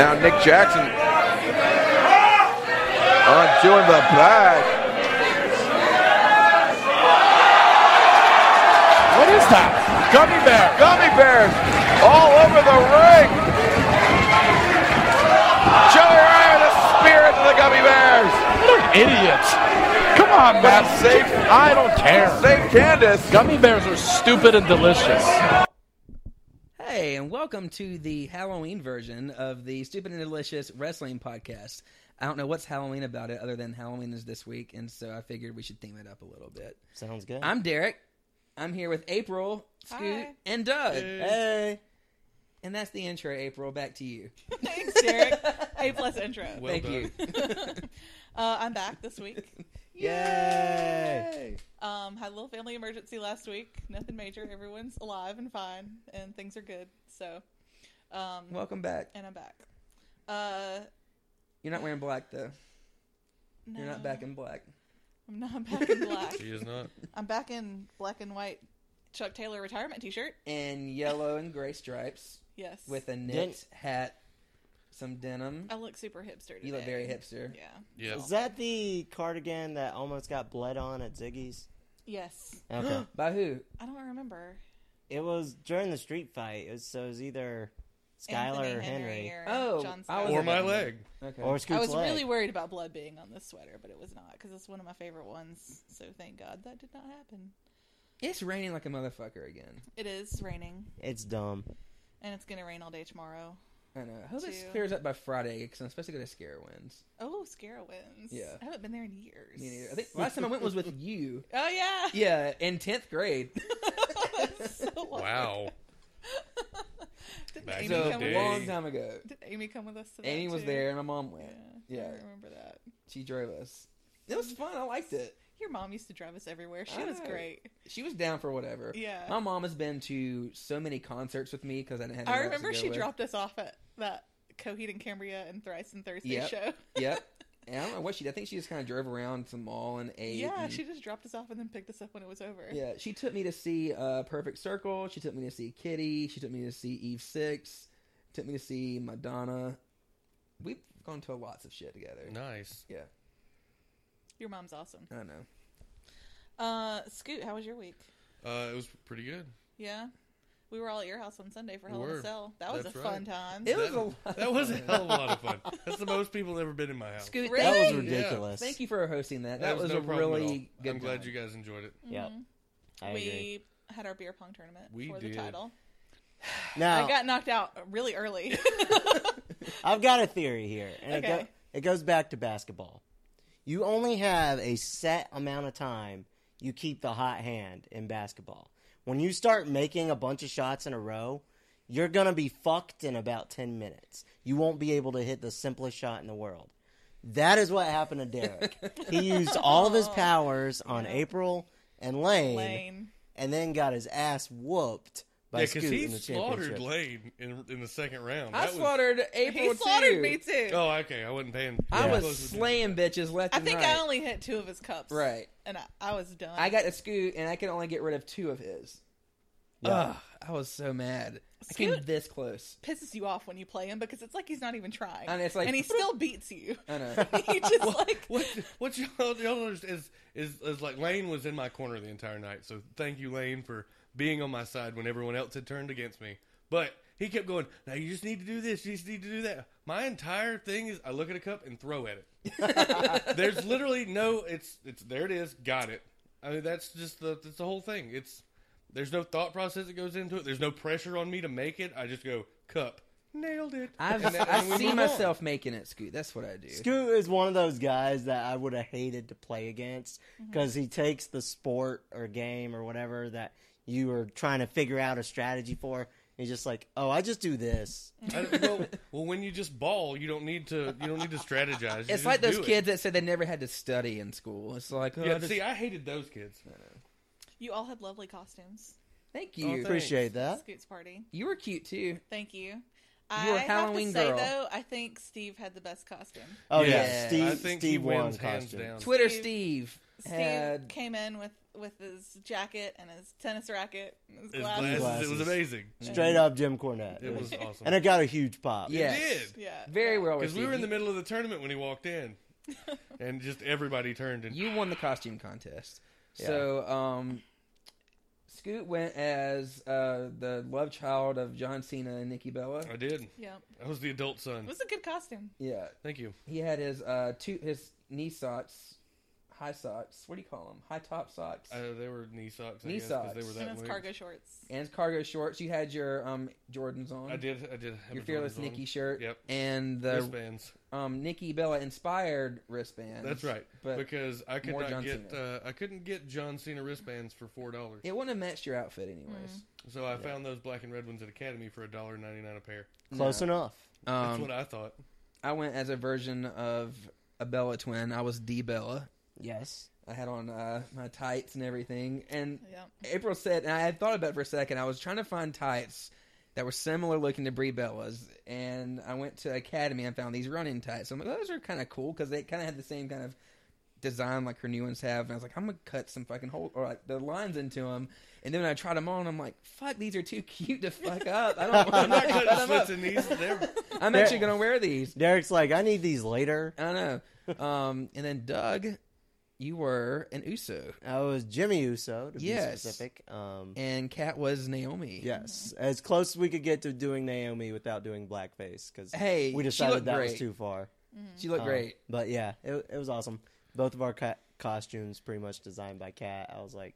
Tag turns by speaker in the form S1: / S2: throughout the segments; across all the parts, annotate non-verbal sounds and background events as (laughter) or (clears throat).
S1: Now Nick Jackson onto the back.
S2: What is that? Gummy bear.
S1: Gummy bears all over the ring. Joey Ryan, the spirit of the gummy bears.
S2: What an idiot. Come on,
S1: But
S2: man.
S1: it's safe.
S2: I don't care.
S1: Save Candace.
S2: Gummy bears are stupid and delicious.
S3: Hey, and welcome to the Halloween version of the Stupid and Delicious Wrestling Podcast. I don't know what's Halloween about it other than Halloween is this week, and so I figured we should theme it up a little bit.
S4: Sounds good.
S3: I'm Derek. I'm here with April, Scoot,
S5: Hi.
S3: and Doug.
S4: hey.
S3: And that's the intro, April. Back to you.
S5: Thanks, Derek.
S4: (laughs)
S5: A plus intro.
S6: Well
S3: Thank
S6: done.
S3: you.
S5: Uh, I'm back this week.
S4: (laughs) Yay.
S5: Um, had a little family emergency last week. Nothing major. Everyone's alive and fine, and things are good. So, um,
S3: Welcome back.
S5: and I'm back. Uh,
S3: You're not wearing black, though.
S5: no,
S3: You're not back in black.
S5: I'm not back in black.
S6: (laughs) She is not.
S5: I'm back in black and white Chuck Taylor retirement T-shirt.
S3: In yellow and gray stripes
S5: Yes.
S3: with a knit
S4: Didn't-
S3: hat, some denim.
S5: I look super hipster. Today.
S3: You look very hipster.
S5: Yeah.
S6: Yeah.
S4: Is that the cardigan that almost got bled on at Ziggy's?
S5: Yes.
S4: Okay.
S3: By who?
S5: I don't remember.
S4: it was during the street fight. It was, so it was either Skylar
S5: Anthony
S4: or Henry.
S5: or
S3: Oh,
S5: John
S3: I
S5: Skylar.
S3: was
S6: Or my leg.
S3: Okay.
S4: Or
S5: I
S4: Scoot's
S5: was
S4: leg.
S5: really worried about blood being on this sweater, but it was not because it's one of my favorite ones. So thank God that did not happen.
S3: It's raining like a motherfucker again.
S5: It is raining,
S4: It's dumb.
S5: and it's going to rain all day tomorrow.
S3: I know. I hope this
S5: Two.
S3: clears up by Friday because I'm supposed to go to Scarewinds.
S5: Oh, Scarowinds.
S3: Yeah.
S5: I haven't been there in years.
S3: Me neither. I
S5: (laughs)
S3: think last time I went was with you.
S5: Oh yeah. (laughs)
S3: Yeah, in tenth grade.
S5: It's so long.
S6: Wow.
S5: (laughs) Didn't
S6: Back
S5: Amy,
S6: in the
S3: so
S5: come
S6: day.
S5: with,
S3: long time ago.
S5: did Amy come with us? To that
S3: Amy was
S5: too?
S3: there and my mom went.
S5: Yeah.
S3: Yeah.
S5: I remember that.
S3: She drove us. It was fun. I liked it.
S5: Your mom used to drive us everywhere. She
S3: I
S5: was
S3: know.
S5: great.
S3: She was down for whatever.
S5: Yeah.
S3: My mom has been to so many concerts with me because I didn't have.
S5: I
S3: anyone else to
S5: remember
S3: go
S5: she
S3: with.
S5: dropped us off at that Coheed and Cambria and Thrice and Thursday
S3: Yep.
S5: show. (laughs)
S3: Yep. And I don't know what she did. I think she just kind of drove around some mall and ate.
S5: Yeah,
S3: and-
S5: she just dropped us off and then picked us up when it was over.
S3: Yeah, she took me to see uh, Perfect Circle. She took me to see Kitty. She took me to see Eve Six. Took me to see Madonna. We've gone to lots of shit together.
S6: Nice.
S3: Yeah,
S5: Your mom's awesome.
S3: I know.
S5: Uh, Scoot, how was your week?
S6: Uh, it was pretty good.
S5: Yeah. We were all at your house on Sunday for
S6: We
S5: Hell in
S6: were.
S5: a Cell. That was
S6: That's
S5: a
S6: right.
S5: fun time.
S3: It was
S6: That-
S3: a lot. (laughs)
S6: That was a
S3: of fun.
S6: hell of a lot of fun. (laughs) That's the most people have ever been in my house.
S3: Scoot,
S5: That
S4: That was
S3: thank you.
S4: ridiculous.
S3: Thank you for hosting that. That,
S6: That
S3: was,
S6: no
S3: a
S6: problem at
S3: really
S6: all.
S3: good.
S6: I'm glad
S3: time.
S6: you guys enjoyed it.
S4: Yep. I
S5: we
S4: agree.
S5: had our beer pong tournament
S6: We
S5: for
S6: did.
S5: the title.
S4: Now,
S5: I got knocked out really early.
S4: I've got a theory here, and it, go,
S5: Okay.
S4: it goes back to basketball. You only have a set amount of time you keep the hot hand in basketball. When you start making a bunch of shots in a row, you're gonna be fucked in about ten minutes. You won't be able to hit the simplest shot in the world. That is what happened to Derek. he
S5: (laughs)
S4: used all of his powers on April and Lane,
S5: (laughs) Oh. Lane.
S4: and then got his ass whooped by
S6: Yeah,
S4: Scoot
S6: because
S4: in
S6: he
S4: the
S6: slaughtered
S4: championship.
S6: Lane in, in the second round.
S3: I
S6: That was-
S3: slaughtered April
S5: He slaughtered
S3: too.
S5: me too.
S6: Oh, okay. I wasn't paying.
S3: I
S6: Yeah.
S3: was
S6: Close attention.
S3: slaying bitches left
S5: I
S3: and
S5: think
S3: right.
S5: I only hit two of his cups.
S3: Right.
S5: And I, I was done.
S3: I got a scoot, and I could only get rid of two of his.
S4: Yeah.
S3: Ugh, I was so mad. I came
S5: Scoot-
S3: this close.
S5: pisses you off when you play him because it's like he's not even trying.
S3: And it's like- (laughs) Uh,
S5: and he still beats you.
S6: (laughs)
S3: I know.
S5: (laughs) he just like
S6: What what y'all y'all understand is, is is like Lane was in my corner the entire night. So thank you, Lane, for being on my side when everyone else had turned against me. But he kept going. Now you just need to do this. You just need to do that. My entire thing is I look at a cup and throw at it. There's literally no. It's it's there. It is. Got it. I mean that's just the that's the whole thing. It's there's no thought process that goes into it. There's no pressure on me to make it. I just go cup. Nailed it.
S3: I've,
S6: And then-
S3: I
S6: and we
S3: see
S6: move on.
S3: myself making it, Scoot. That's what I do.
S4: Scoot is one of those guys that I would have hated to play against
S3: Mm-hmm.
S4: because he takes the sport or game or whatever that you were trying to figure out a strategy for. and He's just like, oh, I just do this.
S6: I don't- well, well, when you just ball, you don't need to. You don't need to strategize. You
S3: It's
S6: just
S3: like those
S6: do it.
S3: kids that said they never had to study in school. It's like, oh, I
S6: Yeah,
S3: just-
S6: see, I hated those kids.
S5: you all had lovely costumes.
S3: thank you.
S6: thank-
S4: Appreciate that.
S5: Scoot's party.
S3: you were cute too.
S5: Thank you.
S3: You're a
S5: I
S3: Halloween
S5: have to say
S3: girl.
S5: though, I think Steve had the best costume.
S4: Oh yeah,
S3: Yeah,
S4: Steve.
S6: I think he
S4: Steve won
S6: wins hands
S4: costume.
S6: down.
S3: Twitter
S5: Steve-
S3: Steve,
S5: Steve
S3: had
S5: came in with with his jacket and his tennis racket and his
S6: His
S5: glasses.
S6: glasses,
S4: Glasses.
S6: It was amazing.
S4: Straight up Jim Cornette.
S6: It was awesome.
S4: and it got a huge pop.
S3: Yeah.
S6: It did.
S5: Yeah.
S3: Very well
S6: Because
S3: received.
S6: we were in the middle of the tournament when he walked
S3: (laughs)
S6: in, and just everybody turned and
S3: You won the costume contest. So, um, Scoot went as uh, the love child of John Cena and Nikki Bella.
S6: I did.
S5: Yeah.
S6: I was the adult
S5: It
S6: son.
S5: was a good costume.
S3: Yeah,
S6: Thank you.
S3: he had his uh, two his knee socks, high socks. What do you call them? High top socks
S6: Uh, they were knee socks. I
S3: Knee
S6: guess, 'cause
S3: socks.
S6: They were
S5: And
S6: that
S5: his
S6: wide.
S5: cargo shorts.
S3: and his cargo shorts. You had your um Jordans on.
S6: I did. I did. Have
S3: Your
S6: a
S3: fearless
S6: Jordans on.
S3: Nikki shirt.
S6: Yep.
S3: And the
S6: wristbands.
S3: um Nikki Bella inspired wristbands.
S6: That's right.
S3: But
S6: because I could
S3: more
S6: not
S3: John
S6: get.
S3: Cena.
S6: Uh, I couldn't get John Cena wristbands for four dollars.
S3: it wouldn't have matched your outfit anyways.
S6: So I found those black and red ones at Academy for a dollar ninety nine a pair.
S4: Close enough.
S6: That's
S3: Um,
S6: what I thought.
S3: I went as a version of a Bella twin. I was D Bella.
S4: Yes.
S3: I had on uh, my tights and everything. And
S5: Yeah.
S3: April said, and I had thought about it for a second. I was trying to find tights that were similar looking to Brie Bella's, and I went to Academy and found these running tights. I'm like, those are kind of cool because they kind of had the same kind of design like her new ones have. And I was like, I'm gonna cut some fucking hole or like the lines into them. And then when I tried them on, I'm like, fuck, these are too cute to fuck up. (laughs) I don't
S6: I'm
S3: want
S6: not
S3: to cut
S6: cutting
S3: them up.
S6: slits in these.
S3: (laughs)
S6: They're
S3: I'm actually gonna wear these.
S4: Derek's like, I need these later.
S3: I don't know. Um, and then Doug, you were an Uso,
S4: I was Jimmy Uso, to be
S3: Yes.
S4: specific. Um,
S3: and Kat was Naomi.
S4: yes, as close as we could get to doing Naomi without doing blackface because
S3: Hey,
S4: we
S3: she
S4: decided
S3: looked
S4: that was
S3: great.
S4: too far.
S3: she looked
S4: Um,
S3: great.
S4: but yeah, it, it was awesome. Both of our ca- costumes pretty much designed by Kat. I was like,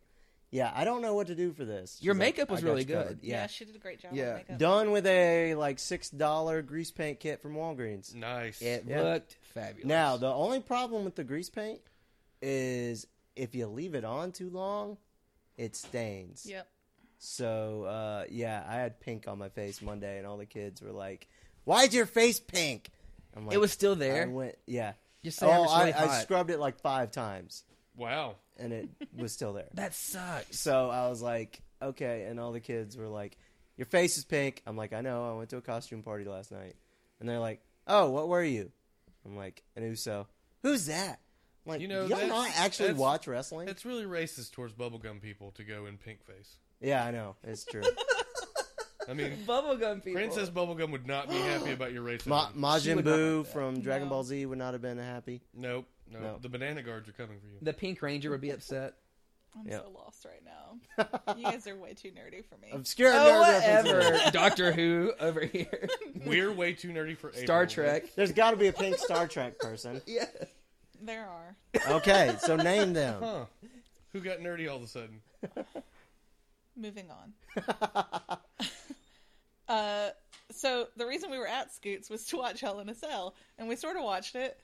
S4: yeah, I don't know what to do for this.
S3: Your
S4: She's like,
S3: makeup was
S4: "I got
S3: really
S4: you covered."
S3: good.
S5: Yeah.
S4: Yeah.
S5: She did a great job.
S3: Yeah.
S5: With makeup.
S4: Done with a like six dollar grease paint kit from Walgreens.
S6: nice.
S3: Mm, It
S4: Yeah.
S3: looked fabulous.
S4: Now the only problem with the grease paint is if you leave it on too long, it stains.
S5: Yep.
S4: So uh, yeah, I had pink on my face Monday, and all the kids were like, "Why is your face pink?" I'm like,
S3: it was still
S4: I
S3: there.
S4: went, yeah.
S3: Just say
S4: Oh, I,
S3: average really
S4: I
S3: hot.
S4: scrubbed it like five times,
S6: Wow.
S4: and it (laughs) was still there.
S3: that sucks.
S4: So I was like, okay, and all the kids were like, "Your face is pink." I'm like, I know. I went to a costume party last night, and they're like, "Oh, what were you?" I'm like, an Uso. Who's that? I'm like,
S6: You
S4: you
S6: know,
S4: know, y'all
S6: that's-
S4: not actually
S6: that's-
S4: watch wrestling?
S6: It's really racist towards bubblegum people to go in pink face.
S4: Yeah, I know. It's true.
S6: I mean,
S3: (laughs) Bubblegum people.
S6: Princess Bubblegum would not be happy about your racism.
S4: Ma-
S3: She
S4: Majin
S3: would not
S4: Buu
S3: like that.
S4: from Dragon
S5: No.
S4: Ball Z would not have been happy.
S6: nope, nope.
S4: No.
S6: The banana guards are coming for
S3: (laughs)
S6: you.
S3: the Pink Ranger would be
S4: (laughs)
S3: upset.
S5: I'm
S4: Yep.
S5: so lost right
S3: (laughs)
S5: now. you guys are way too nerdy for me.
S4: Obscure
S3: oh,
S4: nerd references.
S3: whatever. Doctor Who over here.
S6: We're way too nerdy for April.
S3: Star Trek.
S4: (laughs) There's got to be a pink Star Trek
S5: (laughs)
S4: person.
S3: Yeah.
S5: There are.
S4: Okay, so name them.
S6: Huh. Who got nerdy all of a sudden?
S5: Moving on. (laughs) Uh, so the reason we were at Scoots was to watch Hell in a Cell, and we sort of watched it.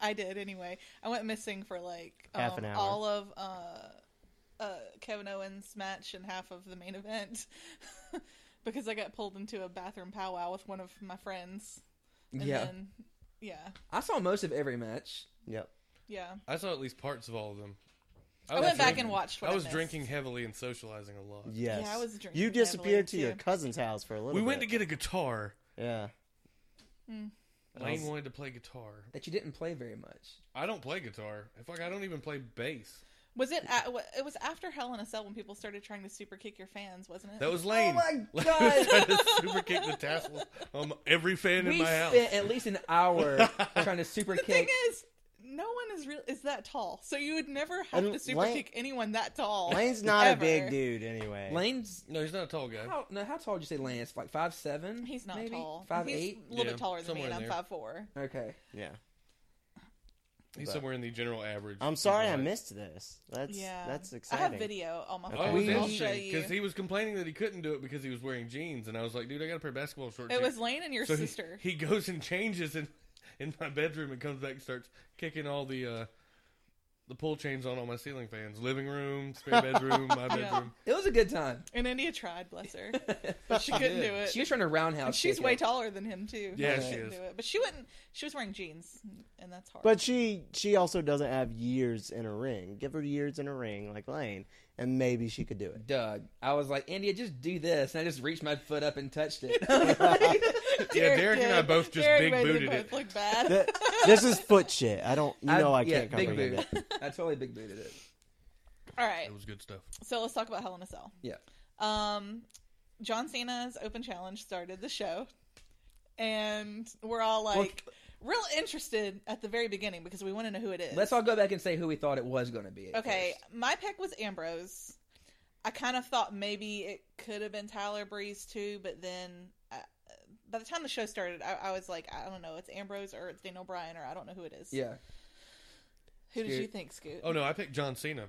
S5: I did anyway. I went missing for like um,
S4: Half an hour.
S5: all of uh, uh, Kevin Owens' match and half of the main event (laughs) because I got pulled into a bathroom powwow with one of my friends. And
S3: Yeah.
S5: Then, yeah.
S3: I saw most of every match.
S4: Yep.
S5: (laughs) Yeah.
S6: I saw at least parts of all of them.
S5: I,
S6: was
S5: went back
S6: drinking-
S5: and watched. What
S6: I was
S5: missed.
S6: drinking heavily and socializing a lot.
S4: Yes.
S5: Yeah, I was drinking
S4: You disappeared to
S5: heavily,
S4: your
S5: too.
S4: cousin's house for a little.
S6: We went to
S4: bit.
S6: get a guitar.
S4: Yeah.
S6: Lane wanted to play guitar.
S3: That you didn't play very much.
S6: I don't play guitar. In fact, I don't even play bass.
S5: Was it? At, wa- it was after Hell in a Cell when people started trying to super kick your fans, wasn't it?
S6: That was Lane. (laughs)
S3: Oh my
S6: I was
S3: god.
S6: trying to super kick the tassels on every fan in
S3: we
S6: my house.
S3: spent at least an
S6: (laughs)
S3: hour trying to super
S5: the thing
S3: kick.
S5: is, no one is real is that tall, so you would never have
S4: And
S5: to super
S4: Lane-
S5: kick anyone that tall.
S4: Lane's not a
S5: ever.
S4: big dude anyway.
S3: Lane's
S6: No, he's not a tall guy.
S3: How no? How tall did you say Lane is? Like five seven?
S5: He's not
S3: maybe?
S5: tall.
S3: Five
S5: He's
S3: eight.
S5: a little
S6: Yeah,
S5: bit taller than me,
S6: somewhere
S5: and
S6: in
S5: I'm
S6: there.
S5: five four.
S3: Okay.
S4: Yeah.
S6: He's
S4: But-
S6: somewhere in the general average.
S4: I'm sorry I
S6: He's like-
S4: missed this. That's
S5: Yeah,
S4: that's
S5: I have
S4: exciting.
S5: video on my
S4: Okay.
S5: phone.
S6: Oh, it's
S4: We-
S5: I'll show
S6: interesting
S5: you.
S6: because he was complaining that he couldn't do it because he was wearing jeans, and I was like, "Dude, I got to pair of basketball shorts."
S5: it
S6: here."
S5: was Lane and
S6: (laughs)
S5: your
S6: so he-
S5: sister.
S6: He, goes and changes in in my bedroom and comes back and starts kicking all the uh, the pull chains on all my ceiling fans, living room, spare bedroom, my bedroom.
S3: It was a good time.
S5: and India tried, bless
S4: (laughs)
S5: her, but she couldn't do it.
S3: She was trying to roundhouse.
S5: and she's
S3: kick
S5: way
S3: it.
S5: taller than him too.
S6: Yeah, she
S5: couldn't
S6: is.
S5: Do it. But she wouldn't. She was wearing jeans, and that's hard. (laughs)
S4: But she she also doesn't have years in a ring. Give her years in a ring like Lane, and maybe she could do it.
S3: Doug, I was like, India, just do this, and I just reached my foot up and
S6: (laughs)
S3: touched it.
S6: Yeah, Derek and I both just
S5: Derek
S6: big
S5: made them
S6: booted
S5: both
S6: it.
S5: Look bad.
S4: Th-
S5: (laughs)
S4: this is foot shit. I don't. You know I,
S3: yeah,
S4: can't
S3: (laughs)
S4: comprehend
S3: big
S4: it.
S3: boot. I totally big booted it.
S5: All right.
S6: It was good stuff.
S5: So let's talk about Hell in a Cell.
S3: Yeah.
S5: Um, John Cena's open challenge started the show, and we're all like real interested at the very beginning because we want to know who it is.
S3: Let's all go back and say who we thought it was going to be. at
S5: Okay,
S3: first.
S5: my pick was Ambrose. I kind of thought maybe it could have been Tyler Breeze too, but then uh, by the time the show started, I, I was like, I don't know, it's Ambrose or it's Daniel Bryan or I don't know who it is.
S3: Yeah.
S5: Who did you
S3: Scoot.
S5: think, Scoot?
S6: Oh no, I picked John Cena.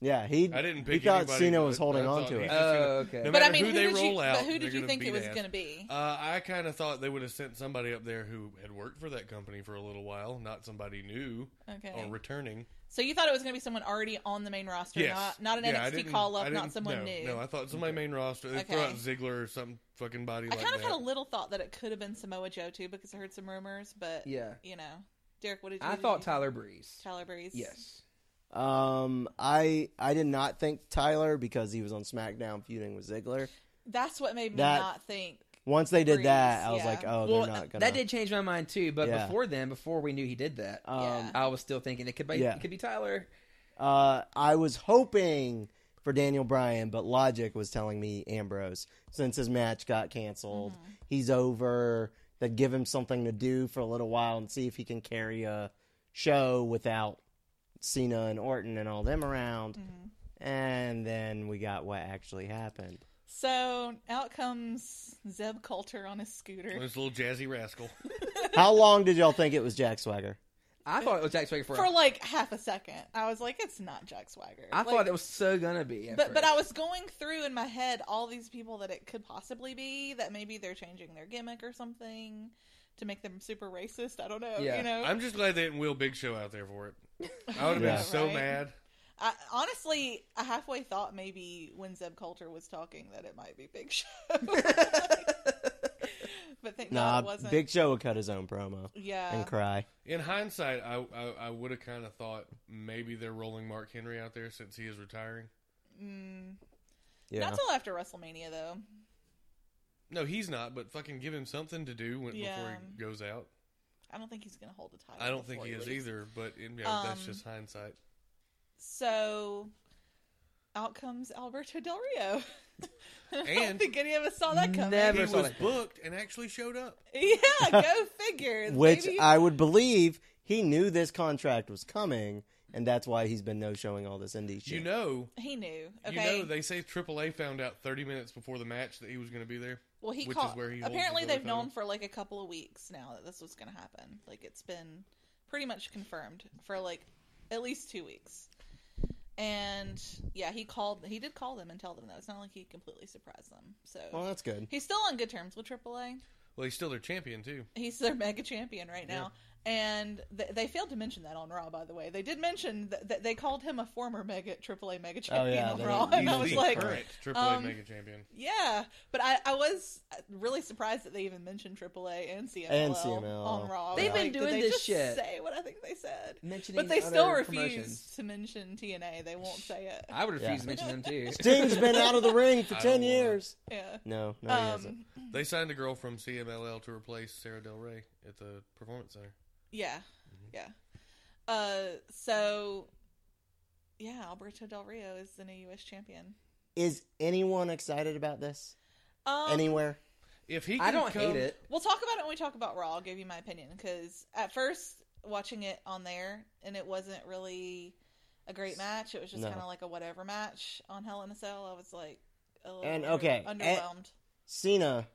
S4: Yeah, he.
S6: I didn't
S4: He
S6: pick
S4: thought
S6: anybody,
S4: Cena
S6: but
S4: was holding
S6: I
S4: on
S6: thought
S4: to
S6: he
S4: it.
S6: just gonna-
S3: Oh, okay.
S6: no
S5: but I
S6: matter
S5: mean,
S6: who,
S5: who,
S6: they
S5: did
S6: roll
S5: you?
S6: out,
S5: but who
S6: they're
S5: did you
S6: gonna
S5: think it
S6: beat
S5: was
S6: ass.
S5: going to be?
S6: Uh, I kind of thought they would have sent somebody up there who had worked for that company for a little while, not somebody new
S5: Okay.
S6: or returning.
S5: so you thought it was going to be someone already on the main roster,
S6: Yes,
S5: not not an
S6: Yeah, I
S5: NXT
S6: didn't-
S5: call
S6: I
S5: up, not
S6: didn't-
S5: someone
S6: no,
S5: new.
S6: No, I thought somebody main roster. They throw
S5: Okay.
S6: out Ziggler or some fucking body
S5: I
S6: like
S5: kind of
S6: that.
S5: had a little thought that it could have been Samoa Joe too, because I heard some rumors. But
S3: Yeah.
S5: you know, Derek, what did you?
S3: I
S5: who did
S3: thought
S5: you-
S3: Tyler Breeze.
S5: Tyler Breeze.
S3: Yes.
S4: Um, I I did not think Tyler because he was on SmackDown feuding with Ziggler.
S5: that's what made me
S4: That-
S5: not think.
S4: Once they did
S5: Breeze,
S4: that, I was
S5: yeah.
S4: like,
S3: well,
S4: oh, they're not gonna.
S3: that did change my mind too. But
S4: Yeah.
S3: before then, before we knew he did that,
S4: Um,
S5: Yeah.
S3: I was still thinking it could be
S4: Yeah.
S3: it could be Tyler.
S4: uh, I was hoping for Daniel Bryan, but logic was telling me Ambrose since his match got canceled.
S3: Mm-hmm.
S4: He's over. They give him something to do for a little while and see if he can carry a show without Cena and Orton and all them around.
S3: Mm-hmm.
S4: And then we got what actually happened.
S5: So out comes Zeb Coulter on his scooter
S6: This little jazzy rascal.
S4: How long did y'all think it was Jack Swagger?
S3: I thought it was Jack Swagger for. a-
S5: for like half a second. I was like, it's not Jack Swagger.
S3: I
S5: Like,
S3: thought it was so gonna be. at
S5: But but
S3: first.
S5: I was going through in my head all these people that it could possibly be that maybe they're changing their gimmick or something to make them super racist. I don't know.
S3: Yeah.
S5: You know,
S6: I'm just glad they didn't wheel Big Show out there for it. I would have
S4: Yeah.
S6: been so
S5: Right.
S6: mad.
S5: I, honestly, I halfway thought maybe when Zeb Coulter was talking that it might be Big Show, (laughs) but thank
S4: Nah,
S5: God it wasn't.
S4: Big Show would cut his own promo
S5: yeah,
S4: and cry.
S6: In hindsight, I I, I would have kind of thought maybe they're rolling Mark Henry out there since he is retiring.
S5: Mm.
S4: Yeah.
S5: Not till after WrestleMania though.
S6: No, he's not. But fucking give him something to do when,
S5: Yeah.
S6: before he goes out.
S5: I don't think he's going to hold a title.
S6: I don't think
S5: before
S6: he is
S5: leaves.
S6: either. But you know, that's
S5: Um,
S6: just hindsight.
S5: So, out comes Alberto Del Rio. (laughs) I don't
S6: And-
S5: think any of us saw that coming.
S3: Never
S6: He
S3: saw
S6: was
S3: that.
S6: booked and actually showed up.
S5: Yeah, go figure.
S4: (laughs) Which
S5: Maybe-
S4: I would believe he knew this contract was coming, and that's why he's been no showing all this indie shit.
S6: You know,
S5: he knew.
S6: you
S5: Okay.
S6: know, they say AAA found out 30 minutes before the match that he was going to be there.
S5: well, he
S6: which
S5: called.
S6: is where he holds his
S5: apparently,
S6: other
S5: they've known
S6: title.
S5: for like a couple of weeks now that this was going to happen. Like it's been pretty much confirmed for like at least two weeks. And yeah, he called. He did call them and tell them that it's not like he completely surprised them. So
S4: well, that's good.
S5: he's still on good terms with AAA.
S6: Well, he's still their champion too.
S5: He's their mega champion right now. And th- they failed to mention that on Raw, by the way. They did mention that th- they called him a former mega AAA mega champion
S4: Oh, yeah,
S5: on
S4: they-
S5: Raw,
S4: he's
S5: and I
S4: the
S5: was like,
S6: current AAA
S5: um,
S6: mega champion.
S5: yeah. But I, I was really surprised that they even mentioned AAA and CMLL,
S4: And CMLL.
S5: on Raw.
S3: They've been
S5: Like, did
S3: doing
S5: they
S3: this
S5: just
S3: shit.
S5: Say what I think they said,
S3: mentioning
S5: but they still
S3: other
S5: refuse
S3: promotions.
S5: to mention TNA. They won't say it.
S3: I would refuse
S4: Yeah.
S3: to mention them
S4: (laughs)
S3: too.
S4: Sting's been out of the ring
S6: (laughs)
S4: for
S6: I don't
S4: ten
S6: wanna-
S4: years.
S5: Yeah.
S4: No, no, he hasn't.
S5: Um.
S6: They signed a girl from CMLL to replace Sarah Del Rey at the Performance Center.
S5: Yeah.
S3: Mm-hmm.
S5: Yeah. Uh. So. Yeah, Alberto Del Rio is the new U.S. champion.
S4: Is anyone excited about this
S5: Um,
S4: anywhere?
S6: If he,
S3: (laughs) I
S6: can
S3: don't
S6: come,
S3: hate it.
S5: We'll talk about it when we talk about Raw. I'll give you my opinion because at first watching it on there and it wasn't really a great match. It was just
S4: No.
S5: kind of like a whatever match on Hell in a Cell. I was like, a little
S4: And,
S5: under-
S4: okay,
S5: underwhelmed.
S4: Cena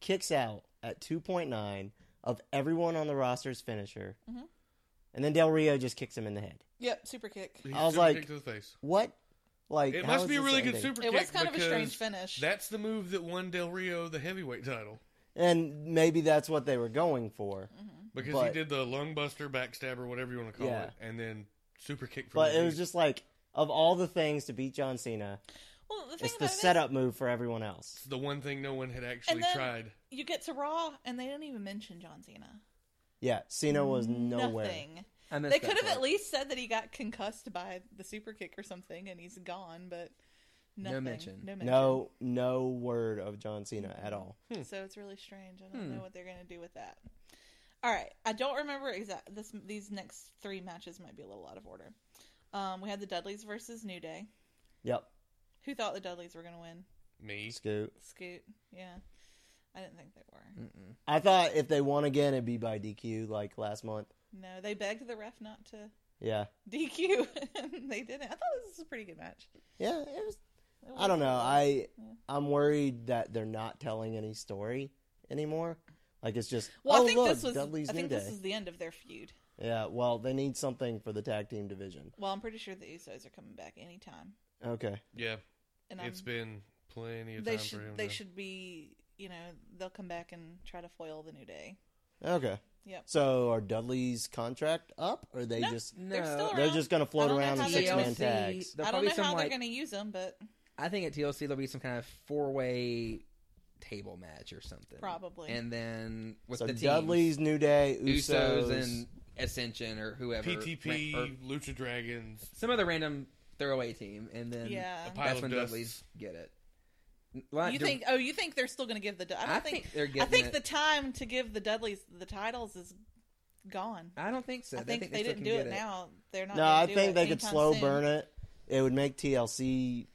S4: kicks out at two point nine of everyone on the roster's finisher,
S5: Mhm.
S4: and then Del Rio just kicks him in the head.
S5: Yep, super kick.
S6: He's
S4: I was
S6: super
S4: like-
S6: kick to the face.
S4: What? Like
S6: It
S4: how
S6: must
S4: is
S6: be a
S4: this
S6: really good
S4: ending?
S6: super
S5: It
S6: kick.
S5: was kind of a strange
S6: because
S5: finish.
S6: That's the move that won Del Rio the heavyweight title
S4: And maybe that's what they were going for.
S5: Mm-hmm.
S6: because
S4: But-
S6: he did the lung buster, backstab, or whatever you want to call
S4: Yeah.
S6: it, and then super kick. From
S4: But
S6: the
S4: it was
S6: knee.
S4: just like of all the things to beat John Cena,
S5: well, the thing
S4: it's
S5: about it
S4: the
S5: is,
S4: setup move for everyone else.
S6: the one thing no one had actually
S5: And then-
S6: tried.
S5: you get to Raw and they didn't even mention John Cena.
S4: Yeah, Cena was nowhere.
S5: Nothing.
S3: I missed
S5: They
S3: that
S5: could have
S3: part.
S5: at least said that he got concussed by the super kick or something and he's gone, but
S3: No
S5: nothing.
S3: mention.
S5: No mention.
S4: No, no word of John Cena at all.
S5: So it's really strange. I don't
S4: Hmm.
S5: know what they're going to do with that. All right, I don't remember exact. This these next three matches might be a little out of order. Um, we had the Dudleys versus New Day.
S4: Yep.
S5: Who thought the Dudleys were going to win?
S6: Me.
S4: Scoot.
S5: Scoot. Yeah. I didn't think they were.
S4: I thought if they won again, it'd be by DQ like last month.
S5: No, they begged the ref not to
S4: Yeah.
S5: DQ, (laughs) and they didn't. I thought this was a pretty good match.
S4: Yeah. It was.
S5: It
S4: I don't
S5: was-
S4: know. I I'm worried that they're not telling any story anymore. Like it's just.
S5: well,
S4: oh,
S5: I think
S4: look,
S5: this was.
S4: Dudley's
S5: I think
S4: new
S5: this
S4: day.
S5: is the end of their feud.
S4: Yeah. Well, they need something for the tag team division.
S5: Well, I'm pretty sure the Usos are coming back anytime,
S4: Okay.
S6: Yeah,
S5: and I'm,
S6: it's been plenty of
S5: they
S6: time
S5: should
S6: for him.
S5: they
S6: to-
S5: should be you know they'll come back and try to foil the new day.
S4: Okay.
S5: Yep.
S4: So are Dudley's contract up, or they
S5: No.
S4: just
S5: They're
S3: No.
S5: still
S4: they're
S5: around.
S4: just gonna float
S5: I don't know
S4: around in
S5: how they're
S4: six man
S5: gonna-
S4: tags?
S3: There'll
S5: I don't
S3: probably
S5: know
S3: some,
S5: how
S3: like-
S5: they're going to use them, but
S3: I think at TLC there'll be some kind of four way table match or something.
S5: Probably.
S3: And then with
S4: So
S3: the teams,
S4: Dudley's New Day,
S3: Usos,
S4: Usos,
S3: and Ascension or whoever.
S6: PTP,
S3: Ra- or
S6: Lucha Dragons,
S3: some other random throwaway team, and then
S5: Yeah. A
S6: pile
S3: that's
S6: of
S3: when
S6: dust.
S3: Dudley's get it. Like,
S5: you
S3: do-
S5: think oh you think they're still going to give the. I don't
S3: I
S5: think,
S3: think they're
S5: I
S3: getting
S5: think
S3: it.
S5: the time to give the Dudleys the titles is gone.
S3: I don't think so.
S5: I think, they
S3: still
S5: didn't
S3: can
S5: do
S3: get
S5: it, now. They're not.
S4: No,
S5: gonna
S4: I
S5: do
S4: think
S5: it
S4: they could
S5: anytime
S4: slow
S5: soon.
S4: burn it. It would make TLC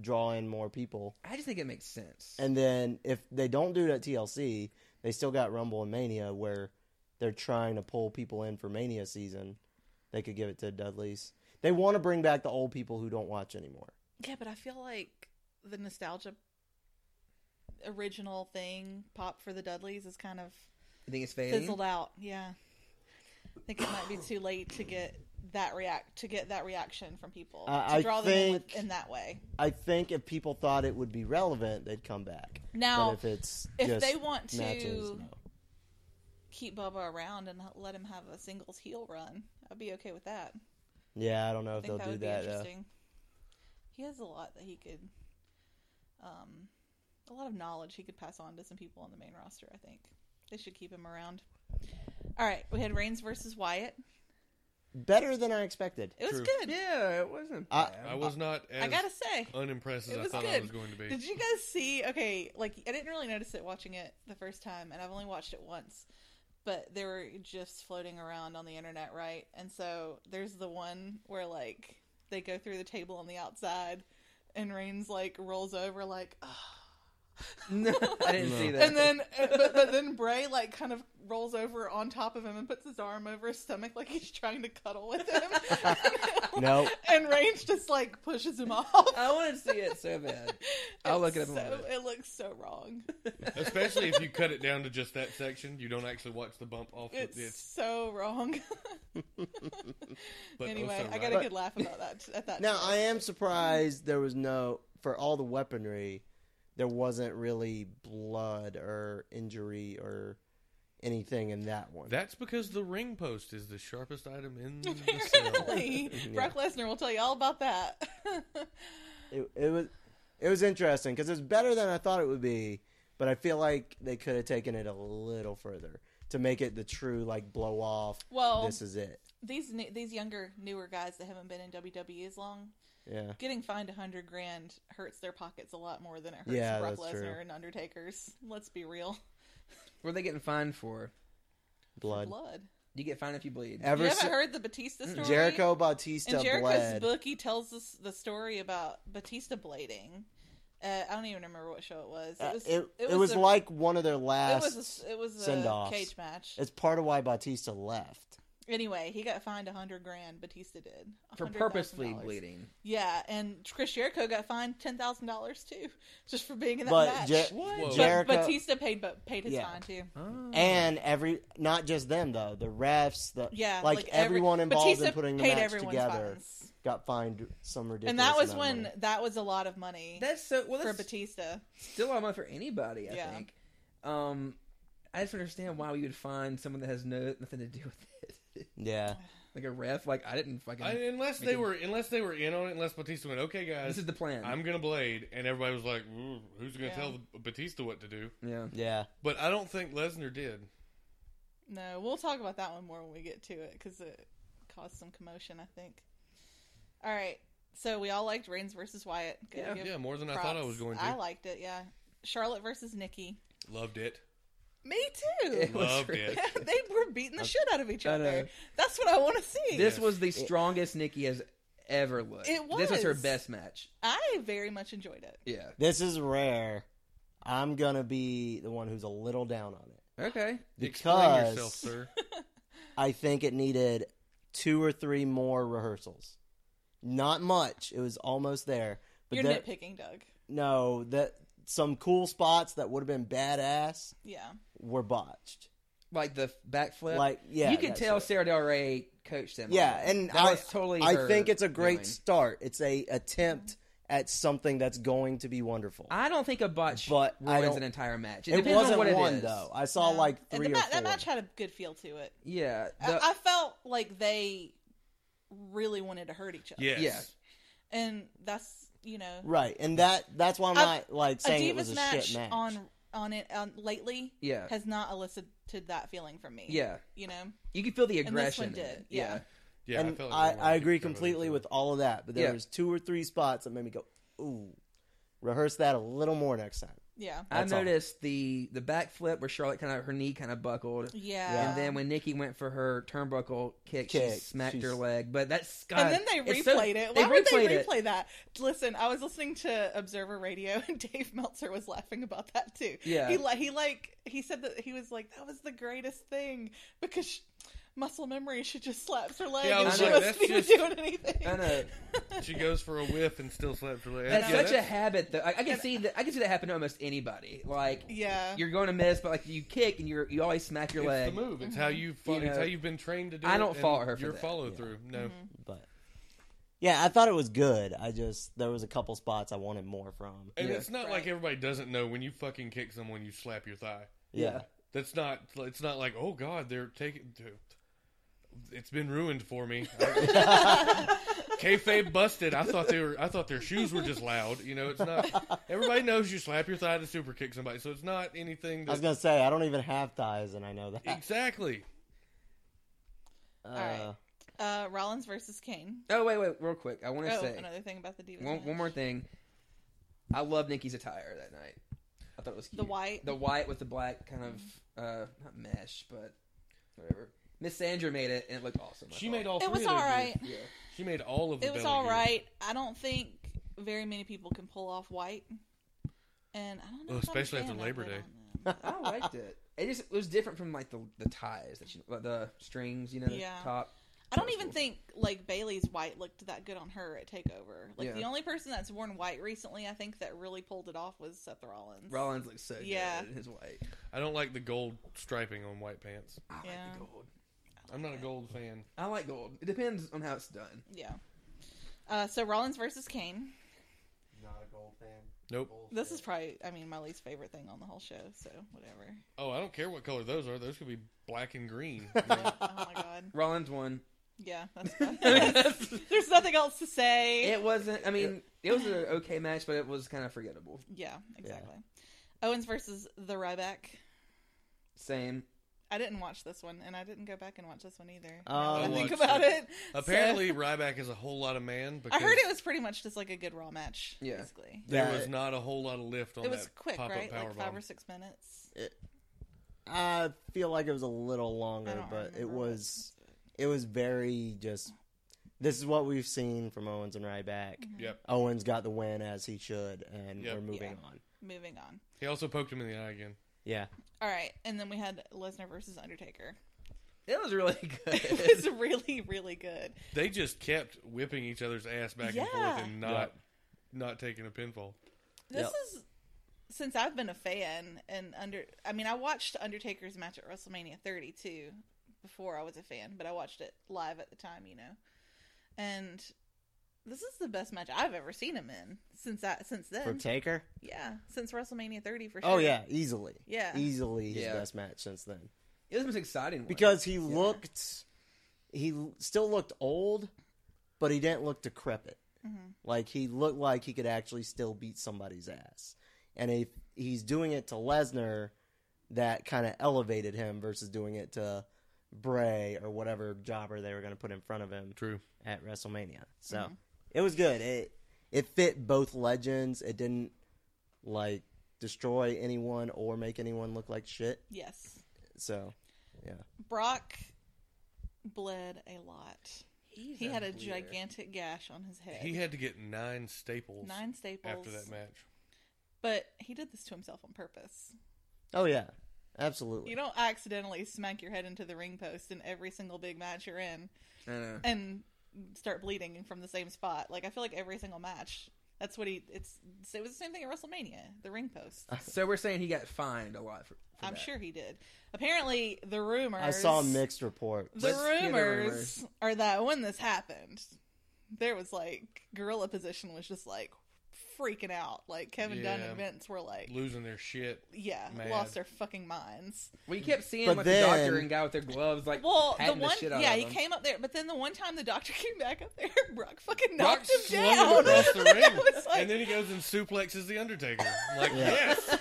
S4: draw in more people.
S3: I just think it makes sense.
S4: And then if they don't do it at TLC, they still got Rumble and Mania where they're trying to pull people in for Mania season. They could give it to Dudley's. They want to bring back the old people who don't watch anymore.
S5: Yeah, but I feel like the nostalgia original thing pop for the Dudleys is kind of
S3: you think it's fading?
S5: fizzled out. Yeah, I think it might be too late to get that react to get that reaction from people
S4: I-
S5: to
S4: I
S5: draw them in, with,
S4: think-
S5: in that way.
S4: I think if people thought it would be relevant, they'd come back.
S5: Now,
S4: but if it's
S5: if
S4: just
S5: they want to-
S4: matches, no.
S5: Keep Bubba around and let him have a singles heel run. I'd be okay with that.
S4: yeah, I don't know
S5: I
S4: if
S5: think
S4: they'll
S5: that
S4: do
S5: would
S4: that.
S5: be
S4: uh,
S5: interesting. He has a lot that he could, um, a lot of knowledge he could pass on to some people on the main roster. I think they should keep him around. All right, we had Reigns versus Wyatt.
S4: better than I
S5: (laughs)
S4: expected.
S5: It was
S6: True.
S3: (laughs)
S5: good.
S3: yeah, it wasn't
S4: I-
S3: bad.
S6: I
S3: (laughs)
S6: was not as
S5: I gotta say,
S6: unimpressed as
S5: it
S6: I
S5: was
S6: thought I
S5: good.
S6: was going to be.
S5: Did you (laughs) guys see? Okay, like I didn't really notice it watching it the first time, and I've only watched it once. But there were gifs floating around on the internet, right? And so there's the one where like they go through the table on the outside, and Reigns like rolls over, like,
S3: No, I didn't see that. (laughs)
S5: and then uh, but, but then Bray like kind of rolls over on top of him and puts his arm over his stomach like he's trying to cuddle with him.
S3: (laughs)
S4: No,
S5: (laughs) and Reigns just like pushes him off.
S3: I want to see it so bad. I'll look it up.
S5: So
S3: and watch it.
S5: it looks so wrong.
S6: Especially if you cut it down to just that section, you don't actually watch the bump off. the-
S5: It's
S6: It's,
S5: so wrong.
S6: (laughs) but
S5: anyway,
S6: also
S5: I
S6: right.
S5: got a good laugh about that t- at that.
S4: Now
S5: time.
S6: (laughs)
S5: (laughs)
S4: I am surprised there was no for all the weaponry, there wasn't really blood or injury or anything in that one.
S6: That's because the ring post is the sharpest item
S5: (laughs)
S6: in the cell.
S5: Apparently, Brock Lesnar will tell you all about that. (laughs)
S4: it, it was it was interesting because it was better than I thought it would be, but I feel like they could have taken it a little further to make it the true like blow off.
S5: Well-
S4: this is it.
S5: these new, these younger, newer guys that haven't been in WWE as long,
S4: Yeah,
S5: getting fined a hundred grand hurts their pockets a lot more than it hurts
S4: Yeah,
S5: Brock
S4: that's true.
S5: Lesnar and Undertaker's. Let's be real.
S3: What are they getting fined for?
S4: blood.
S5: Blood.
S3: You get fined if you bleed.
S4: Ever
S5: you haven't
S4: si- Mm,
S5: heard the Batista story?
S4: Jericho Bautista
S5: In Jericho's
S4: bled.
S5: book, he tells us the story about Batista blading. Uh, I don't even remember what show it was.
S4: Uh,
S5: It was,
S4: it, it was,
S5: a-
S4: like one of their
S5: it
S4: last.
S5: was a, it was a
S4: send-offs.
S5: cage match.
S4: it's part of why Bautista left.
S5: Anyway, he got fined a hundred grand. Batista did
S3: For
S5: $100,000.
S3: purposefully bleeding.
S5: Yeah, and Chris Jericho got fined ten thousand dollars too, (laughs) just for being in that
S4: But
S5: match.
S4: Jer-
S6: Whoa.
S5: But
S4: Jericho
S5: Batista paid but paid his
S4: Yeah.
S5: fine too.
S4: Oh.
S5: Mm.
S4: and every not just them though the refs the
S5: Yeah,
S4: like,
S5: every-
S4: everyone involved
S5: Batista
S4: in putting the
S5: paid
S4: match
S5: everyone's
S4: together
S5: fines.
S4: got fined some ridiculous
S5: and that was
S4: amount of
S5: when
S4: money.
S5: that was a lot of money
S3: That's so. Well,
S5: for
S3: that's
S5: Batista.
S3: still on for anybody. I
S5: Yeah.
S3: think. Um, I just don't understand why we would find someone that has no nothing to do with it, (laughs)
S4: yeah
S3: like a ref. Like I didn't fucking.
S6: I, unless they were, unless they were in on it, unless Batista went, okay, guys,
S3: this is the plan.
S6: I'm gonna blade, and everybody was like, "Ooh, who's gonna
S5: Yeah.
S6: tell Batista what to do?
S3: yeah.
S4: yeah
S6: But I don't think Lesnar did.
S5: No, we'll talk about that one more when we get to it because it caused some commotion. I think. All right, so we all liked Reigns versus Wyatt. Gotta
S3: Yeah.
S5: give
S6: Yeah, more than I thought I
S5: props.
S6: was going to.
S5: I liked it. Yeah, Charlotte versus Nikki.
S6: Loved it.
S5: Me
S3: (laughs)
S5: too.
S3: It was
S6: Loved
S3: really-
S5: (laughs)
S6: it.
S5: they were beating the shit out of each
S3: I know.
S5: other. That's what I want to see.
S3: This was the strongest Nikki has ever looked.
S5: It
S3: This was her
S5: was.
S3: best match.
S5: I very much enjoyed it.
S3: Yeah.
S4: This is rare. I'm gonna be the one who's a little down on it
S3: Okay.
S6: Explain
S4: because
S6: yourself,
S3: (laughs)
S6: sir.
S4: I think it needed two or three more rehearsals. Not much. It was almost there. But
S5: You're
S4: that,
S5: nitpicking, Doug.
S4: no, that some cool spots that would have been badass
S5: Yeah.
S4: were botched.
S3: Like the backflip.
S4: Like, yeah,
S3: You could
S4: that
S3: tell
S4: shit.
S3: Sarah Del Rey coached them.
S4: Yeah, and
S3: that
S4: I
S3: was totally.
S4: I
S3: her
S4: think it's a great
S3: doing.
S4: start. It's a attempt at something that's going to be wonderful.
S3: I don't think a botch
S4: But I
S3: ruins
S4: don't-
S3: an entire match. It,
S4: it
S3: depends on
S4: wasn't
S3: what it
S4: one
S3: is.
S4: though. I saw
S5: No.
S4: like
S5: And
S4: three
S5: the
S4: or
S5: ma-
S4: four.
S5: That match had a good feel to it.
S3: Yeah.
S5: I-
S3: the-
S5: I, felt like they really wanted to hurt each other.
S6: Yes.
S3: Yeah.
S5: And that's you know
S4: right, and that that's why I'm
S5: I-
S4: not like
S5: a
S4: saying it was
S5: Divas
S4: a
S5: match,
S4: shit match.
S5: on on it on lately
S3: Yeah.
S5: has not elicited that feeling from me.
S3: Yeah.
S5: You know?
S3: you can feel the
S5: And this
S3: aggression.
S5: one
S3: in
S5: did,
S3: it.
S5: yeah.
S6: Yeah,
S4: and
S6: felt like
S4: I,
S6: they were
S4: I
S6: like
S4: agree
S6: each other,
S4: completely
S6: so-
S4: with all of that, but there
S3: Yeah.
S4: was two or three spots that made me go, "Ooh, rehearse that a little more next time."
S5: Yeah.
S3: I
S4: That's all.
S3: noticed the the backflip where Charlotte kind of her knee kind of buckled.
S5: Yeah.
S3: And then when Nikki went for her turnbuckle kick, she
S4: Kick.
S3: smacked
S4: She's-
S3: her leg. But that's God,
S5: and then they replayed
S3: it's so-
S5: it. Why would they replay that? Listen, I was listening to Observer Radio, (laughs) and Dave Meltzer was laughing about that too.
S3: Yeah.
S5: he like he like he said that he was like that was the greatest thing because sh- muscle memory she just slaps her leg
S6: Yeah, I
S5: and
S6: was
S5: she
S3: like,
S5: wasn't
S6: that's
S5: even
S6: just-
S5: doing anything.
S3: I know.
S6: She goes for a whiff and still slaps her leg.
S3: That's
S6: Yeah,
S3: such a habit, though. I, I can see that. I can see that happen to almost anybody. Like
S5: Yeah, (laughs)
S3: you're (laughs) going to miss, but like you kick and you're you always smack your
S6: it's
S3: leg.
S6: the move. It's how you fo-
S3: Mm-hmm. You know,
S6: it's how you've been trained to do.
S3: I
S6: it
S3: don't
S6: and
S3: fault her for
S6: your
S3: that.
S6: follow through. No,
S5: Mm-hmm.
S4: But yeah, I thought it was good. I just there was a couple spots I wanted more from.
S6: and
S3: Yeah.
S6: it's not like
S5: Right.
S6: everybody doesn't know when you fucking kick someone, you slap your thigh.
S4: Yeah,
S6: That's not. It's not like oh god, they're taking. dude, It's been ruined for me. (laughs) I- Kayfabe busted. I thought they were. I thought their shoes were just loud. You know, it's not. Everybody knows you slap your thigh to super kick somebody, so it's not anything.
S4: I was
S6: That,
S4: gonna say I don't even have thighs, and I know that.
S6: exactly.
S4: Uh,
S5: right. uh, Rollins versus Kane.
S3: Oh wait, wait, real quick. I want to
S5: Oh,
S3: say
S5: another thing about the divas.
S3: one,
S5: match.
S3: one more thing. I love Nikki's attire that night. I thought it was cute.
S5: The white.
S3: the white with the black kind of uh not mesh, but whatever. Miss Sandra made it, and it looked awesome. I
S6: She
S3: thought.
S6: made all.
S5: it
S6: three
S5: was
S6: of
S5: all
S6: those
S5: right.
S6: moves.
S3: Yeah.
S6: She made all of. The
S5: It was
S6: belly
S5: all
S6: moves.
S5: right. I don't think very many people can pull off white, and I don't know.
S6: Well,
S5: if I'm a
S6: especially after
S5: fan of
S6: Labor
S5: it
S6: Day.
S5: on them.
S3: I liked it. It just it was different from like the the ties that you like the strings, you know, the
S5: Yeah.
S3: top.
S5: I don't
S3: That's
S5: even
S3: cool.
S5: think like Bailey's white looked that good on her at Takeover. Like
S3: Yeah.
S5: the only person that's worn white recently, I think that really pulled it off was Seth Rollins.
S3: Rollins looks so
S5: Yeah.
S3: good in his white.
S6: I don't like the gold striping on white pants.
S3: I like
S5: Yeah.
S3: the gold.
S6: I'm not a gold fan.
S3: I like gold. It depends on how it's done.
S5: Yeah. Uh, so Rollins versus Kane.
S4: Not a gold fan.
S6: Nope.
S5: This is probably, I mean, my least favorite thing on the whole show. So whatever.
S6: Oh, I don't care what color those are. Those could be black and
S4: (laughs)
S6: green.
S5: oh
S3: (laughs)
S5: my god.
S3: Rollins won.
S5: (laughs)
S3: (laughs)
S5: Yeah. That's (laughs) There's nothing else to say.
S3: It wasn't. I mean, it was an okay match, but it was kind of forgettable.
S5: yeah. Exactly. Owens versus the Ryback.
S3: Same.
S5: I didn't watch this one, and I didn't go back and watch this one either.
S4: Oh.
S5: now that I
S6: I
S5: think
S6: watched
S5: about
S6: it.
S5: it. So-
S6: Apparently, Ryback is a whole lot of man. Because
S5: I heard it was pretty much just like a good raw match.
S3: Yeah.
S5: Basically.
S6: There
S4: Yeah.
S6: was not a whole lot of lift on
S5: It was
S6: that
S5: quick,
S6: pop-up
S5: right?
S6: power
S5: Like five
S6: bomb.
S5: or six minutes.
S4: I feel like it was a little
S5: I
S4: longer,
S5: don't
S4: but it
S5: remember what
S4: was it was very just. This is what we've seen from Owens and Ryback.
S5: Mm-hmm. Mm.
S6: Yep.
S4: Owens got the win as he should, and
S6: Yep.
S4: we're moving on.
S5: Moving on.
S6: He also poked him in the eye again.
S4: Yeah,
S5: All right, and then we had Lesnar versus
S4: (laughs)
S5: Undertaker.
S3: It was really (laughs)
S5: It was
S3: good.
S5: really, really good.
S6: They just kept whipping each other's ass back and
S5: Yeah.
S6: forth and not not taking a pinfall.
S5: This
S4: Yep.
S5: is since I've been a fan and under. I mean, I watched Undertaker's match at WrestleMania 32 before I was a fan, but I watched it live at the time, you know. And this is the best match I've ever seen him in since that since then.
S4: for Taker.
S5: yeah, since WrestleMania 30 for sure.
S4: Oh yeah, easily.
S5: Yeah.
S4: easily his
S3: Yeah.
S4: best match since then
S3: It was the most exciting one.
S4: because he looked, he l- still looked old, but he didn't look decrepit. Like he looked like he could actually still beat somebody's ass, and if he's doing it to Lesnar, that kind of elevated him versus doing it to Bray or whatever jobber they were going to put in front of him.
S6: True.
S4: at WrestleMania. So it was good. It it fit both legends. It didn't like destroy anyone or make anyone look like shit.
S5: Yes.
S4: So
S5: Brock bled a lot.
S3: He's
S5: He had a
S3: bleeder.
S5: gigantic gash on his head.
S6: He had to get nine staples
S5: nine staples.
S6: after that match.
S5: But he did this to himself on purpose.
S4: Oh yeah, absolutely.
S5: You don't accidentally smack your head into the ring post in every single big match you're in
S3: I know.
S5: and start bleeding from the same spot. Like I feel like every single match, that's what he. It's it was the same thing at WrestleMania, the ring post.
S3: So we're saying he got fined a lot for. for
S5: I'm
S3: that.
S5: sure he did. Apparently, the rumors.
S4: I saw a mixed report.
S5: The
S3: Let's hear the
S5: rumors are that when this happened, there was like gorilla position was just like freaking out. Like Kevin Dunn
S6: Yeah.
S5: and Vince were like,
S6: Losing their shit.
S5: yeah,
S6: Mad.
S5: lost their fucking minds.
S3: We kept seeing
S4: But
S3: like
S4: then-
S3: the doctor and guy with their gloves like
S5: Well, the
S3: patting
S5: one,
S3: shit out
S5: yeah,
S3: of
S5: he
S3: him.
S5: came up there, but then the one time the doctor (laughs) came back up there, Brock fucking
S6: Brock
S5: knocked him
S6: slung
S5: down.
S6: him across
S5: (laughs)
S6: the
S5: I
S6: ring,
S5: was like-
S6: and then he goes and suplexes the Undertaker. I'm like,
S4: Yeah.
S5: (laughs)
S6: yes,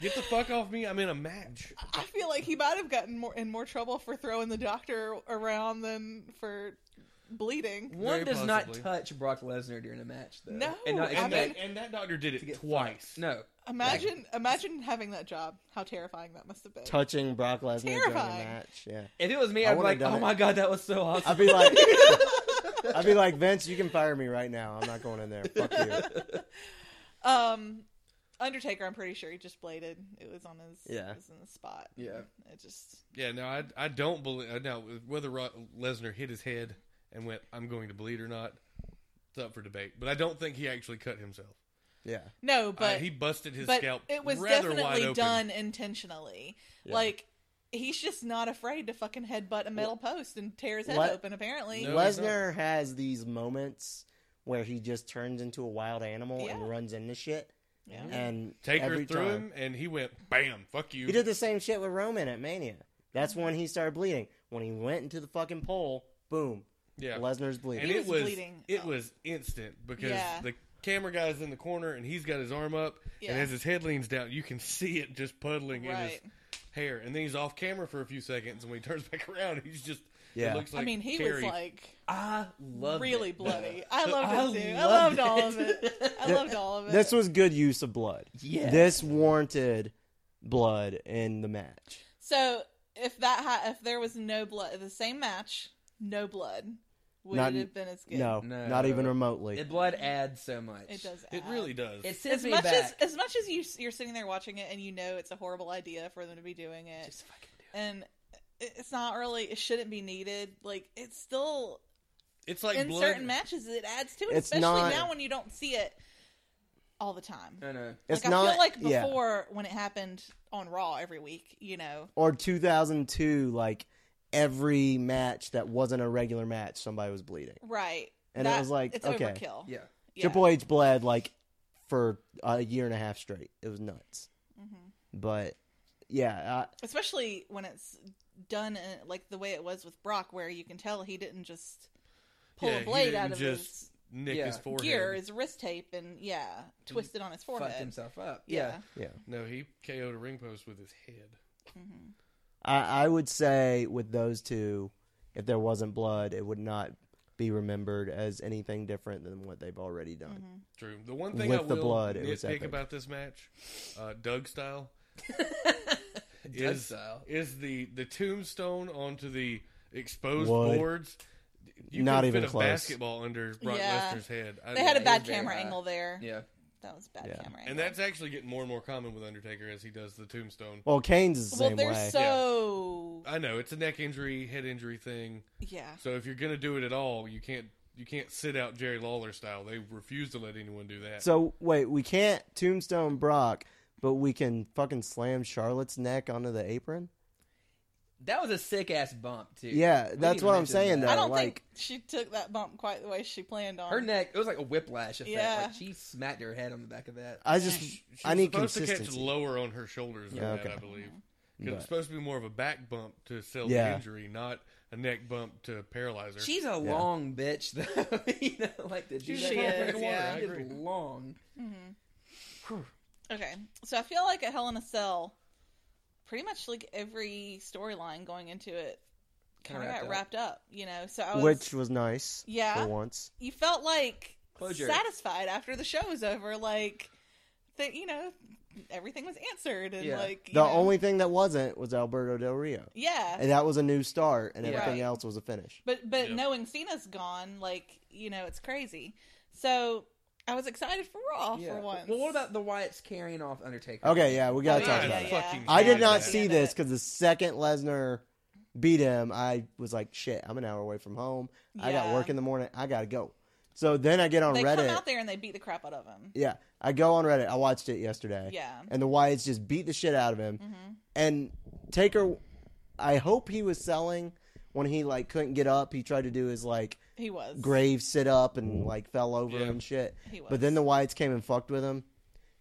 S6: get the fuck off me! I'm in a match.
S5: I feel like he might have gotten more in more trouble for throwing the doctor around than for bleeding.
S3: One
S6: Very
S3: does
S6: possibly.
S3: not touch Brock Lesnar during a match, though.
S5: No,
S3: and not
S5: I
S6: And,
S5: mean-
S3: expect
S6: that, and that doctor did it
S3: get
S6: twice.
S3: no.
S5: Imagine, imagine having that job. How terrifying that must have been.
S4: Touching Brock Lesnar during a
S5: Terrifying.
S4: match. Yeah,
S3: If it was me,
S4: I
S3: I'd be
S4: would've
S3: like,
S4: done
S3: "Oh
S4: it.
S3: my god, that was so awesome."
S4: I'd be like, (laughs) I'd be like Vince, you can fire me right now. I'm not going in there. Fuck
S5: (laughs)
S4: you.
S5: Um, Undertaker, I'm pretty sure he just bladed. It was on his,
S4: Yeah.
S5: it was in the spot.
S3: Yeah.
S5: it just
S6: Yeah, no, I I don't believe now whether Ro- Lesnar hit his head and went, "I'm going to bleed" or not. It's up for debate, but I don't think he actually cut himself.
S4: Yeah,
S5: no, but
S6: Uh, he busted his
S5: but
S6: scalp.
S5: it was
S6: rather wide
S5: definitely
S6: open.
S5: done intentionally.
S4: Yeah.
S5: Like he's just not afraid to fucking headbutt a metal post and tear his head
S4: What?
S5: open. Apparently,
S6: No, he's
S4: Lesnar has these moments where he just turns into a wild animal
S5: Yeah.
S4: and runs into shit.
S5: Yeah.
S4: And
S6: Taker
S4: every
S6: threw
S4: time,
S6: him, and he went, "Bam! Fuck you!"
S4: He did the same shit with Roman at Mania. That's when he started bleeding. When he went into the fucking pole, boom,
S6: yeah,
S4: Lesnar's bleeding.
S6: and
S5: He
S6: it
S5: was
S6: was
S5: bleeding.
S6: it
S5: Oh.
S6: was instant because
S5: Yeah.
S6: the camera guy's in the corner and he's got his arm up,
S5: Yeah.
S6: and as his head leans down, you can see it just puddling in his
S5: right?
S6: hair, and then he's off camera for a few seconds, and when he turns (laughs) back around, he's just it
S4: Yeah.
S6: looks like
S5: I mean, he was
S6: Terry.
S5: like
S3: I love
S5: really
S3: it.
S4: (laughs)
S5: bloody. I loved
S3: I
S5: it too. I
S3: loved
S5: loved all of
S3: it.
S5: it. I loved all of it.
S4: This was good use of blood.
S3: Yes.
S4: This warranted blood in the match.
S5: so. If that ha- if there was no blood, the same match, no blood, would
S4: Not-
S5: it have been as good?
S4: No,
S3: No.
S4: not even remotely.
S3: (laughs) The blood adds so much.
S5: it does.
S6: It
S5: add.
S6: really does.
S3: It sends
S5: As
S3: me
S5: much
S3: back.
S5: (laughs) as as much as you you're sitting there watching it and you know it's a horrible idea for them to be doing it,
S3: Just fucking do
S5: and it- it's not really it shouldn't be needed. Like it's still
S6: it's like
S5: in
S6: blood.
S5: certain matches it adds to it,
S4: It's
S5: especially
S4: not-
S5: now when you don't see it all the time.
S3: it. I know.
S4: It's
S5: like
S4: not
S5: I feel like
S4: yeah.
S5: before when it happened on Raw every week, you know,
S4: or 2002 like every match that wasn't a regular match somebody was bleeding.
S5: right?
S4: And it was like,
S5: it's
S4: okay.
S5: overkill.
S3: Yeah.
S5: Yeah.
S4: Triple H bled like for a year and a half straight. It was nuts.
S5: Mm-hmm.
S4: But yeah,
S5: especially when it's done in, like the way it was with Brock, where you can tell he didn't just pull
S6: Yeah,
S5: a
S6: he
S5: blade out
S6: didn't
S5: of
S6: just
S5: his
S6: Nick
S3: Yeah.
S6: his forehead.
S5: gear, his wrist tape, and yeah, twist it on his forehead.
S3: Fucked himself up.
S5: Yeah.
S3: Yeah.
S4: I, yeah.
S6: No, he KO'd a ring post with his head.
S4: I, I would say with those two, if there wasn't blood, it would not be remembered as anything different than what they've already done.
S6: True. The one thing I
S4: With
S6: will
S4: the blood, it was
S6: nitpick
S4: epic.
S6: about this match, uh, Doug
S5: (laughs)
S6: style, is
S3: style.
S6: is the the tombstone onto the exposed
S4: Wood.
S6: boards. You
S4: Not
S6: couldn't
S4: even
S6: fit
S4: close.
S6: a basketball under Brock
S5: Yeah.
S6: Lesnar's head. I-
S5: They had a
S3: it
S5: bad
S3: was very
S5: camera
S3: high.
S5: angle there.
S3: Yeah.
S5: That was a bad
S4: Yeah.
S5: camera angle.
S6: and that's actually getting more and more common with Undertaker as he does the tombstone.
S4: Well, Kane's is the
S5: well,
S4: same
S5: they're
S4: way.
S5: so
S6: I know it's a neck injury, head injury thing.
S5: yeah.
S6: So if you're gonna do it at all, you can't you can't sit out Jerry Lawler style. They refuse to let anyone do that.
S4: So wait, we can't tombstone Brock, but we can fucking slam Charlotte's neck onto the apron.
S3: That was a sick ass bump too.
S4: Yeah,
S3: We
S4: that's
S3: didn't
S4: what I'm
S3: mention
S4: saying,
S3: that.
S5: I
S4: though.
S5: don't
S4: like-
S5: think she took that bump quite the way she planned on.
S3: Her neck. It was like a whiplash effect.
S5: Yeah.
S3: Like she smacked her head on the back of that.
S4: I just
S6: She
S4: I
S6: was
S4: need
S6: supposed to catch
S4: consistency.
S6: lower on her shoulders than
S4: Yeah,
S6: that,
S4: okay.
S6: I believe. 'Cause
S4: But-
S6: it's supposed to be more of a back bump to sell
S4: Yeah.
S6: the injury, not a neck bump to paralyze her.
S3: She's a long bitch though. (laughs) you know, like to do
S6: She's
S3: that.
S5: a
S3: kind of
S5: is,
S3: thing.
S5: yeah.
S6: I
S3: She is
S6: agree.
S3: long.
S5: Okay, so I feel like at Hell in a Cell, pretty much like every storyline going into it kind
S3: Kinda wrapped
S5: of got
S3: up.
S5: wrapped up. You know, so I was
S4: which was nice.
S5: Yeah.
S4: for once.
S5: you felt like
S3: Closure.
S5: satisfied after the show was over. Like that, you know, everything was answered and
S3: Yeah.
S5: like you
S4: The
S5: know.
S4: only thing that wasn't was Alberto Del Rio,
S5: yeah.
S4: and that was a new start, and
S3: Yeah.
S4: everything
S5: Right.
S4: else was a finish.
S5: But but
S6: Yeah.
S5: knowing Cena's gone, like you know, it's crazy. So I was excited for Raw for once.
S3: Well, what about the Wyatts carrying off Undertaker?
S4: Okay, yeah, we gotta
S5: Oh,
S4: talk
S5: yeah,
S4: about
S5: yeah,
S4: it.
S5: yeah.
S6: Fucking
S4: I did
S6: Yeah,
S4: not
S6: yeah.
S4: see this because the second Lesnar beat him, I was like, shit, I'm an hour away from home. I got
S5: Yeah.
S4: work in the morning. I gotta go. So then I get on
S5: they
S4: Reddit.
S5: come out there and they beat the crap out of him.
S4: Yeah, I go on Reddit. I watched it yesterday.
S5: Yeah. Mm-hmm.
S4: and the Wyatts just beat the shit out of him. And Taker, I hope he was selling when he like couldn't get up. He tried to do his like
S5: He was
S4: grave sit up and like fell over
S6: Yeah.
S4: and shit.
S5: He was.
S4: But then the Wyatts came and fucked with him.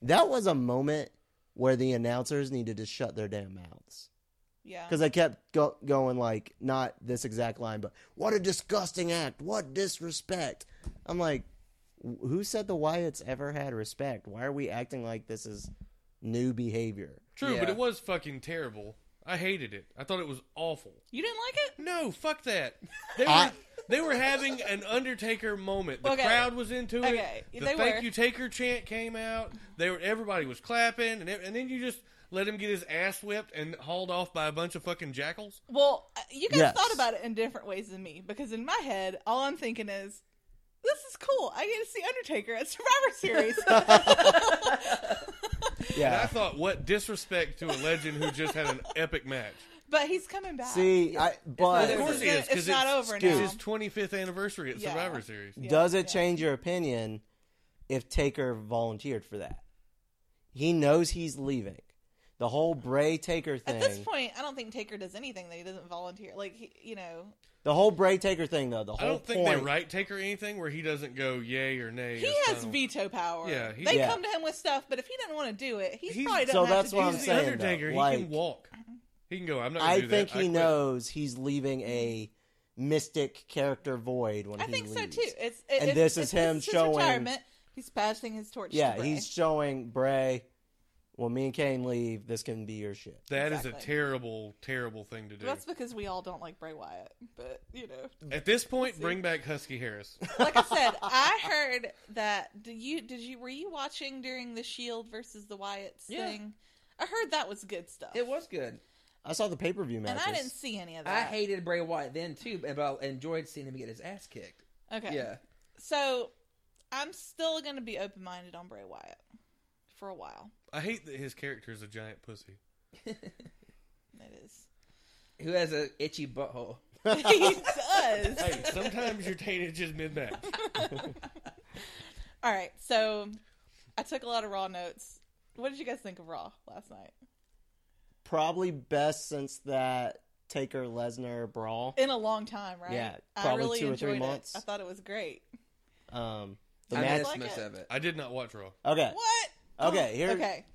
S4: That was a moment where the announcers needed to shut their damn mouths
S5: Yeah,
S4: because they kept go- going like not this exact line, but what a disgusting act! What disrespect! I'm like, wh- who said the Wyatts ever had respect? Why are we acting like this is new behavior?
S6: True, but
S3: Yeah.
S6: it was fucking terrible. I hated it. I thought it was awful.
S5: you didn't like it.
S6: No, fuck that. (laughs) They were,
S4: I-
S6: they were having an Undertaker moment. The
S5: Okay.
S6: crowd was into it.
S5: Okay,
S6: The
S5: they
S6: thank
S5: were.
S6: you Taker chant came out. They were everybody was clapping, and, ev- and then you just let him get his ass whipped and hauled off by a bunch of fucking jackals.
S5: Well, uh, you guys
S4: Yes.
S5: thought about it in different ways than me because in my head, all I'm thinking is, "This is cool. I get to see Undertaker at Survivor Series."
S4: (laughs)
S6: And I
S4: Yeah.
S6: thought, what disrespect to a legend who just had an (laughs) epic match.
S5: but he's coming back.
S4: See, I,
S5: But
S4: but
S5: of course
S6: he is, 'cause
S5: It's not
S6: it's-
S5: over
S4: dude.
S5: now.
S6: It's his 25th anniversary at
S5: Yeah.
S6: Survivor Series.
S5: Yeah,
S4: does it
S5: yeah.
S4: change your opinion if Taker volunteered for that? He knows he's leaving. The whole Bray Taker thing.
S5: At this point, I don't think Taker does anything that he doesn't volunteer. Like he, you know,
S4: the whole Bray Taker thing, though. The
S6: I
S4: whole
S6: don't think
S4: point.
S6: they write Taker anything where he doesn't go yay or nay.
S5: he
S6: or
S5: has
S6: something.
S5: veto power.
S6: Yeah, he-
S5: they
S4: Yeah.
S5: come to him with stuff, but if he doesn't want to do it, he
S6: He's-
S5: probably doesn't.
S4: So
S5: have
S4: that's
S5: to
S4: what
S5: do
S4: I'm
S6: He's
S5: it.
S6: the
S4: saying, though,
S6: Undertaker. he
S4: like-
S6: can walk. He can go. I'm not. Gonna
S4: I
S6: do
S4: think
S6: that.
S4: he
S6: quit."
S4: knows he's leaving a mystic character void when
S5: I
S4: he
S5: think
S4: leaves.
S5: so too. It's it,
S4: And
S5: it's-
S4: this is
S5: it's-
S4: him
S5: it's his
S4: showing-
S5: retirement. He's passing his torch. to
S4: Yeah,
S5: Bray.
S4: he's showing Bray. When me and Kane leave, this can be your shit.
S6: That is
S5: Exactly.
S6: a terrible, terrible thing to do.
S5: That's because we all don't like Bray Wyatt, but you know,
S6: At this point, bring back Husky Harris.
S5: like I said,
S4: (laughs)
S5: I heard that. Did you? Did you? Were you watching during the Shield E versus the Wyatts
S3: Yeah.
S5: thing? I heard that was good stuff.
S3: It was good.
S4: I saw the pay per view
S5: and
S4: matches.
S5: I didn't see any of
S3: I
S5: that.
S3: hated Bray Wyatt then too, but I enjoyed seeing him get his ass kicked.
S5: Okay,
S3: Yeah,
S5: So I'm still going to be open minded on Bray Wyatt for a while.
S6: I hate that his character is a giant pussy.
S5: It is.
S3: who has a itchy butthole?
S5: (laughs) he does.
S6: Hey, sometimes your taintage is mid match.
S5: All right. So I took a lot of Raw notes. What did you guys think of Raw last night?
S4: Probably best since that Taker Lesnar brawl.
S5: In a long time, right?
S4: Yeah,
S5: I
S4: probably
S5: really
S4: two or
S5: enjoyed
S4: three
S5: it.
S4: months.
S5: I thought it was great.
S4: Um, the
S3: I
S4: match.
S3: missed
S5: like
S3: most
S5: it.
S3: of it.
S6: I did not watch Raw.
S4: Okay,
S5: What?
S4: Okay,
S5: Oh,
S4: here-
S5: Okay.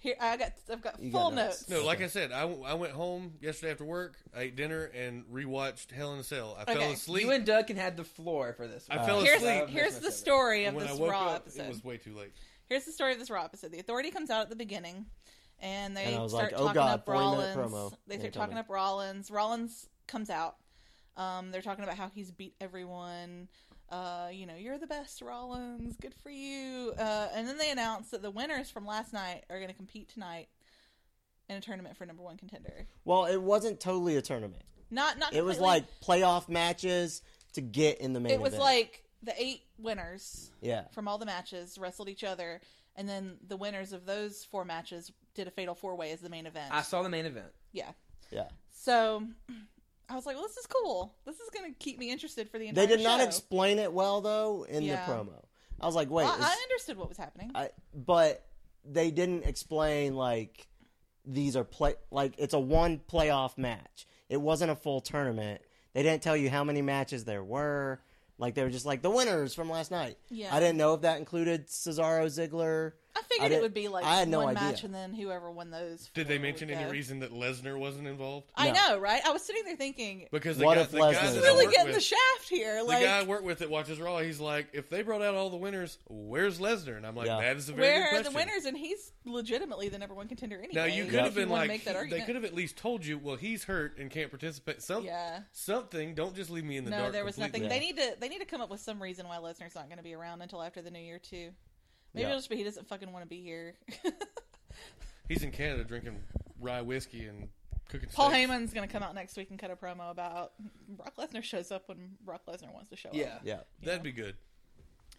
S5: Here I got. I've got
S4: You got
S5: full
S4: notes.
S5: notes.
S6: No, like I said, I, I went home yesterday after work, I ate dinner, and rewatched Hell in a Cell. I
S5: Okay.
S6: fell asleep.
S3: You and Doug can have the floor for this.
S6: I
S3: one.
S6: fell
S5: Here's,
S6: asleep.
S5: here's the story of
S6: when I
S5: this
S6: woke
S5: Raw
S6: up,
S5: episode.
S6: it was way too late.
S5: Here's the story of this Raw episode. The Authority comes out at the beginning, and they
S4: And I was
S5: start
S4: like, oh
S5: talking
S4: God,
S5: up
S4: 40-minute
S5: Rollins.
S4: promo.
S5: They
S4: Yeah,
S5: start
S4: tell
S5: talking
S4: me.
S5: up Rollins. Rollins comes out. Um, they're talking about how he's beat everyone. Uh, you know, you're the best, Rollins. Good for you. Uh, and then they announce that the winners from last night are going to compete tonight in a tournament for number one contender.
S4: well, it wasn't totally a tournament.
S5: Not not.
S4: It was
S5: completely-
S4: like playoff matches to get in the main.
S5: it was
S4: event.
S5: like the eight winners
S4: yeah,
S5: from all the matches wrestled each other, and then the winners of those four matches did a fatal four way as the main event.
S3: I saw the main event.
S5: Yeah.
S4: yeah.
S5: So (clears throat) I was like, well, this is cool. This is going to keep me interested for the entire
S4: They did not
S5: show.
S4: explain it well though in
S5: Yeah.
S4: the promo. I was like, wait,
S5: I,
S4: is-
S5: I understood what was happening.
S4: I, but they didn't explain like these are play like it's a one playoff match. It wasn't a full tournament. They didn't tell you how many matches there were. Like they were just like the winners from last night.
S5: Yeah.
S4: I didn't know if that included Cesaro Ziggler.
S5: I
S4: I
S5: figured it
S4: didn't-
S5: would be like
S4: I had no
S5: one
S4: idea.
S5: match and then whoever won those.
S6: Did they
S5: four
S6: mention
S5: would
S6: any
S5: go.
S6: reason that Lesnar wasn't involved?
S5: Oh, I
S4: No.
S5: know, right? I was sitting there thinking,
S6: Because the
S4: What
S6: guy,
S4: if
S6: the guy
S4: Lesnar
S6: that
S4: was
S6: I
S5: really
S6: work
S5: getting
S6: with-
S5: the shaft here. Like,
S6: the guy I work with that watches Raw, he's like, if they brought out all the winners, where's Lesnar? And I'm like,
S4: Yeah.
S6: that is a very good
S5: where are
S6: question.
S5: the winners? And he's legitimately the number one contender
S6: (laughs)
S5: anyway.
S6: Now you
S5: if
S6: could have been
S5: wanna
S6: like,
S5: make that
S6: he- they
S5: argument.
S6: could have at least told you, well, he's hurt and can't participate. Some,
S5: Yeah.
S6: something. Don't just leave me in the
S5: No,
S6: dark.
S5: there was nothing.
S6: completely.
S5: They need to they need to come up with some reason why Lesnar's not going to be around until after the new year too. Maybe
S4: Yeah.
S5: it'll just be he doesn't fucking want to be here. (laughs)
S6: He's in Canada drinking rye whiskey and cooking.
S5: Paul
S6: steaks.
S5: Heyman's gonna come out next week and cut a promo about Brock Lesnar shows up when Brock Lesnar wants to show
S3: Yeah.
S5: up.
S4: Yeah.
S6: That'd be good.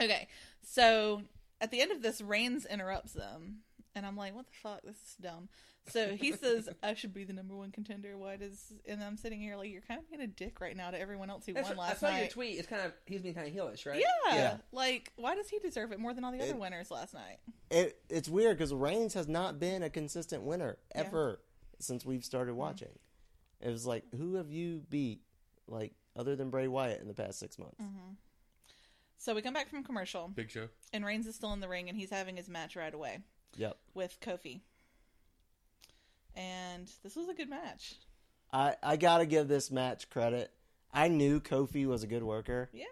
S5: Okay, so at the end of this, Reigns interrupts them, and I'm like, "What the fuck? This is dumb."
S3: (laughs)
S5: So he says, "I should be the number one contender. Why does?" And I'm sitting here like, "You're kind of being a dick right now to everyone else who
S3: That's
S5: won
S3: what- I
S5: last
S3: saw your
S5: night."
S3: tweet. It's kind of he's being kind of heelish, right?
S5: Yeah.
S4: Yeah.
S5: like why does he deserve it more than all the other
S4: It-
S5: winners last night?
S4: It, it's weird because Reigns has not been a consistent winner
S5: Yeah.
S4: ever since we've started watching. It was like, who have you beat, like other than Bray Wyatt in the past six months?
S5: Mm-hmm. So we come back from commercial,
S6: Big show.
S5: and Reigns is still in the ring, and he's having his match right away
S4: Yep.
S5: with Kofi. And this was a good match.
S4: I I gotta give this match credit. I knew Kofi was a good worker,
S5: Yeah,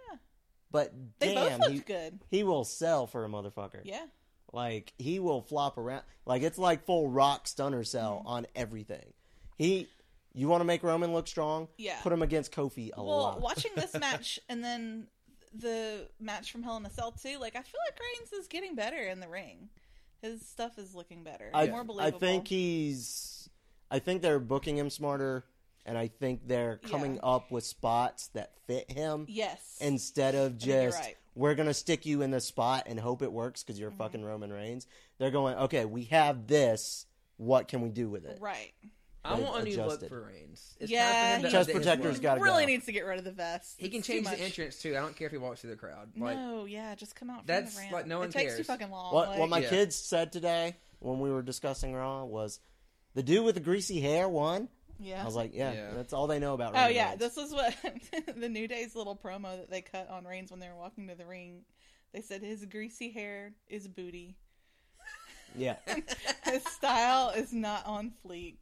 S4: but
S5: they
S4: damn,
S5: both
S4: he,
S5: looked good.
S4: he will sell for a motherfucker.
S5: Yeah,
S4: Like he will flop around. Like it's like full rock stunner cell
S5: Mm-hmm.
S4: on everything. He, you want to make Roman look strong?
S5: Yeah.
S4: Put him against Kofi a
S5: well,
S4: lot.
S5: watching
S4: (laughs)
S5: this match and then the match from Hell in a Cell too, like I feel like Reigns is getting better in the ring. His stuff is looking better,
S4: I,
S5: more believable.
S4: I think he's. I think they're booking him smarter, and I think they're coming
S5: Yeah.
S4: up with spots that fit him
S5: yes,
S4: instead of
S5: think you're
S4: just
S5: right. Mm-hmm.
S4: we're gonna stick you in the spot and hope it works because you're fucking Roman Reigns. They're going okay. We have this. What can we do with it?
S5: right.
S3: I
S4: They've
S3: want a new
S4: adjusted.
S3: look for Reigns. It's
S5: Yeah,
S3: time for him to
S5: he-
S4: Chest
S3: update his
S4: protector's
S3: look.
S4: got- gotta
S5: really
S4: go.
S5: needs to get rid of the vest.
S3: He can
S5: It's too
S3: change the
S5: much.
S3: entrance too. I don't care if he walks through the crowd. Like,
S5: No, yeah, just come out. From
S3: That's,
S5: the ramp.
S3: like, no one
S5: It takes too
S3: cares.
S5: fucking long.
S4: What,
S5: like,
S4: what my
S3: yeah.
S4: kids said today when we were discussing Raw was the dude with the greasy hair won.
S5: yeah.
S4: I was like, yeah,
S3: Yeah.
S4: that's all they know about.
S5: Oh
S4: Roman
S5: yeah,
S4: Reigns.
S5: this is what (laughs) the New Day's little promo that they cut on Reigns when they were walking to the ring. They said his greasy hair is booty. (laughs)
S4: yeah.
S5: His style is not on fleek.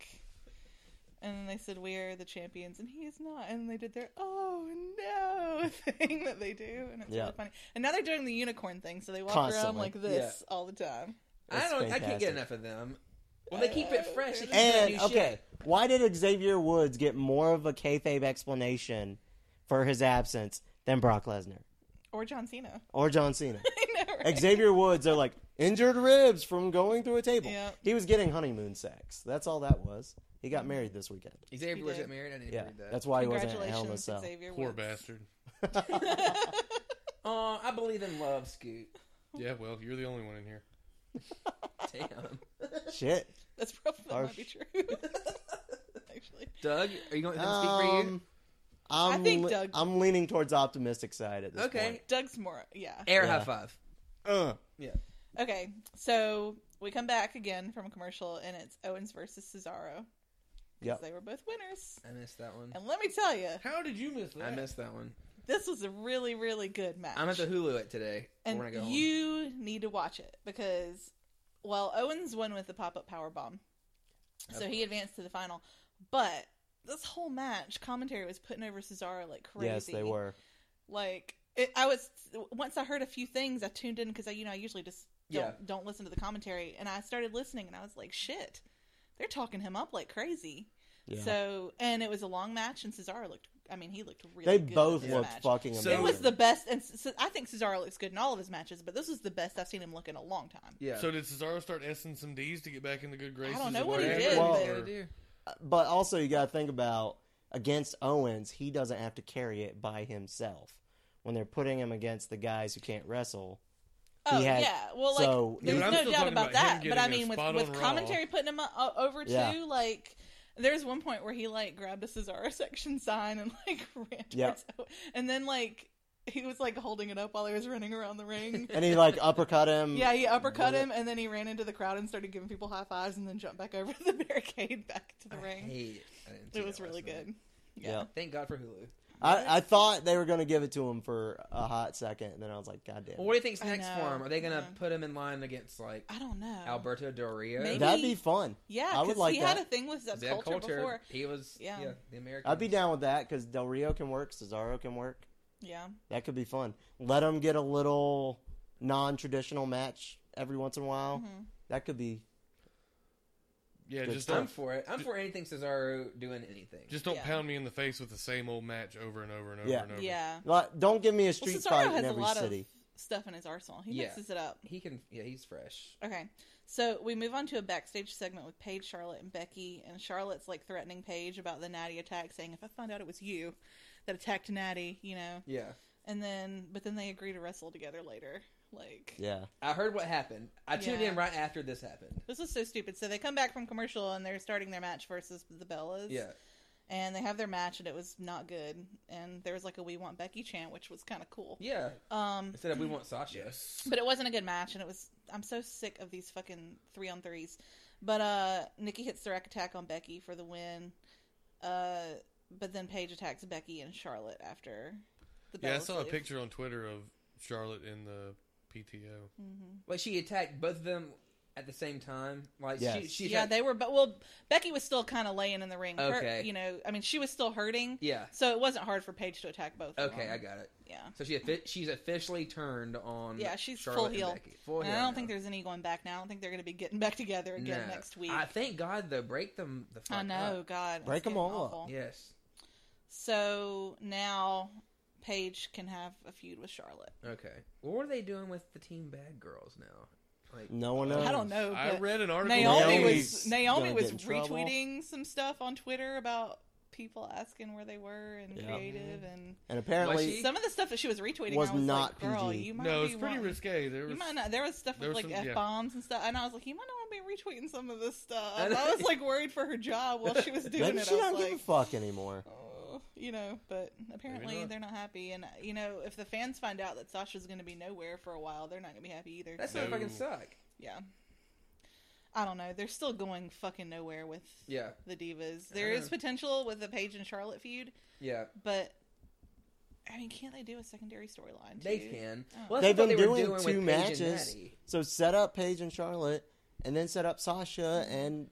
S5: And then they said we are the champions, and he is not. And they did their oh no (laughs) thing that they do, and it's
S4: Yeah.
S5: really funny. And now they're doing the unicorn thing, so they walk around
S4: Constantly.
S5: like this all the time.
S3: I
S4: It's
S3: don't. I can't
S4: fantastic.
S3: get enough of them. Well, they keep it fresh. They keep doing
S4: And
S3: new
S4: okay,
S3: shit.
S4: why did Xavier Woods get more of a kayfabe explanation for his absence than Brock Lesnar
S5: Or John Cena. (laughs)
S4: or John Cena?
S5: I know, right?
S4: Xavier Woods, they're like injured ribs from going through a table.
S5: Yep.
S4: He was getting honeymoon sex. That's all that was. He got married this weekend.
S3: Xavier Woods
S5: did.
S3: got married. I didn't
S4: Yeah,
S3: read that.
S4: that's why he wasn't at Hell in a
S5: Congratulations,
S4: Cell.
S5: Xavier.
S6: Poor
S5: Woods.
S6: bastard.
S3: Oh, I believe in love, Scoot.
S6: Yeah, well, you're the only one in here.
S5: (laughs)
S3: Damn.
S4: (laughs) Shit.
S5: (laughs) That's probably that might
S4: Harsh.
S5: be true. (laughs) Actually,
S3: Doug, are you going to let them speak for you?
S4: Um, I'm
S5: I think
S4: le-
S5: Doug-
S4: I'm leaning towards optimistic side at this
S3: Okay.
S4: point.
S5: Doug's more. Yeah.
S3: Air
S4: yeah.
S3: high five.
S4: Uh,
S3: Yeah.
S5: Okay, so we come back again from a commercial, and it's Owens versus Cesaro. 'cause
S4: yep.
S5: They were both winners.
S3: I missed that one.
S5: And let me tell you,
S6: How did you miss
S3: I
S6: that?
S3: missed that one.
S5: this was a really, really good match.
S3: I'm at the Hulu it today.
S5: and
S3: when I go home.
S5: you need to watch it because, well, Owens won with the pop up power bomb, so he advanced to the final. But this whole match commentary was putting over Cesaro like crazy.
S4: Yes, they were.
S5: like it, I was once I heard a few things I tuned in because I you know I usually just don't
S3: Yeah.
S5: don't listen to the commentary and I started listening and I was like shit they're talking him up like crazy
S4: Yeah.
S5: so and it was a long match and Cesaro looked I mean he looked really
S4: they
S5: good in
S4: both
S5: this
S4: looked
S5: match.
S4: fucking
S6: So-
S4: amazing.
S5: it was the best and Ce- Ce- I think Cesaro looks good in all of his matches but this was the best I've seen him look in a long time
S3: yeah.
S6: So did Cesaro start S'ing some D's to get back in the good graces?
S5: don't know
S6: of
S5: what he
S6: Brad?
S5: did,
S4: Well-
S3: What
S6: Or-
S3: do you
S4: but also you got to think about against Owens, he doesn't have to carry it by himself. When they're putting him against the guys who can't wrestle,
S5: oh
S4: had-
S5: yeah well like
S4: so-
S5: there's
S6: But I'm
S5: no
S6: still
S5: doubt
S6: talking about
S5: about,
S6: him
S5: that but
S6: getting
S5: I
S6: a
S5: mean with,
S6: spot
S5: with
S6: on Raw.
S5: commentary putting him uh, o- over too
S4: Yeah.
S5: like there's one point where he like grabbed a Cesaro section sign and like (laughs) ran
S4: Yeah.
S5: towards Owen. and then like he was like holding it up while he was running around
S4: (laughs)
S5: the ring. (laughs)
S4: and he like uppercut him.
S5: yeah, he uppercut
S4: Was it-
S5: him and then he ran into the crowd and started giving people high fives and then jumped back over (laughs) the barricade back to the
S3: I
S5: ring.
S3: hate it. I didn't see
S5: It was
S3: that
S5: really
S3: last night.
S5: good.
S4: Yeah.
S3: Thank God for Hulu.
S4: I, I thought they were going to give it to him for a hot second, and then I was like, God damn.
S3: Well, what do you think's
S5: I
S3: next
S5: know,
S3: for him? Are they gonna
S5: I know.
S3: put him in line against like
S5: I don't know.
S3: Alberto Doria?
S5: Maybe.
S4: That'd be fun.
S5: Yeah,
S4: I would
S5: because
S4: like
S5: he
S4: that.
S5: had a thing with Zeb
S3: Zeb
S5: Coulter, before.
S3: He was yeah,
S5: Yeah.
S3: the American.
S4: I'd be down with that because Del Rio can work, Cesaro can work.
S5: Yeah.
S4: That could be fun. Let him get a little non-traditional match every once in a
S6: Oh.
S4: while.
S5: Mm-hmm.
S4: That could be.
S6: Yeah,
S4: Good
S6: just
S4: stuff.
S6: don't,
S3: I'm for it. I'm for anything Cesaro doing anything.
S6: just don't
S5: Yeah.
S6: pound me in the face with the same old match over and over and over
S4: Yeah.
S6: and over.
S5: Yeah.
S4: Like, Don't give me a
S5: Well,
S4: street
S5: Cesaro
S4: fight
S5: has
S4: in
S5: a
S4: every
S5: lot
S4: city.
S5: of stuff in his arsenal. He
S3: Yeah.
S5: mixes it up.
S3: He can. Yeah, he's fresh.
S5: Okay. So we move on to a backstage segment with Paige, Charlotte, and Becky. And Charlotte's like threatening Paige about the Natty attack, saying, if I find out it was you that attacked Natty, you know.
S3: Yeah.
S5: And then, but then they agree to wrestle together later. Like,
S4: Yeah.
S3: I heard what happened. I tuned
S5: Yeah.
S3: in right after this happened.
S5: this was so stupid. So they come back from commercial and they're starting their match versus the Bellas.
S3: Yeah.
S5: And they have their match and it was not good. And there was like a We Want Becky chant, which was kind of cool.
S3: Yeah.
S5: Um,
S3: Instead of we want Sasha.
S6: Yes.
S5: (laughs) but it wasn't a good match and it was i'm so sick of these fucking three on threes but uh nikki hits the rack attack on becky for the win uh but then paige attacks becky and charlotte after the
S6: Yeah, I
S5: Bellas
S6: saw a
S5: leave.
S6: picture on Twitter of Charlotte in the PTO.
S5: Mm-hmm.
S3: Like she attacked both of them at the same time. Like she,
S4: Yes.
S3: she
S5: yeah
S3: attacked-
S5: they were but well becky was still kind of laying in the ring Her-
S3: Okay.
S5: you know i mean she was still hurting
S3: yeah.
S5: so it wasn't hard for paige to attack both of
S3: Okay,
S5: them.
S3: I got it.
S5: yeah
S3: So she offi- she's officially turned on.
S5: Yeah, she's
S3: Charlotte
S5: full
S3: and
S5: heel.
S3: Becky. Full
S5: and
S3: heel
S5: I don't
S3: now.
S5: think there's any going back now. I don't think they're going to be getting back (laughs) together again
S3: No.
S5: next week.
S3: I thank God though. Break them. The fuck
S5: I know,
S3: up.
S5: God, it's
S4: Break 'em
S5: getting
S4: all up.
S5: awful.
S3: Yes.
S5: So now Paige can have a feud with Charlotte.
S3: Okay. What are they doing with the team bad girls now? Like
S4: No one knows.
S5: I don't know.
S6: I
S5: but
S6: read an article.
S5: Naomi
S4: Naomi's
S5: was Naomi
S4: gonna
S5: was
S4: get in trouble.
S5: retweeting some stuff on Twitter about people asking where they were and
S4: Yeah.
S5: creative and
S4: And apparently,
S3: Was
S5: some of the stuff that she was retweeting
S4: Was
S5: I was
S4: not
S5: like, girl,
S4: PG.
S5: you might
S6: No,
S5: be
S6: it's pretty
S5: wanting-
S6: risque. There
S5: You
S6: was
S5: might not. There was stuff
S6: there
S5: with
S6: was
S5: like
S6: some- yeah.
S5: f bombs and stuff, and I was like, you might not want to be retweeting some of this stuff.
S3: I know.
S5: I
S4: (laughs)
S5: was like worried for her job while she was doing
S4: maybe
S5: it.
S4: she
S5: I was
S4: don't
S5: like,
S4: give a fuck anymore.
S5: Oh, you know, but apparently
S6: not.
S5: they're not happy. And, uh, you know, if the fans find out that Sasha's going to be nowhere for a while, they're not going to be happy either.
S3: that's gonna
S6: No.
S3: fucking suck.
S5: yeah. I don't know. They're still going fucking nowhere with
S3: Yeah.
S5: the Divas. There is potential with the Paige and Charlotte feud,
S3: Yeah.
S5: but, I mean, can't they do a secondary storyline?
S3: They
S5: too?
S3: can.
S5: Oh.
S3: Well,
S4: They've
S3: that's what
S4: been
S3: they were
S4: doing,
S3: doing with
S4: two
S3: Paige and
S4: matches.
S3: Natty.
S4: So set up Paige and Charlotte, and then set up Sasha and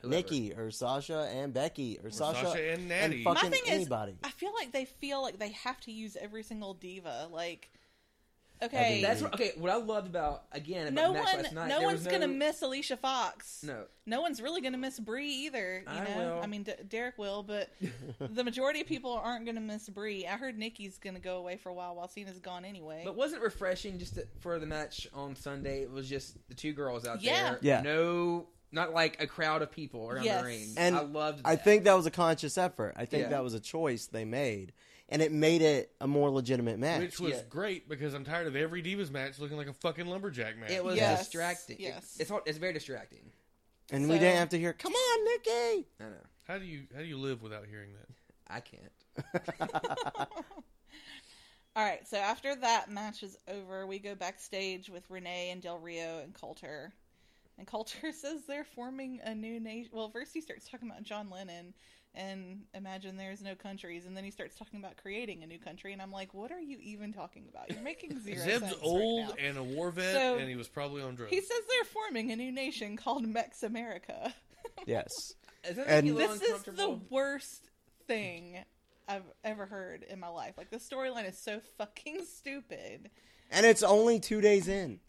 S3: Whoever.
S4: Nikki, or Sasha and Becky, or, Sasha,
S6: Sasha and Natty.
S4: fucking
S5: My thing
S4: anybody.
S5: is, I feel like they feel like they have to use every single diva. Like, okay,
S3: That's what, okay. What I loved about again about
S5: no
S3: the match
S5: one,
S3: last night.
S5: no
S3: there was
S5: one's gonna
S3: no-
S5: miss Alicia Fox.
S3: No.
S5: no one's really going to miss Brie either. You
S3: I
S5: know,
S3: will.
S5: I mean, D- Derek
S3: (laughs)
S5: will, but the majority of people aren't going to miss Brie. I heard Nikki's going to go away for a while while Cena's gone anyway.
S3: But wasn't refreshing just to, for the match on Sunday? It was just the two girls out
S5: Yeah.
S3: there.
S4: Yeah.
S3: No, not like a crowd of people around
S5: Yes.
S3: the ring.
S4: And
S3: I loved. That.
S4: I think that was a conscious effort. I think
S3: Yeah.
S4: that was a choice they made, and it made it a more legitimate match.
S6: which was
S3: Yeah.
S6: great because I'm tired of every Divas match looking like a fucking lumberjack match.
S3: it was
S5: Yes.
S3: distracting. It-
S5: Yes.
S3: it's all- it's very distracting.
S4: and we
S5: so-
S4: didn't have to hear, "Come on,
S5: (laughs)
S4: Nikki."
S3: I know.
S6: how do you how do you live without hearing that?
S3: I can't.
S5: All right, so after that match is over, we go backstage with Renee and Del Rio and Coulter. And Coulter (laughs) says they're forming a new nation. Well, first he starts talking about John Lennon and imagine there's no countries, and then he starts talking about creating a new country. And I'm like, what are you even talking about? You're
S3: (laughs)
S5: making zero sense.
S6: Zeb's
S5: right
S6: old
S5: now.
S6: and a war vet,
S5: So-
S6: and he was probably on drugs.
S5: He says they're forming a new nation called Mex America.
S4: Yes,
S3: Does that make
S4: And-
S3: you a little
S5: This is the
S3: uncomfortable?
S5: worst thing I've ever heard in my life. Like the storyline is so fucking stupid.
S4: and it's only two days in,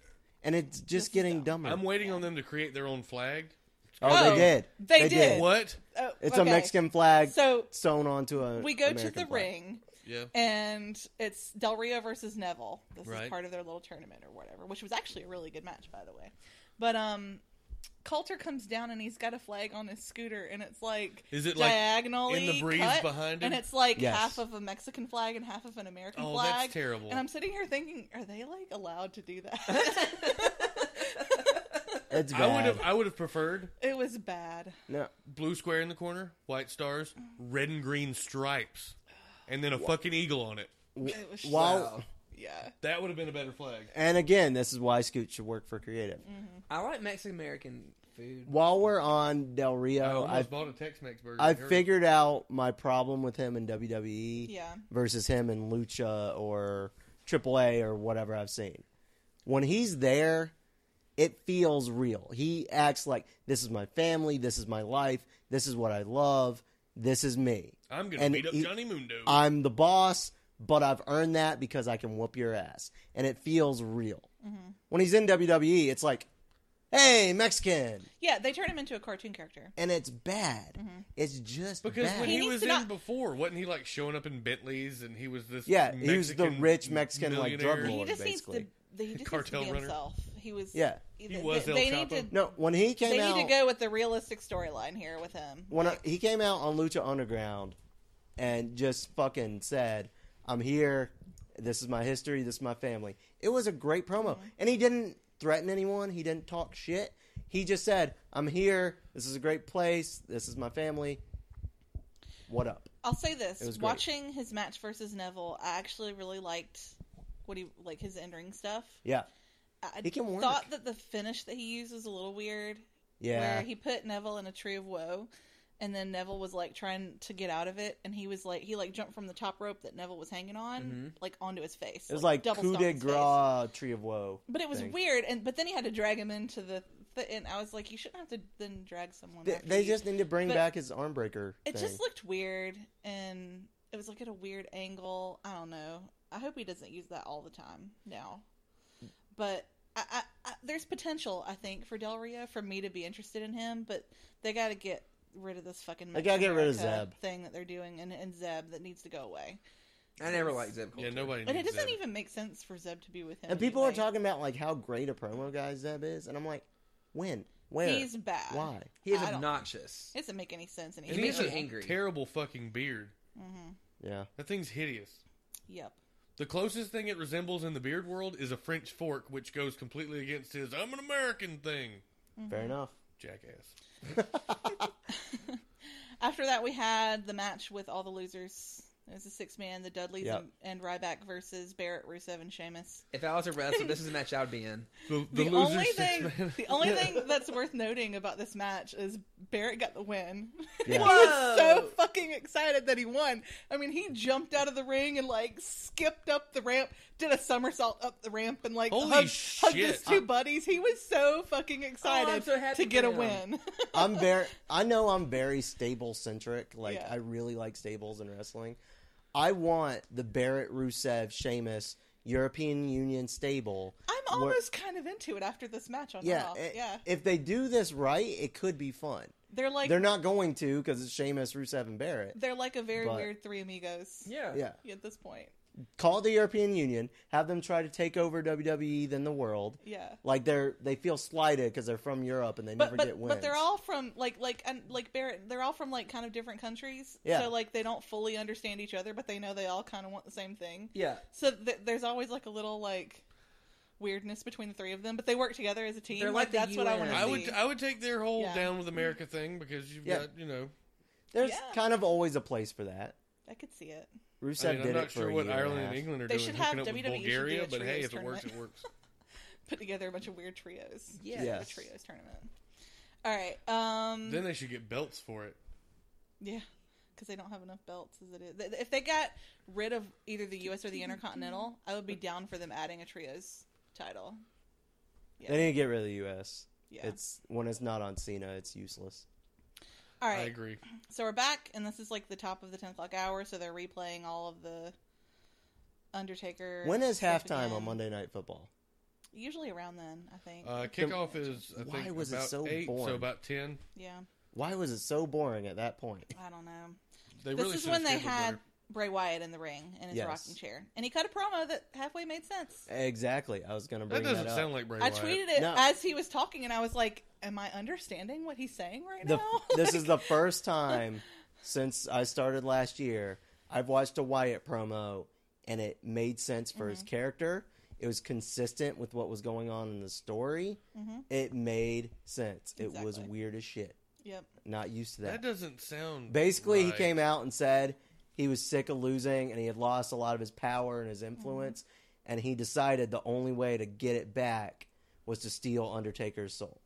S4: and it's just
S5: is
S4: getting
S5: dumb.
S4: dumber.
S6: I'm waiting on them to create their own flag.
S4: oh,
S5: Oh,
S4: they did.
S5: they did. Yeah.
S6: What?
S5: Oh,
S4: It's a
S5: okay.
S4: Mexican flag
S5: So
S4: sewn onto a.
S5: we go to
S4: American
S5: the
S4: flag.
S5: ring,
S6: Yeah.
S5: and it's Del Rio versus Neville. This is
S6: Right.
S5: part of their little tournament or whatever, which was actually a really good match, by the way. But um, Coulter comes down and he's got a flag on his scooter, and it's like
S6: Is it, like,
S5: diagonally
S6: in the breeze
S5: cut,
S6: behind him?
S5: and it's like
S4: Yes.
S5: half of a Mexican flag and half of an American
S6: Oh,
S5: flag.
S6: that's terrible.
S5: And I'm sitting here thinking, are they like allowed to
S6: (laughs)
S5: do that?
S4: It's bad.
S6: I would have I would have preferred
S5: it was bad.
S4: no.
S6: blue square in the corner, white stars, red and green stripes, and then a fucking eagle on it.
S5: It was
S4: While
S3: Wow.
S5: yeah.
S6: That would have been a better flag.
S4: and again, this is why Scoot should work for creative.
S3: I like Mexican American food.
S4: While we're on Del
S6: I
S4: Rio,
S6: almost
S4: I
S6: bought a Tex-Mex burger.
S4: I
S6: at Hardee's.
S4: figured out my problem with him in WWE
S5: Yeah.
S4: versus him in Lucha or AAA or whatever I've seen. When he's there, it feels real. He acts like this is my family, this is my life, this is what I love, this is me.
S6: I'm gonna
S4: and
S6: beat up
S4: he-
S6: Johnny Mundo.
S4: I'm the boss, but I've earned that because I can whoop your ass. And it feels real. When he's in WWE, it's like, hey, Mexican.
S5: Yeah, they turn him into a cartoon character.
S4: And it's bad. It's just
S6: because
S4: bad.
S6: when he,
S5: needs
S6: was
S5: to
S6: in
S5: not-
S6: before, wasn't he like showing up in Bentleys and he was this?
S4: Yeah, he was the
S6: Mexican
S4: rich Mexican, like,
S6: millionaire?
S4: drug lord.
S5: He
S4: Lord,
S5: just needs
S4: basically.
S5: to he just
S6: Cartel
S5: Cartel
S6: runner.
S5: himself. He was.
S4: Yeah.
S5: He,
S6: was
S5: They,
S6: El
S5: they
S6: Chapo.
S5: need to.
S4: No, when he came
S5: They
S4: out,
S5: need to go with the realistic storyline here with him.
S4: when I, he came out on Lucha Underground and just fucking said, "I'm here. This is my history. This is my family." It was a great promo,
S5: Mm-hmm.
S4: and he didn't threaten anyone. He didn't talk shit. He just said, "I'm here. This is a great place. This is my family. What up?"
S5: I'll say this:
S4: was great.
S5: watching his match versus Neville, I actually really liked what he like his end ring stuff.
S4: Yeah,
S5: I
S4: He can work.
S5: thought that the finish that he used was a little weird.
S4: yeah.
S5: Where he put Neville in a tree of woe, and then Neville was like trying to get out of it, and he was like he like jumped from the top rope that Neville was hanging on, like onto his face.
S4: Mm-hmm. it was like
S5: double
S4: coup
S5: stomped
S4: de
S5: his face.
S4: grace, tree of woe.
S5: But it was
S4: thing.
S5: weird, and but then he had to drag him into the. Th- and I was like, you shouldn't have to then drag someone.
S4: They,
S5: after
S4: they
S5: you.
S4: just need to bring
S5: But
S4: back his arm breaker.
S5: It
S4: thing.
S5: just looked weird, and it was like at a weird angle. I don't know. I hope he doesn't use that all the time now. But I, I, I, there's potential, I think, for Del Rio for me to be interested in him. But they got to get rid of this fucking.
S4: They gotta get rid of
S5: America
S4: Zeb.
S5: thing that they're doing, and, and Zeb that needs to go away.
S3: I never liked Zeb Coulter.
S6: Yeah, nobody.
S5: And it
S6: needs
S5: doesn't
S6: that.
S5: even make sense for Zeb to be with him.
S4: And people are
S5: anyway.
S4: talking about like how great a promo guy Zeb is, and I'm like, when, where,
S5: He's bad.
S4: why?
S3: He is
S5: I don't-
S3: obnoxious.
S5: It doesn't make any sense. And
S3: It
S5: he
S6: And he
S3: makes
S6: has
S5: makes
S3: you
S6: a
S5: it.
S3: angry.
S6: terrible fucking beard.
S4: Yeah,
S6: That thing's hideous.
S5: Yep.
S6: The closest thing it resembles in the beard world is a French fork, which goes completely against his "I'm an American" thing.
S5: Mm-hmm.
S4: fair
S5: (laughs)
S4: enough.
S6: Jackass.
S5: After that, we had the match with all the losers. It was a six man, the Dudleys
S4: Yeah.
S5: and, and Ryback versus Barrett, Rusev, and Sheamus.
S3: If I was a wrestler, this is a match I would be in.
S6: The, the,
S5: The,
S6: loser
S5: only
S6: six
S5: thing,
S6: man.
S5: (laughs) the only thing that's worth noting about this match is Barrett got the win. (laughs) he
S4: Yeah.
S5: was so fucking excited that he won. I mean, he jumped out of the ring and like skipped up the ramp, did a somersault up the ramp, and like
S6: Holy
S5: hugged, hugged
S6: shit.
S5: his two buddies. He was so fucking excited
S3: Oh, so happy
S5: to get
S3: for
S5: a
S3: him.
S5: win. (laughs)
S4: I'm very, I know I'm very stable centric. Like
S5: Yeah.
S4: I really like stables in wrestling. I want the Barrett Rusev Sheamus European Union stable.
S5: I'm
S4: where-
S5: almost kind of into it after this match on
S4: yeah.
S5: Raw.
S4: i-
S5: yeah,
S4: If they do this right, it could be fun.
S5: they're like
S4: They're not going to because it's Sheamus, Rusev, and Barrett.
S5: They're like a very
S4: But-
S5: weird three amigos.
S4: Yeah.
S5: At this point.
S4: Call the European Union. Have them try to take over WWE, then the world.
S5: Yeah.
S4: Like they're they feel slighted because they're from Europe and they
S5: But
S4: never
S5: but,
S4: get wins.
S5: but they're all from like like and like Barrett they're all from like kind of different countries.
S4: Yeah.
S5: So like they don't fully understand each other, but they know they all kind of want the same thing.
S3: Yeah.
S5: So th- there's always like a little like weirdness between the three of them, but they work together as a team.
S3: They're like the
S5: that's what I
S3: UN.
S5: want to see.
S6: I would I would take their whole
S5: Yeah.
S6: down with America thing because you've
S4: Yeah.
S6: got you know
S4: There's
S5: Yeah.
S4: kind of always a place for that.
S5: I could see it.
S4: Rusev
S6: I mean,
S4: did
S6: I'm
S4: it
S6: not
S4: for
S6: sure
S4: a
S6: what
S4: year
S6: Ireland
S4: and, a
S6: and
S4: half.
S6: England are
S5: They
S6: doing
S5: should
S6: hooking
S5: have-
S6: up with
S5: WWE should do a
S6: Bulgaria, but hey,
S5: trios
S6: if it works, it
S5: tournament.
S6: works.
S5: Put together a bunch of weird trios.
S3: Yeah.
S5: Like a
S4: Yes.
S5: trios tournament. All right. Um
S6: then they should get belts for
S5: (laughs)
S6: it.
S5: Yeah, because they don't have enough belts as it is. Th- If they got rid of either the U.S. or the Intercontinental, I would be down for them adding a trios title. Yeah.
S4: They need to get rid of the U.S.
S5: Yeah.
S4: It's when it's not on Cena, it's useless.
S5: All
S6: I
S5: right,
S6: agree.
S5: so we're back, and this is like the top of the ten o'clock hour, so they're replaying all of the Undertaker.
S4: When is
S5: stuff
S4: halftime on
S5: again.
S4: Monday Night Football?
S5: Usually around then, I think.
S6: Uh, kickoff is I
S4: Why
S6: think
S4: was it
S6: about
S4: so
S6: eight,
S4: boring?
S6: so about ten.
S5: yeah,
S4: Why was it so boring at that point?
S5: I don't know.
S6: They
S5: This
S6: really
S5: is
S6: should
S5: when
S6: have
S5: they
S6: scheduled
S5: had
S6: better.
S5: Bray Wyatt in the ring in his
S4: Yes.
S5: rocking chair, and he cut a promo that halfway made sense.
S4: Exactly. I was going to bring
S6: That
S4: that,
S6: doesn't
S4: up.
S6: sound like Bray
S5: I
S6: Wyatt.
S5: tweeted it
S4: No.
S5: as he was talking, and I was like, "Am I understanding what he's saying right
S4: the,
S5: now?"
S4: (laughs) this is the first time since I started last year I've watched a Wyatt promo and it made sense for his character. It was consistent with what was going on in the story. It made sense. It was
S5: Exactly.
S4: weird as shit.
S5: (laughs) Yep.
S4: Not used to
S6: That
S4: that.
S6: doesn't sound.
S4: Basically, he
S6: right.
S4: came out and said he was sick of losing and he had lost a lot of his power and his influence, and he decided the only way to get it back was to steal Undertaker's soul.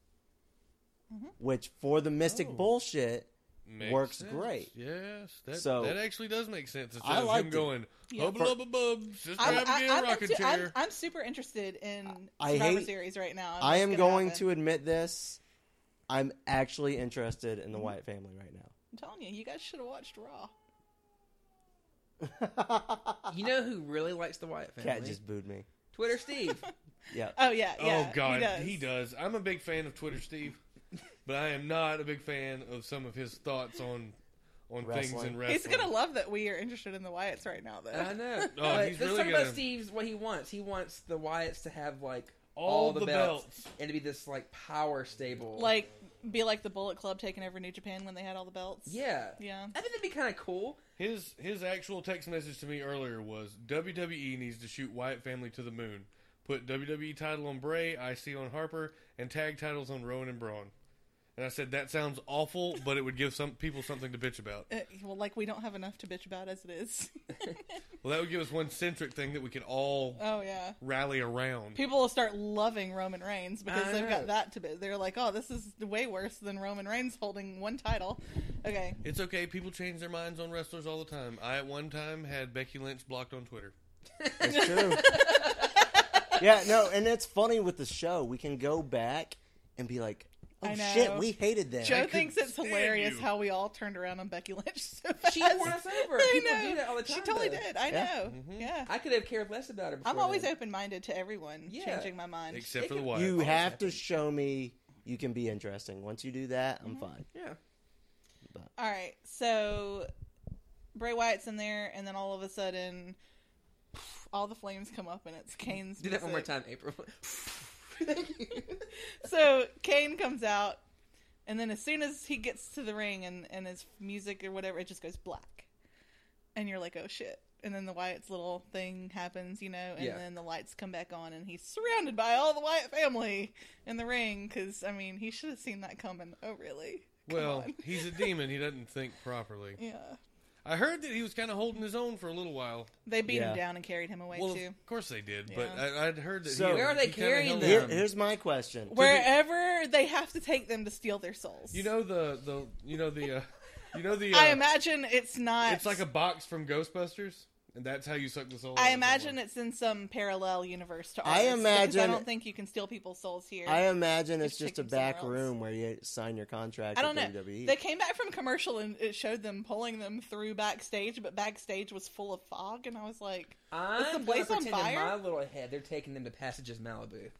S4: Which, for the mystic bullshit,
S6: Oh. Makes
S4: works
S6: sense.
S4: great.
S6: Yes, that
S4: So-
S6: that actually does make sense. Instead
S4: I
S6: of
S4: liked
S6: him
S4: it.
S6: going
S5: Yeah.
S6: hub
S5: For-
S6: hubba bub, sister
S5: I'm,
S6: Abigail
S5: I'm,
S6: rocking
S5: into- I'm-
S6: chair.
S5: I'm super interested in
S4: I
S5: Survivor
S4: hate-
S5: Series right now.
S4: I am going to admit this. I'm actually interested in the Wyatt family right now.
S5: I'm telling you, you guys should have watched Raw.
S3: You know who really likes the Wyatt family?
S4: Cat just booed me.
S3: Twitter Steve.
S4: Yeah.
S5: Oh yeah, yeah.
S6: oh God,
S5: he does.
S6: I'm a big fan of Twitter Steve, but I am not a big fan of some of his thoughts on on things
S4: Wrestling.
S6: in wrestling.
S5: He's gonna love that we are interested in the Wyatts right now, though.
S3: I (laughs)
S5: (laughs)
S3: know.
S6: Oh,
S3: but
S6: he's
S3: let's
S6: really
S3: talk about
S6: gonna-
S3: Steve's what he wants. He wants the Wyatts to have like all,
S6: All
S3: the,
S6: the
S3: belts,
S6: belts.
S3: and to be this like power stable.
S5: like, be like the Bullet Club taking over New Japan when they had all the belts.
S3: yeah,
S5: Yeah.
S3: I think that'd be kind of cool.
S6: His his actual text message to me earlier was WWE needs to shoot Wyatt family to the moon. Put WWE title on Bray, IC on Harper, and tag titles on Rowan and Braun. And I said that sounds awful, but it would give some people something to bitch about.
S5: Uh, well, like we don't have enough to bitch about as it is. (laughs)
S6: Well, that would give us one centric thing that we could all
S5: oh yeah.
S6: rally around.
S5: People will start loving Roman Reigns because
S3: I
S5: they've
S3: know.
S5: got that to be. They're like, oh, this is way worse than Roman Reigns holding one title. Okay.
S6: It's okay. People change their minds on wrestlers all the time. I at one time had Becky Lynch blocked on Twitter.
S4: That's true. yeah, no, and it's funny with the show. We can go back and be like, oh
S5: I know.
S4: shit, we hated that.
S5: Joe
S6: could
S5: thinks it's
S6: stand
S5: hilarious
S6: you.
S5: how we all turned around on Becky Lynch so fast.
S3: She won
S5: (laughs)
S3: us over.
S5: I
S3: People
S5: know.
S3: do that all the time.
S5: She totally
S3: though. Mm-hmm.
S5: did. I
S4: Yeah.
S5: know. Yeah.
S3: I could have cared less about her.
S5: I'm
S3: before
S5: always
S3: then.
S5: open minded to everyone
S3: Yeah.
S5: changing my mind.
S6: Except for
S3: It
S6: the
S3: could-
S6: Wyatt.
S4: You have to
S3: happened.
S4: show me you can be interesting. Once you do that,
S5: Mm-hmm.
S4: I'm fine.
S3: Yeah.
S5: all right. So Bray Wyatt's in there, and then all of a sudden, all the flames come up, and it's Kane's.
S3: Do that one more
S5: music.
S3: time, April.
S5: so Kane comes out, and then as soon as he gets to the ring and, and his music or whatever, it just goes black. And you're like, oh shit. And then the Wyatt's little thing happens, you know, and
S3: Yeah.
S5: then the lights come back on, and he's surrounded by all the Wyatt family in the ring. Because, I mean, he should have seen that coming. Oh, really? Come
S6: Well,
S5: on.
S6: he's a demon. He doesn't think properly.
S5: yeah.
S6: I heard that he was kind of holding his own for a little while.
S5: They beat
S4: Yeah.
S5: him down and carried him away,
S6: Well,
S5: too.
S6: of course they did,
S5: Yeah.
S6: but I, I'd heard that.
S4: So-
S6: he,
S4: Where
S3: are they
S6: he kinda
S3: carrying
S6: held
S3: them?
S6: on.
S4: Here- here's my question.
S5: Wherever they have to take them to steal their souls.
S6: You know the the you know the uh, you know the. Uh,
S5: (laughs) I imagine it's not.
S6: it's like a box from Ghostbusters, and that's how you suck the soul. out
S5: I
S6: of
S5: imagine
S6: someone.
S5: it's in some parallel universe to ours.
S4: I
S5: because I
S4: imagine-
S5: don't think you can steal people's souls here.
S4: I imagine it's just
S5: Just take
S4: a
S5: him somewhere
S4: back
S5: else.
S4: room where you sign your contract
S5: I don't know.
S4: with E. WWE.
S5: They came back from commercial and it showed them pulling them through backstage, but backstage was full of fog, and I was like,
S3: (laughs) I'm
S5: the
S3: gonna
S5: place on
S3: pretend in
S5: fire?
S3: my little head they're taking them to Passages Malibu.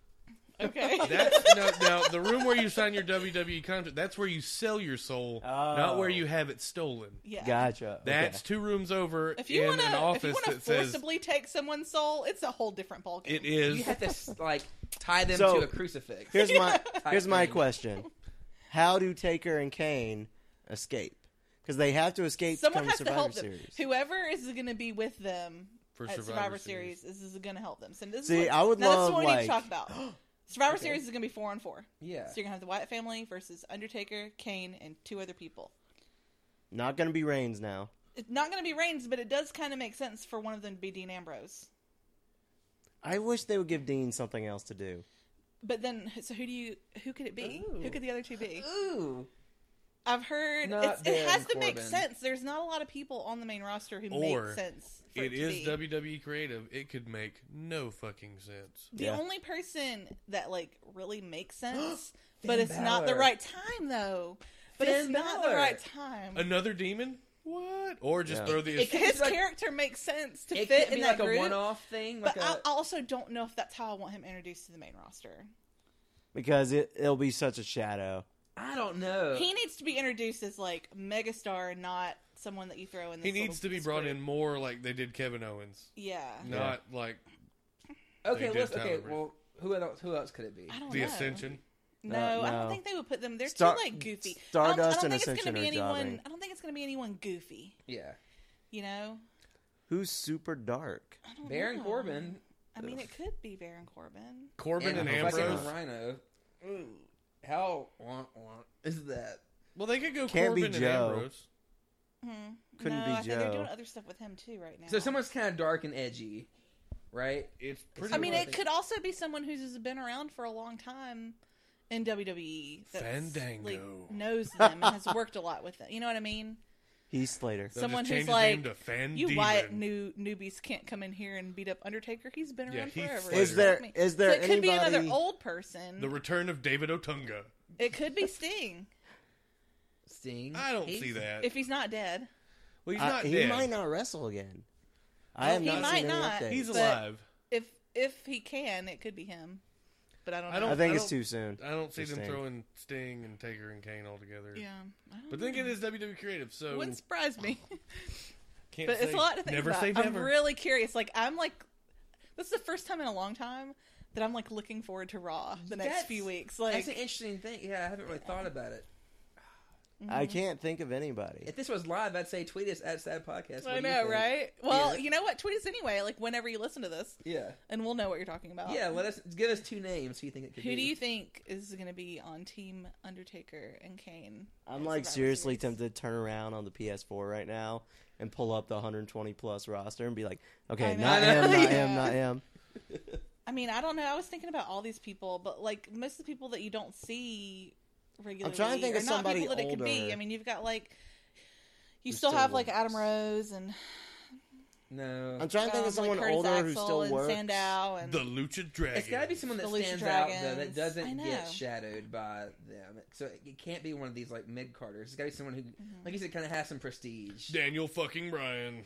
S6: (laughs)
S5: okay.
S6: That's no, no the room where you sign your WWE contract. That's where you sell your soul, not where
S4: Oh.
S6: you have it stolen.
S5: yeah.
S4: (laughs) Gotcha. okay.
S6: That's two rooms over
S5: If you
S6: in
S5: want
S6: an
S5: to, if you
S6: office
S5: want to
S6: that says
S5: forcibly take someone's soul, it's a whole different ballgame.
S6: it
S3: You
S6: is.
S3: have to s- (laughs) like tie them
S4: So-
S3: to a crucifix.
S4: Here's my
S5: (laughs)
S4: here's my
S3: thing.
S4: question. How do Taker and Kane escape? Because they have to escape to
S5: Someone
S4: come
S5: has
S4: to
S5: to
S4: Survivor
S5: help them.
S4: Series.
S5: Whoever is going to be with them
S6: For
S5: at
S6: Survivor
S5: Survivor,
S6: Series.
S5: Series, is, is going to help them. So this
S4: See,
S5: is what,
S4: I would
S5: now
S4: love,
S5: this is what we
S4: like-
S5: need to
S4: (gasps)
S5: talk about. Survivor Series is going to be four on four.
S3: Yeah.
S5: So you're gonna have the Wyatt family versus Undertaker, Kane, and two other people.
S4: Not going to be Reigns now.
S5: It's not gonna be Reigns, but it does kind of make sense for one of them to be Dean Ambrose.
S4: I wish they would give Dean something else to do.
S5: But then, so who do you? Who could it be?
S3: Ooh.
S5: Who could the other two be?
S3: Ooh.
S5: I've heard
S3: Not
S5: it's, it
S3: Baron
S5: has to make
S3: Corbin.
S5: sense. There's not a lot of people on the main roster who
S6: Or
S5: make sense. For
S6: It
S5: it to
S6: is
S5: be.
S6: WWE creative. It could make no fucking sense.
S5: the
S4: Yeah.
S5: only person that like
S3: (gasps)
S5: really makes sense, but it's not the
S3: Balor.
S5: right time though. But it's
S3: Finn
S5: not the
S3: Balor.
S5: right time.
S6: Another demon? What? Or just
S4: Yeah.
S6: throw the
S3: It could-
S5: His
S3: it's like-
S5: character makes sense to
S3: It
S5: fit
S3: could
S5: in
S3: be
S5: that
S3: like a
S5: group.
S3: one-off thing. Like
S5: But I
S3: a,
S5: I also don't know if that's how I want him introduced to the main roster.
S4: Because it, it'll be such a shadow.
S3: I don't
S6: Uh,
S3: know.
S5: He needs to be introduced as like megastar, not someone that you throw in. This
S6: He needs to
S5: little
S6: be brought
S5: group.
S6: in more like they did Kevin Owens,
S5: Yeah,
S6: not like
S3: okay,
S6: did
S3: let's, okay.
S6: Tyler Breeze.
S3: Well, who else? Who else could it be?
S5: I don't
S6: the
S5: know.
S6: Ascension.
S5: No,
S4: No,
S5: I don't
S4: no.
S5: think they would put them. They're
S4: Star-
S5: too like goofy. I don't, I
S4: Stardust
S5: don't
S4: and
S5: think it's
S4: Ascension
S5: gonna be
S4: are
S5: anyone.
S4: jobbing.
S5: I don't think it's going to be anyone goofy.
S3: Yeah.
S5: You know,
S4: Who's super dark?
S5: I don't
S3: Baron
S5: know.
S3: Corbin.
S5: I mean, it could be Baron Corbin.
S6: Corbin and,
S3: a fucking
S6: Ambrose.
S3: Rhino. How wah, wah, is that?
S6: Well, they could go
S4: Can't be
S6: Corbin and
S4: Joe.
S6: Ambrose.
S5: Hmm.
S4: Couldn't
S5: no,
S4: be
S5: I think they're
S4: Joe.
S5: doing other stuff with him too right now.
S3: So someone's kind of dark and edgy, right?
S6: It's pretty.
S5: I mean,
S6: much
S5: it could also be someone who's been around for a long time in WWE. that's,
S6: Fandango.
S5: like, knows them and has worked a lot with them. You know what I mean?
S4: He's Slater.
S6: They'll just
S5: someone who's
S6: change his name
S5: like,
S6: to Fan
S5: You
S6: Demon.
S5: Wyatt new newbies can't come in here and beat up Undertaker. He's been around
S6: Yeah, he's
S5: forever.
S6: Is
S5: Excuse
S4: there-
S5: me.
S4: is there
S5: So it could be another
S4: anybody-
S5: old person.
S6: the return of David Otunga.
S5: It could
S6: (laughs)
S5: be Sting
S3: Sting.
S6: I don't
S3: He's-
S6: see that.
S5: if Mm, he's not dead.
S6: well, he's
S4: I-
S6: not
S4: Uh, he
S6: dead.
S4: might not wrestle again. I have
S5: he
S4: not
S5: might
S4: seen any
S5: not.
S4: updates.
S6: he's
S5: but-
S6: alive.
S5: If if he can, it could be him. but I don't. Know.
S6: I don't-
S4: I think
S6: I
S4: it's
S6: don't-
S4: too soon.
S6: I don't see
S4: For
S6: them
S4: Sting.
S6: throwing Sting and Taker and Kane all together.
S5: Yeah. I don't
S6: But then again, it's WWE creative, so
S5: wouldn't surprise me.
S6: (laughs) can't
S5: but it's
S6: say-
S5: a lot to think
S6: never
S5: about.
S6: say
S5: I'm
S6: never.
S5: really curious. Like I'm like, this is the first time in a long time that I'm like looking forward to Raw the next
S3: That's-
S5: few weeks.
S3: That's an
S5: Like,
S3: interesting thing. Yeah, I haven't really thought about it.
S6: Mm-hmm.
S4: I can't think of anybody.
S3: If this was live, I'd say tweet us at Sad Podcast. What
S5: I
S3: do you
S5: know,
S3: think?
S5: right? Well,
S3: Yeah.
S5: you know what? Tweet us anyway. Like whenever you listen to this,
S3: Yeah,
S5: and we'll know what you're talking about.
S3: yeah. Let us give us two names. Who you think it could
S5: Uh, Who
S3: be?
S5: do you think is going to be on Team Undertaker and Kane?
S4: I'm
S5: at
S4: like
S5: Survivor
S4: seriously
S5: Series?
S4: tempted to turn around on the PS4 right now and pull up the 120 plus roster and be like,
S5: I
S4: okay,
S5: know.
S4: not
S3: I know.
S4: him,
S5: (laughs)
S4: not
S5: Yeah.
S4: him, not him.
S5: I mean, I don't know. I was thinking about all these people, but like most of the people that you don't see regularly,
S4: trying to think
S5: are
S4: of
S5: not
S4: somebody
S5: people that it could be.
S4: older.
S5: I mean, you've got like you
S4: Who
S5: still
S4: still
S5: have like
S4: works.
S5: Adam Rose and
S3: No,
S4: I'm trying to think
S5: um,
S4: of someone
S5: like Curtis
S4: older who
S5: Axel
S4: still
S5: and
S4: works.
S5: Sandow and
S6: The Lucha Dragon.
S3: It's got to be someone that
S5: The Lucha
S3: stands out though, that
S5: Dragons. I
S3: doesn't get
S5: know.
S3: shadowed by them. So it, it can't be one of these like mid Carters. It's got to be someone who,
S5: Mm-hmm.
S3: like you said, kind of has some prestige.
S6: Daniel fucking Bryan.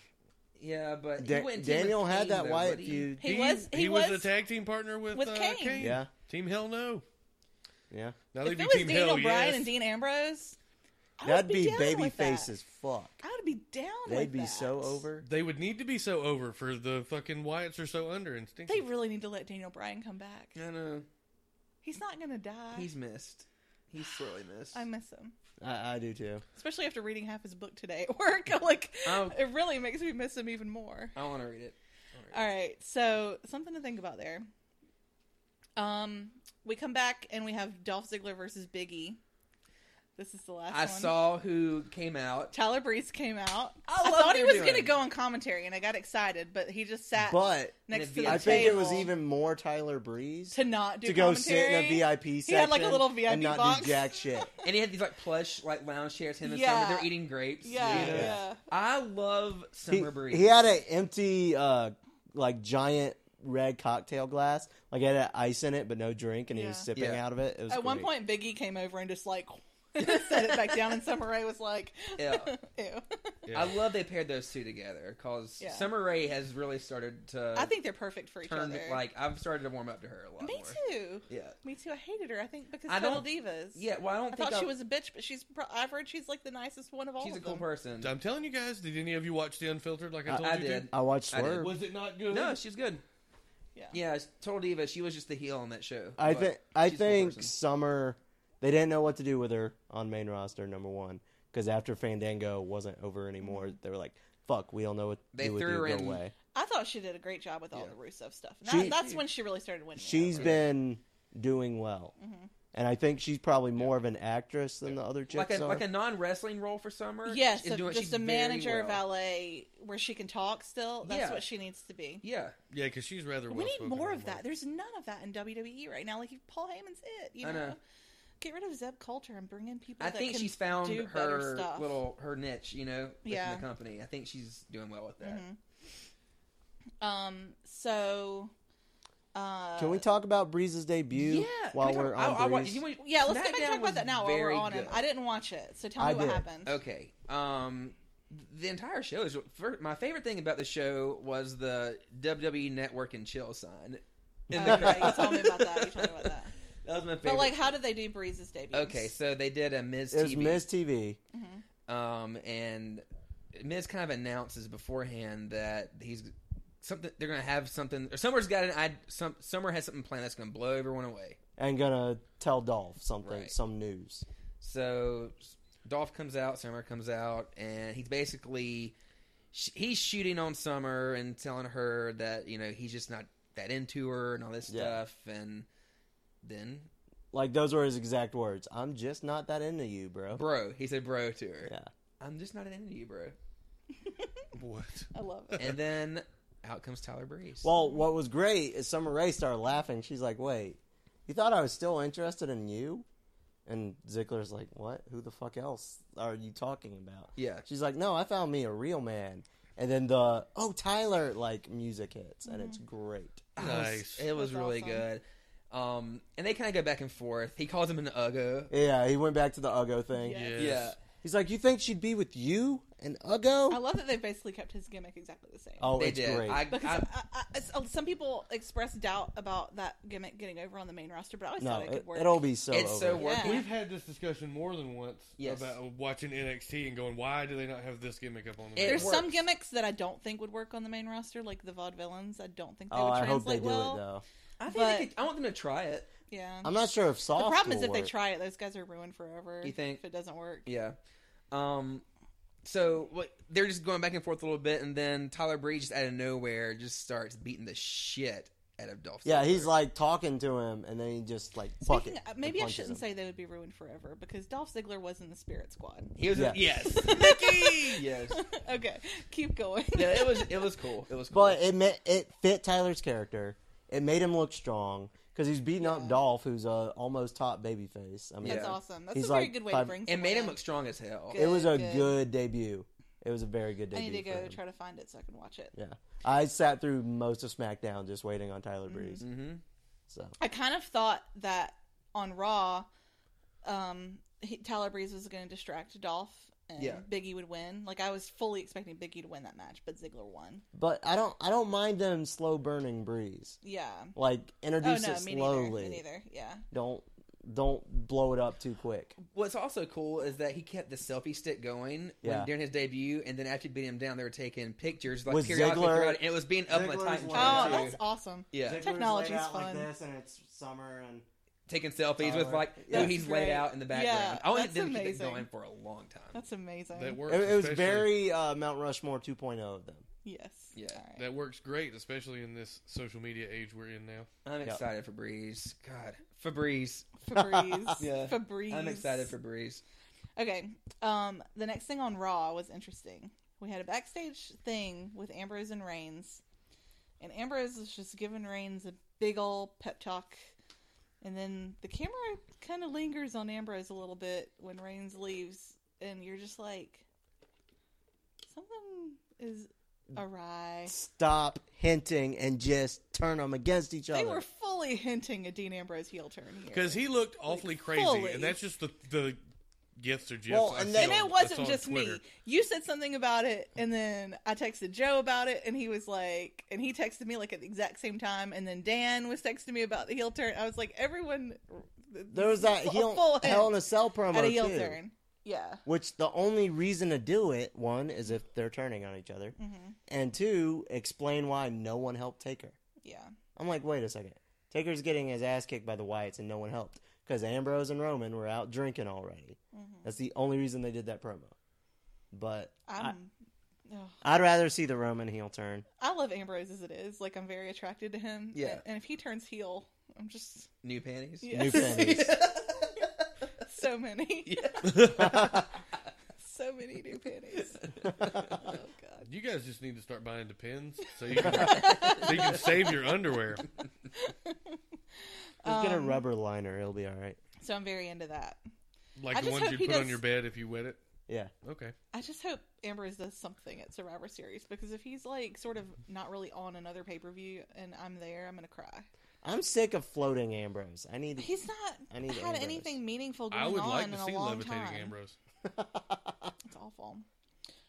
S3: yeah, but he
S4: Da-
S3: wouldn't team
S4: Daniel
S3: with
S4: had
S3: Kane,
S4: that
S3: though,
S4: white
S3: would he?
S4: feud.
S5: he, was he,
S6: was,
S5: was,
S6: a tag team partner with,
S5: with
S6: uh,
S5: Kane.
S6: Kane.
S4: Yeah.
S6: Team Hell No.
S4: Yeah.
S6: Now
S5: If
S6: they'd
S5: it
S6: be
S5: was
S6: Team
S5: Daniel
S6: Hell
S5: Bryan
S6: yes.
S5: and Dean Ambrose, I
S4: That'd
S5: would be,
S4: be
S5: down
S4: baby
S5: with that.
S4: face as fuck.
S5: I would be down.
S4: They'd
S5: with
S4: be
S5: that.
S4: so over.
S6: they would need to be so over for the fucking Wyatts are so under and stinky.
S5: They really need to let Daniel Bryan come back.
S3: I know
S5: He's not going to die.
S3: he's missed. He's sorely missed.
S5: I miss him.
S4: I, I do too.
S5: especially after reading half his book today at work. (laughs) I'm like,
S6: Um,
S3: Oh.
S5: it really makes me miss him even more.
S3: I want to read it.
S5: All right, so something to think about there. Um, we come back and we have Dolph Ziggler versus Biggie. This is the last.
S3: I
S5: one.
S3: saw who came out.
S5: Tyler Breeze came out.
S3: I love
S5: thought
S3: what
S5: he
S3: they're
S5: was
S3: doing.
S5: gonna go on commentary, and I got excited, but he just sat
S4: But
S5: next
S3: In
S5: to
S3: the
S5: the
S4: I think it was
S5: Uh, table
S4: even more Tyler Breeze
S5: to not do
S4: to go sit in a
S5: commentary.
S4: VIP section.
S5: He had, like, a little VIP
S4: and not
S5: box.
S4: do jack
S5: (laughs)
S4: shit.
S3: And he had these like plush like lounge chairs. Him and
S5: Yeah.
S3: Summer, they're eating grapes.
S5: Yeah,
S3: you know?
S5: yeah.
S4: Yeah.
S3: I love
S4: he,
S3: Summer Breeze.
S4: he had an empty, uh, like giant red cocktail glass. Like it had ice in it, but no drink, and he was
S5: Yeah.
S4: sipping
S3: Yeah.
S4: out of it. It was
S5: At one
S4: great.
S5: point, Biggie came over and just like (laughs) set it back down, and Summer Rae was like, (laughs)
S4: (laughs)
S3: Yeah.
S5: "Ew."
S6: Yeah.
S3: I love they paired those two together because
S5: Yeah.
S3: Summer Rae has really started to.
S5: I think they're perfect for each
S3: turn
S5: other.
S3: like I've started to warm up to her a lot.
S5: me
S3: more.
S5: too.
S3: Yeah.
S5: Me too. I hated her. I think because
S3: I
S5: Total
S3: don't-
S5: Divas.
S3: Yeah. Well, I don't
S5: I
S3: think
S5: thought
S3: I'll-
S5: she was a bitch, but she's. Pro- I've heard she's like the nicest one of all.
S3: She's a
S5: of
S3: cool
S5: them.
S3: person.
S6: I'm telling you guys, did any of you watch the Unfiltered like I
S4: I-
S6: told
S3: I
S6: you
S3: did.
S4: I watched
S3: I did.
S6: to?
S4: Swerve.
S6: Was it not good?
S3: No, she's good.
S5: Yeah.
S3: Yeah, it's Total Diva. She was just the heel on that show.
S4: I
S3: but
S4: think I
S3: she's a cool
S4: think
S3: person.
S4: Summer they didn't know what to do with her on main roster number one because after Fandango wasn't over anymore, they were like, "Fuck, we don't know what to
S3: They
S4: do with
S3: threw
S4: you.
S3: her
S4: Go
S3: in.
S4: away."
S5: I thought she did a great job with all
S3: Yeah.
S5: the Rusev stuff. And
S4: She-
S5: that- that's when she really started winning.
S4: She's
S5: over.
S4: been doing well,
S3: Mm-hmm.
S4: and I think she's probably more of an actress than the other chicks
S3: like a
S4: are.
S3: like a non wrestling role for Summer.
S5: yes,
S3: she's
S5: a-
S3: doing- she's
S5: just a
S3: very
S5: manager
S3: well.
S5: valet where she can talk still. That's
S3: Yeah.
S5: what she needs to be.
S3: Yeah,
S6: Yeah, because she's rather.
S5: We need
S6: well-spoken
S5: more
S6: and
S5: of
S6: well-
S5: that. There's none of that in WWE right now. Like Paul Heyman's it. You
S3: I
S5: know.
S3: know.
S5: Get rid of Zeb Coulter and bring in people.
S3: I
S5: that
S3: think
S5: can
S3: she's
S5: (laughs)
S3: found
S5: do better
S3: her
S5: stuff.
S3: little her niche. You know, within
S5: Yeah. Mm-hmm.
S3: the company. I think she's doing well with that.
S5: Um. So. Uh,
S4: Can we talk about Breeze's debut
S3: Yeah,
S4: while
S3: can we
S4: we're
S3: talk- I- I
S4: on
S3: wa-
S4: Breeze?
S3: you want-
S5: Yeah, let's get back
S3: SmackDown
S5: and talk
S3: was
S5: about that now while we're
S3: very
S5: on him.
S3: good.
S5: I didn't watch it, so tell me
S4: I
S5: what
S4: did.
S5: happened.
S3: Okay. Um, the entire show is fir- my favorite thing about the show was the WWE Network and Chill sign. In the
S5: Okay, you
S3: crowd.
S5: tell me about that. You tell me about that.
S3: (laughs) that was my favorite.
S5: But like, how did they do Breeze's debut?
S3: okay, so they did a Miz
S4: it was
S3: TV,
S4: Miz TV.
S3: um, and Miz kind of announces beforehand that he's something. They're going to have something, or Summer's got an. I some Summer has something planned that's going to blow everyone away.
S4: And gonna tell Dolph something,
S3: Right.
S4: some news.
S3: So Dolph comes out, Summer comes out, and he's basically sh- he's shooting on Summer and telling her that you know he's just not that into her and all this
S4: Yeah.
S3: stuff, and then
S4: Like those were his exact words. I'm just not that into you, bro.
S3: bro, he said bro to her.
S4: Yeah,
S3: I'm just not into you, bro.
S6: What?
S5: I love it.
S3: And then out comes Tyler Breeze.
S4: Well, what was great is Summer Rae started laughing. She's like, "Wait, you thought I was still interested in you?" And Ziggler's like, "What? Who the fuck else are you talking about?"
S3: Yeah.
S4: She's like, "No, I found me a real man." And then the oh Tyler like music hits and it's
S5: Mm-hmm.
S4: great.
S3: It was-
S6: Nice.
S3: it was
S5: That's
S3: really
S5: awesome.
S3: good. Um, and they kind of go back and forth. He calls him an uggo.
S4: Yeah, he went back to the Ugo thing.
S5: Yeah.
S6: Yes.
S3: Yeah.
S4: He's like, "You think she'd be with you?" and
S5: I
S4: Ugo.
S5: love that they basically kept his gimmick exactly the same.
S4: Oh,
S3: they
S4: it's
S3: did.
S4: great.
S3: I,
S5: Because uh,
S3: I,
S5: I, I, I- um, some people express doubt about that gimmick getting over on the main roster, but I always
S4: no,
S5: thought it could
S4: it,
S5: work.
S4: it'll be so.
S3: it's so
S4: over.
S3: worth
S5: Yeah.
S6: We've had this discussion more than once
S3: Yes.
S6: about watching NXT and going, why do they not have this gimmick up on the
S3: It
S5: There's
S6: main
S5: some
S3: works.
S5: gimmicks that I don't think would work on the main roster, like the vaudevillains. I don't think they
S4: Oh,
S5: would
S4: I
S5: translate
S4: hope they do
S5: well.
S4: it though.
S3: I think
S5: but-
S3: they could, I want them to try it.
S5: Yeah.
S4: I'm not sure if
S5: the
S4: soft.
S5: problem is
S4: will
S5: if they
S4: work.
S5: try it, those guys are ruined forever.
S3: You think?
S5: if it doesn't work?
S3: Yeah. Um. So what, they're just going back and forth a little bit, and then Tyler Breeze just out of nowhere just starts beating the shit out of Dolph.
S4: Yeah,
S3: Ziggler.
S4: he's like talking to him, and then he just like fuck
S5: Speaking-
S4: it.
S5: uh,
S4: and
S5: maybe I
S4: punches
S5: shouldn't
S4: him.
S5: say they would be ruined forever because Dolph Ziggler was in the
S4: (laughs)
S5: Spirit Squad. (laughs)
S3: he was a-
S4: Yeah.
S6: Yes.
S3: Mickey. yes.
S5: okay, keep going.
S3: No, it
S5: (laughs)
S3: was it was cool. It was cool.
S4: But it ma- it fit Tyler's character. It made him look strong because he's beating up Dolph, who's a almost top babyface. I mean,
S5: That's
S3: Yeah.
S5: awesome. That's
S4: He's
S5: a very
S4: like
S5: good way
S4: five-
S5: to bring.
S3: it made
S5: someone
S3: him
S5: in.
S3: look strong as hell.
S5: Good.
S4: it was a
S5: good.
S4: good. debut. It was a very good
S5: I
S4: debut.
S5: need to
S4: for
S5: go
S4: him.
S5: try to find it so I can watch it.
S4: yeah, I sat through most of SmackDown just waiting on Tyler Breeze.
S3: Mm-hmm.
S4: So
S5: I kind of thought that on Raw, um, he, Tyler Breeze was going to distract Dolph and
S3: Yeah.
S5: Biggie would win. Like I was fully expecting Biggie to win that match, but Ziggler won.
S4: But I don't I don't mind them slow burning Breeze.
S5: Yeah.
S4: Like
S5: Oh
S4: introduce
S5: no,
S4: it
S5: me neither.
S4: slowly.
S5: Me neither. Yeah.
S4: Don't don't blow it up too quick.
S3: What's also cool is that he kept the selfie stick going
S4: Yeah.
S3: when, during his debut, and then after you beat him down, they were taking pictures like
S4: With
S3: periodically
S4: Ziggler-
S3: throughout, and it was being up on the
S4: Ziggler's
S3: Titan.
S4: one
S5: Oh,
S4: too.
S5: that's awesome.
S3: yeah,
S5: Technology's laid out like fun.
S4: this, and it's summer, and
S3: taking selfies with
S4: Tyler.
S3: like who
S4: That's
S3: he's
S5: great.
S3: laid out in the background. Oh,
S5: Yeah,
S3: I wanted
S5: that's
S3: them to keep it
S5: amazing.
S3: going for a long time.
S4: (laughs)
S5: That's amazing.
S6: that works.
S4: it, it was
S6: especially-
S4: very uh, Mount Rushmore 2.0 of them.
S5: yes.
S3: Yeah.
S5: All right.
S6: That works great, especially in this social media age we're in now.
S3: I'm
S4: Yep.
S3: excited for Breeze. God, for Breeze.
S5: Febreze.
S3: (laughs) Yeah.
S5: Febreze.
S3: I'm excited for Breeze.
S5: Okay. Um, the next thing on Raw was interesting. We had a backstage thing with Ambrose and Reigns, and Ambrose was just giving Reigns a big ol' pep talk. And then the camera kind of lingers on Ambrose a little bit when Reigns leaves, and you're just like, something is awry.
S4: Stop hinting and just turn them against each
S5: They
S4: other.
S5: were fully (laughs) hinting at Dean Ambrose heel turn here.
S6: Because he looked awfully crazy,
S5: fully.
S6: and that's just the the gifts or gifs.
S4: Well,
S6: I
S4: and
S6: see
S4: then-
S5: and
S6: on-
S5: it
S6: that's on
S5: wasn't just
S6: Twitter.
S5: me. You said something about it, and then I texted Joe about it, and he was like, and he texted me like at the exact same time, and then Dan was texting me about the heel turn. I was like, everyone,
S4: there was that
S5: (laughs) full-
S4: heel,
S5: full
S4: Hell in
S5: hint
S4: a Cell promo
S5: at a heel
S4: too,
S5: turn. Yeah,
S4: which the only reason to do it one is if they're turning on each other,
S5: Mm-hmm.
S4: and two, explain why no one helped Taker.
S5: yeah.
S4: I'm like, wait a second. Taker's getting his ass kicked by the Wyatts and no one helped because Ambrose and Roman were out drinking already. That's the only reason they did that promo. But I,
S5: I'm, ugh.
S4: I'd rather see the Roman heel turn.
S5: I love Ambrose as it is. Like I'm very attracted to him.
S3: Yeah.
S5: and, and if he turns heel, I'm just
S3: New panties.
S5: yeah.
S4: New
S5: (laughs)
S4: panties.
S5: so many, (laughs) so many new
S4: (laughs)
S5: panties. oh god.
S6: You guys just need to start buying the pins so you can, so you
S5: (laughs)
S6: can save your underwear.
S4: Just get a
S5: Um,
S4: rubber liner. It'll be all right.
S5: So I'm very into that.
S6: Like
S5: I
S6: the
S5: just
S6: ones
S5: hope
S6: you
S5: he
S6: put on
S5: does-
S6: your bed if you wet it.
S4: Yeah.
S6: Okay.
S5: I just hope Ambrose does something at Survivor Series because if he's like sort of not really on another pay per view and I'm there, I'm gonna cry.
S4: I'm sick of floating Ambrose. I need.
S5: He's not
S4: I need
S5: had
S4: Ambrose.
S5: anything meaningful going
S6: I would
S5: on
S6: like
S5: in
S6: to
S5: a
S6: see
S5: long
S6: levitating
S5: time.
S6: Ambrose.
S5: It's awful.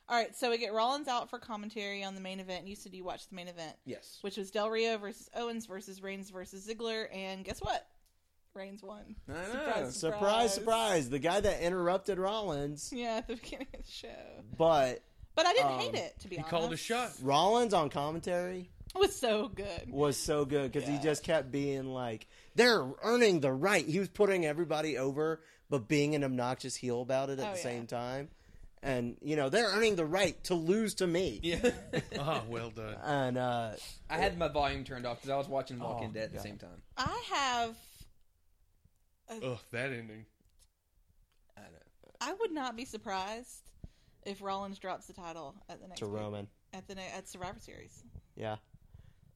S5: All right, so we get Rollins out for commentary on the main event. You said you watched the main event,
S3: Yes.
S5: which was Del Rio versus Owens versus Reigns versus Ziggler, and guess what? Reigns won. (laughs)
S3: I know.
S4: Surprise,
S5: surprise.
S4: surprise. The guy that interrupted Rollins.
S5: Yeah, at the beginning of the show,
S4: But
S5: but I didn't
S4: Um,
S5: hate it to be
S6: He
S5: honest.
S6: called a shot.
S4: Rollins on commentary
S5: (laughs) It was so good.
S4: was so good because
S5: Yeah.
S4: he just kept being like, they're earning the right. He was putting everybody over, but being an obnoxious heel about it at
S5: Oh,
S4: the
S5: yeah.
S4: same time. And, you know, they're earning the right to lose to me.
S3: Yeah. (laughs)
S6: Ah, well done.
S4: And, uh,
S3: I had my volume turned off because I was watching Walking
S4: Oh,
S3: Dead at the
S4: God.
S3: same time.
S5: I have
S6: Ugh, that ending.
S3: I know.
S5: I would not be surprised if Rollins drops the title at the next
S4: to
S5: pay-
S4: Roman.
S5: at the ne- at Survivor Series.
S4: Yeah.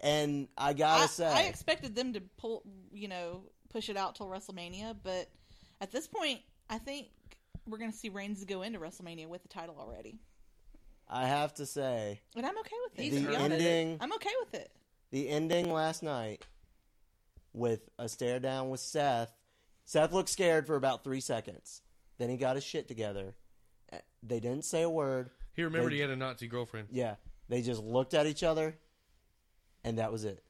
S4: And I gotta
S5: I,
S4: say,
S5: I expected them to pull, you know, push it out till WrestleMania, but at this point, I think we're going to see Reigns go into WrestleMania with the title already,
S4: I have to say,
S5: and I'm okay with it.
S3: He's
S5: to
S4: the
S5: be
S3: earned
S5: honest.
S3: it.
S4: ending.
S5: I'm okay with it.
S4: the ending last night with a stare down with Seth. Seth looked scared for about three seconds. Then he got his shit together. They Uh, didn't say a word.
S6: He remembered he had a Nazi girlfriend.
S4: Yeah, they just looked at each other, and that was it.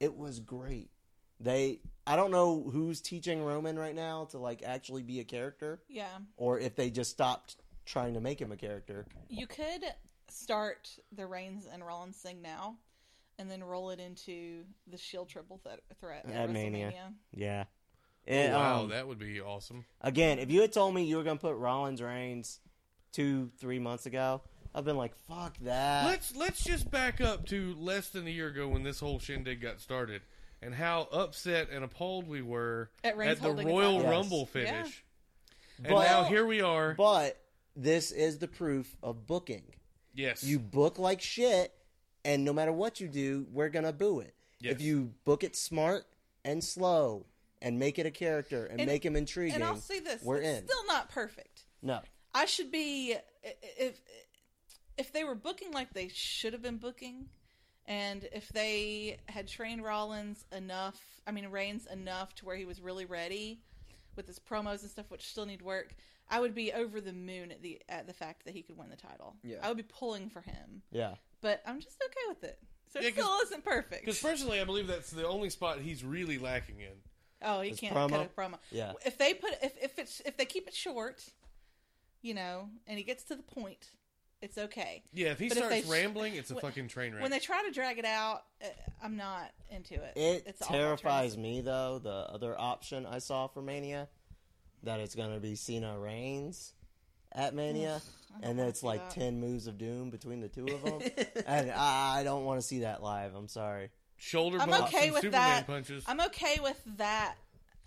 S4: It was great. They, I don't know who's teaching Roman right now to like actually be a character,
S5: Yeah.
S4: or if they just stopped trying to make him a character.
S5: You could start the Reigns and Rollins thing now, and then roll it into the Shield E triple th- threat at
S4: At Mania.
S5: WrestleMania.
S4: Yeah.
S6: Oh, wow,
S4: um,
S6: that would be awesome.
S4: again, if you had told me you were gonna put Rollins Reigns two, three months ago, I've been like, fuck that.
S6: Let's let's just back up to less than a year ago when this whole shindig got started, and how upset and appalled we were
S5: At Reigns
S6: the
S5: holding his
S6: Royal
S5: title.
S6: Rumble
S5: Yes. Yeah.
S6: finish. And
S4: But-
S6: now here we are.
S4: But this is the proof of booking.
S6: yes,
S4: You book like shit, and no matter what you do, we're gonna boo it.
S6: Yes.
S4: If you book it smart and slow and make it a character and,
S5: And-
S4: make him intriguing,
S5: And I'll say this:
S4: we're
S5: it's
S4: in.
S5: still not perfect.
S4: no,
S5: I should be i- if if they were booking like they should have been booking, and if they had trained Rollins enough, I mean Reigns enough to where he was really ready with his promos and stuff, which still need work. I would be over the moon at the at the fact that he could win the title.
S3: Yeah.
S5: I would be pulling for him,
S4: yeah,
S5: but I'm just okay with it. So it
S6: Yeah, 'cause-
S5: still isn't perfect.
S6: because personally, I believe that's the only spot he's really lacking in.
S5: Oh, you
S4: His
S5: can't
S4: promo?
S5: cut a promo.
S4: Yeah.
S5: If they put if if it's if they keep it short, you know, and he gets to the point, it's okay.
S6: Yeah, if he
S5: But if
S6: starts
S5: they-
S6: rambling, it's a
S5: when-
S6: fucking train wreck.
S5: When they try to drag it out, uh, I'm not into it.
S4: it
S5: It's all about
S4: terrifies
S5: trying
S4: me though. The other option I saw for Mania that it's gonna be Cena Reigns at Mania, and then it's like
S5: that.
S4: ten moves of doom between the two of them,
S5: (laughs)
S4: and I, I don't want to see that live. I'm sorry.
S6: Shoulder
S5: to- I'm
S6: bumps
S5: okay
S6: and
S5: with
S6: Superman
S5: that.
S6: punches.
S5: I'm okay with that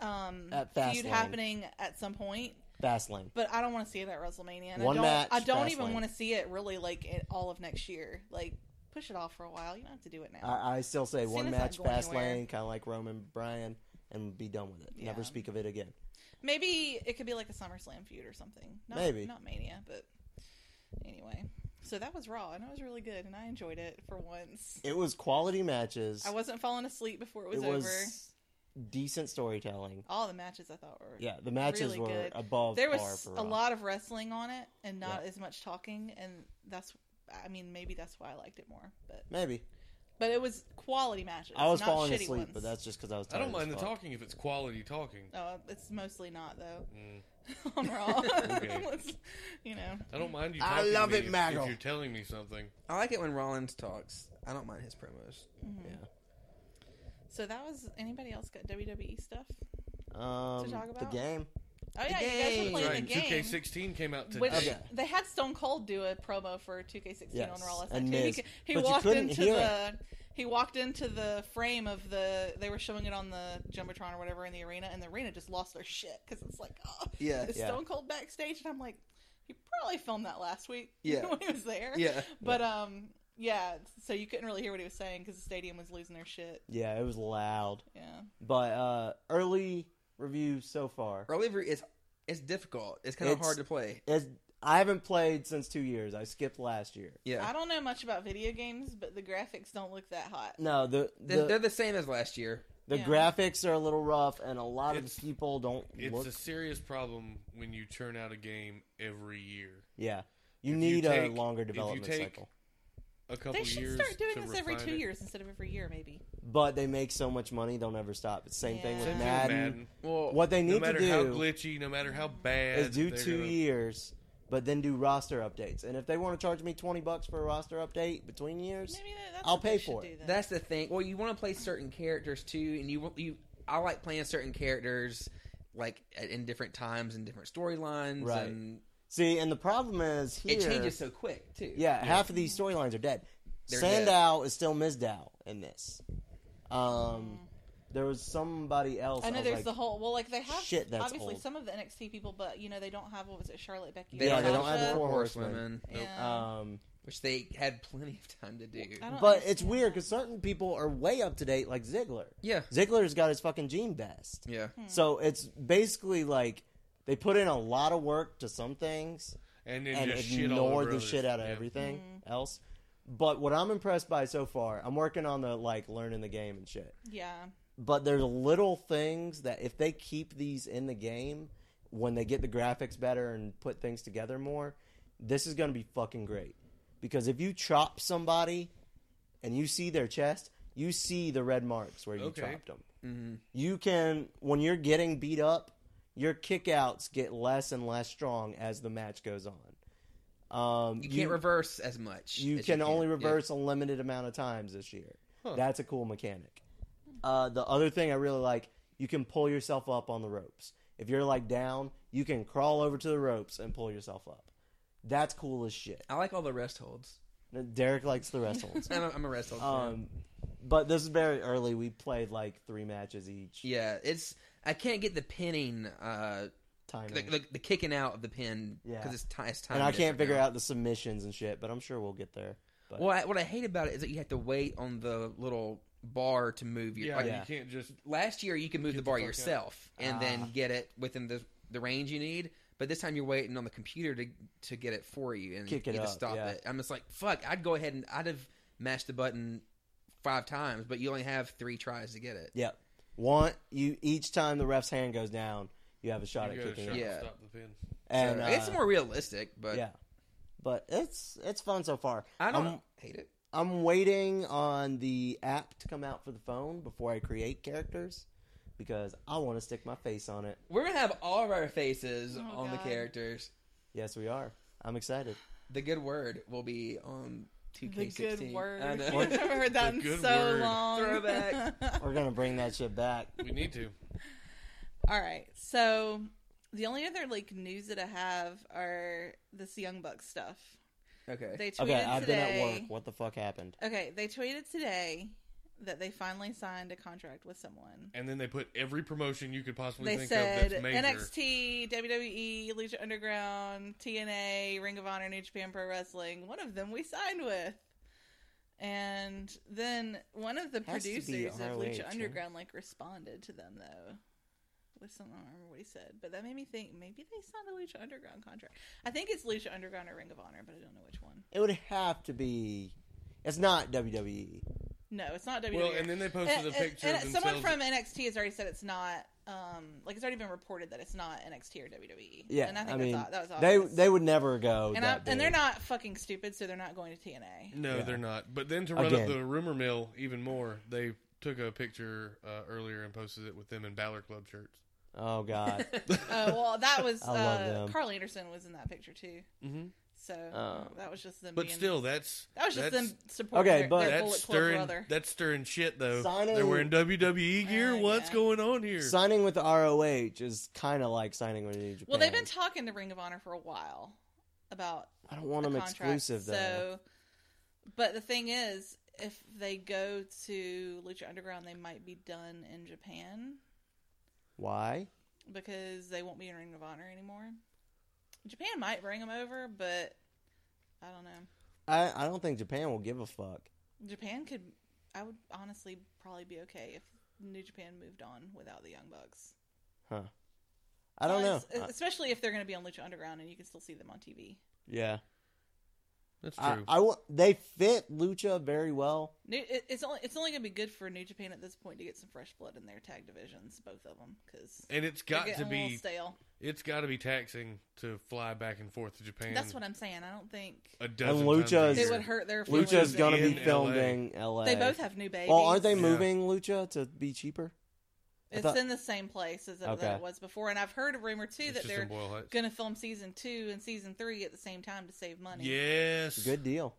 S5: um
S4: At Fastlane.
S5: feud happening at some point,
S4: Fastlane.
S5: but I don't want to see it at WrestleMania. And
S4: One
S5: I don't,
S4: match,
S5: I don't even
S4: Fastlane.
S5: want to see it really like it, all of next year. Like push it off for a while. You don't have to do it now.
S4: I, I still say one
S5: Cena's not
S4: match
S5: going
S4: fast
S5: anywhere.
S4: lane, kind of like Roman Bryan, and be done with it. Never
S5: Yeah.
S4: speak of it again.
S5: Maybe it could be like a SummerSlam feud or something. Not,
S4: Maybe.
S5: not Mania, but anyway. So that was Raw, and it was really good, and I enjoyed it for once.
S4: It was quality matches.
S5: I wasn't falling asleep before it was,
S4: it was
S5: over.
S4: decent storytelling.
S5: All the matches I thought were
S4: Yeah, the matches
S5: really
S4: were
S5: good.
S4: above
S5: There
S4: par
S5: was
S4: for
S5: a
S4: Raw.
S5: lot of wrestling on it, and not
S4: Yeah.
S5: as much talking, and that's. I mean, maybe that's why I liked it more, but
S4: Maybe
S5: but it was quality matches.
S4: I was
S5: not
S4: falling
S5: shitty
S4: asleep,
S5: ones.
S4: but that's just because I was.
S6: I
S4: Tired
S6: don't
S4: as
S6: mind the
S4: fuck.
S6: talking if it's quality talking.
S5: No, Oh, it's mostly not though. (laughs)
S6: Mm.
S4: (laughs)
S5: on Raw, (laughs)
S6: Okay.
S5: Let's- you know.
S6: I don't mind you.
S4: I
S6: Talking
S4: love
S6: to me
S4: it,
S6: if-
S4: Maggle.
S6: If you're telling me something,
S3: I like it when Rollins talks. I don't mind his promos.
S5: So that was. Anybody else got WWE stuff?
S4: Um,
S5: talk
S4: the
S5: about?
S4: game.
S5: Oh yeah, you guys
S3: game.
S5: were playing
S6: right?
S5: the
S6: Two K
S5: game.
S6: sixteen came out today.
S5: Which
S4: Okay.
S5: they had Stone Cold do a promo for 2K16
S4: Yes,
S5: on Raw last
S4: and
S5: night. too.
S4: Miz.
S5: He, he
S4: But you
S5: walked
S4: couldn't
S5: into
S4: hear
S5: the he walked into the frame of the they were showing it on the jumbotron or whatever in the arena, and the arena just lost their shit because it's like, oh,
S3: Yeah.
S5: it's
S4: Yeah.
S5: Stone Cold backstage, and I'm like, you probably filmed that last week, (laughs)
S3: Yeah.
S5: when he was there,
S3: Yeah.
S5: But um, yeah, so you couldn't really hear what he was saying because the stadium was losing their shit.
S4: Yeah, it was loud,
S5: Yeah,
S4: but uh, early review so far.
S3: Early Livery is it's difficult. It's kind of
S4: It's-
S3: hard to play.
S4: As I haven't played since two years. I skipped last year.
S3: Yeah,
S5: I don't know much about video games, but the graphics don't look that hot.
S4: No, the
S3: they're,
S4: the,
S3: they're the same as last year.
S4: the
S5: Yeah.
S4: graphics are a little rough, and a lot
S6: It's-
S4: of people don't
S6: It's
S4: look.
S6: a serious problem when you churn out a game every year.
S4: yeah, you
S6: you
S4: need
S6: take-
S4: a
S6: if
S4: longer
S6: you
S4: development
S6: take-
S4: cycle.
S6: A couple
S5: They should
S6: years.
S5: start
S6: to
S5: doing this every
S6: refine
S5: two
S6: it.
S5: years instead of every year, maybe.
S4: But they make so much money, they'll never stop. It's the same thing with
S6: Same thing
S5: Same
S6: with
S4: Madden.
S6: Madden.
S3: Well,
S4: What they
S6: No
S4: need to
S6: matter how
S4: do
S6: glitchy, no matter how bad,
S4: is do
S6: they're
S4: 2
S6: gonna-
S4: years, but then do roster updates. And if they want to charge me twenty bucks for a roster update between years,
S5: Maybe that- that's
S4: I'll
S5: what they
S4: pay
S5: should
S4: for it.
S5: do then.
S3: That's the thing. Well, you want to play certain characters too, and you you I like playing certain characters like at, in different times and different storylines,
S4: Right.
S3: and
S4: see, and the problem is here.
S3: it changes so quick too.
S4: Yeah, half of these storylines are dead.
S3: They're
S4: Sandow is still Ms. Dow in this. Um, there was somebody else.
S5: I know
S4: was
S5: there's
S4: like-
S5: the whole well, like they have
S4: shit, that's
S5: obviously
S4: old.
S5: some of the NXT people, but you know they don't have what was it, Charlotte, Becky,
S3: they
S4: Yeah,
S3: don't
S4: they
S3: have
S4: don't
S3: the
S5: Sasha.
S4: have the
S3: four
S4: Four
S3: horsewomen,
S5: Yeah.
S4: Um,
S3: which they had plenty of time to do.
S5: I don't
S4: but
S5: understand
S4: it's weird because certain people are way up to date, like Ziggler.
S3: Yeah,
S4: Ziggler's got his fucking gene vest.
S3: yeah.
S4: So it's basically like they put in a lot of work to some things
S6: and then
S4: and
S6: just shit all over
S4: ignored the
S6: others.
S4: shit out of
S6: Yeah.
S4: everything else. But what I'm impressed by so far, I'm working on the like learning the game and shit.
S5: that. Yeah,
S4: but there's little things that if they keep these in the game when they get the graphics better and put things together more this is going to be fucking great. Because if you chop somebody and you see their chest, you see the red marks where you
S6: Okay.
S4: chopped them.
S3: Mm-hmm.
S4: You can, when you're getting beat up, your kickouts get less and less strong as the match goes on. Um,
S3: You can't reverse as much.
S4: you
S3: as
S4: can only
S3: Yeah.
S4: reverse a limited amount of times this year. That's a cool mechanic. Uh, the other thing I really like, you can pull yourself up on the ropes. If you're like down, you can crawl over to the ropes and pull yourself up. That's cool as shit.
S3: I like all the rest
S4: (laughs)
S3: holds.
S4: Derek likes the rest
S3: (laughs)
S4: holds.
S3: I'm a, I'm a rest hold. fan.
S4: Um, but this is very early. We played like three matches each.
S3: yeah, it's I can't get the pinning, uh,
S4: Time
S3: the, the, the kicking out of the pin
S4: Yeah.
S3: because it's, ti- it's time.
S4: and I can't figure out the submissions and shit, but I'm sure we'll get there. But
S3: Well, I, what I hate about it is that you have to wait on the little bar to move your.
S6: Yeah,
S3: like,
S4: Yeah.
S6: you can't just.
S3: Last year, you could move the bar
S6: fuck out.
S3: yourself and
S4: Ah.
S3: then get it within the the range you need. But this time, you're waiting on the computer to to get it for you and
S4: Kick it
S3: you have
S4: up,
S3: to stop
S4: yeah.
S3: it. I'm just like, fuck. I'd go ahead and I'd have mashed the button five times, but you only have three tries to get it.
S4: yeah, one you each time the ref's hand goes down, you have a shot
S6: You
S4: at
S6: gotta
S4: kicking
S6: shut
S4: it.
S6: and
S3: Yeah.
S6: Stop the pin.
S4: And
S3: So,
S4: uh,
S3: it's more realistic, but
S4: yeah, but it's it's fun so far.
S3: I don't
S4: I'm,
S3: hate it.
S4: I'm waiting on the app to come out for the phone before I create characters because I want to stick my face on it.
S3: We're gonna have all of our faces
S5: Oh,
S3: on the
S5: God.
S3: characters.
S4: Yes, we are. I'm excited.
S3: The good word will be on 2K16.
S5: The good word.
S3: I know.
S5: (laughs) I've never heard that
S6: The
S5: in
S6: good
S5: so
S6: word.
S5: long.
S3: Throwback.
S4: We're gonna bring that shit back.
S6: We need to.
S5: (laughs)
S6: (laughs)
S5: All right. So the only other like news that I have are this Young Buck stuff.
S3: (laughs) okay.
S5: They tweeted
S4: Okay, I've been at
S5: today.
S4: work. What the fuck happened?
S5: Okay, they tweeted today that they finally signed a contract with someone.
S6: And then they put every promotion you could possibly
S5: They
S6: think
S5: said
S6: of that's major.
S5: NXT, WWE, Lucha E, Underground, TNA, Ring of Honor, New Japan Pro Wrestling. One of them we signed with. And then one of the
S4: Has to be
S5: producers of
S4: ROH,
S5: Lucha
S4: right?
S5: Underground like responded to them though. With some I don't remember what he said. But that made me think maybe they signed a Lucha Underground contract. I think it's Lucha Underground or Ring of Honor, but I don't know which one.
S4: It would have to be. It's not E. WWE.
S5: No, it's not E. WWE.
S6: Well, and then they posted
S5: And-
S6: a
S5: and-
S6: picture
S5: and
S6: of
S5: someone
S6: themselves.
S5: from NXT has already said it's not. Um, like it's already been reported that it's not NXT or WWE.
S4: Yeah,
S5: and I
S4: I,
S5: think
S4: mean,
S5: that's, o- that was
S4: they
S5: obvious.
S4: they would never go.
S5: and, I,
S4: that
S5: and they're
S4: big.
S5: not fucking stupid, so they're not going
S4: (laughs)
S5: to TNA.
S6: no,
S4: Yeah.
S6: they're not. But then to run
S4: Again.
S6: up the rumor mill even more, they took a picture uh, earlier and posted it with them in Balor Club shirts.
S4: Oh
S5: (laughs)
S4: god.
S6: (laughs)
S5: Oh well, that
S4: (laughs)
S5: was
S4: I love
S5: uh,
S4: them.
S5: Carl Anderson was in that picture too.
S6: Mm-hmm.
S5: So
S4: Oh.
S5: that was just them.
S6: But
S5: being,
S6: still, that's
S5: that was just
S6: that's,
S5: them supporting
S4: Okay,
S5: their,
S4: but-
S5: their
S6: that's
S5: Bullet Club
S6: stirring.
S5: brother.
S6: That's stirring shit though.
S4: Signing-
S6: They're wearing WWE gear.
S5: Uh,
S6: What's
S5: yeah.
S6: going on here?
S4: signing with the ROH is kind of like signing with New Japan.
S5: well, they've been talking to Ring of Honor for a while about
S4: I don't want
S5: a
S4: them
S5: contract,
S4: exclusive though.
S5: So, but the thing is, if they go to Lucha Underground, they might be done in Japan
S4: Why?
S5: because they won't be in Ring of Honor anymore. Japan might bring them over, but I don't know.
S4: I, I don't think Japan will give a fuck.
S5: Japan could. I would honestly probably be okay if New Japan moved on without the Young Bucks.
S4: Huh. I don't know.
S5: Honest- Especially if they're going to be on Lucha Underground and you can still see them on TV.
S4: yeah.
S6: That's
S4: I,
S6: true.
S4: I wa- they fit Lucha very well.
S5: New- it- It's only it's only going to be good for New Japan at this point to get some fresh blood in their tag divisions, both of them, because
S6: and it's got to
S5: getting a little
S6: be
S5: stale.
S6: it's got to be taxing to fly back and forth to Japan.
S5: That's what I'm saying. I don't think
S6: a dozen
S4: And Lucha
S6: times a
S4: is-
S5: it
S6: year.
S5: would hurt their feelings.
S4: Lucha's
S5: if-
S4: gonna
S6: in
S4: be
S6: LA.
S4: filmed in LA.
S5: They both have new babies.
S4: Well, aren't they
S6: Yeah.
S4: moving Lucha to be cheaper? I
S5: It's
S4: thought-
S5: in the same place as it,
S4: Okay.
S5: that it was before, and I've heard a rumor too
S6: It's
S5: that
S6: just
S5: they're
S6: in Boyle Heights.
S5: going to film season two and season three at the same time to save money.
S6: Yes.
S4: Good deal.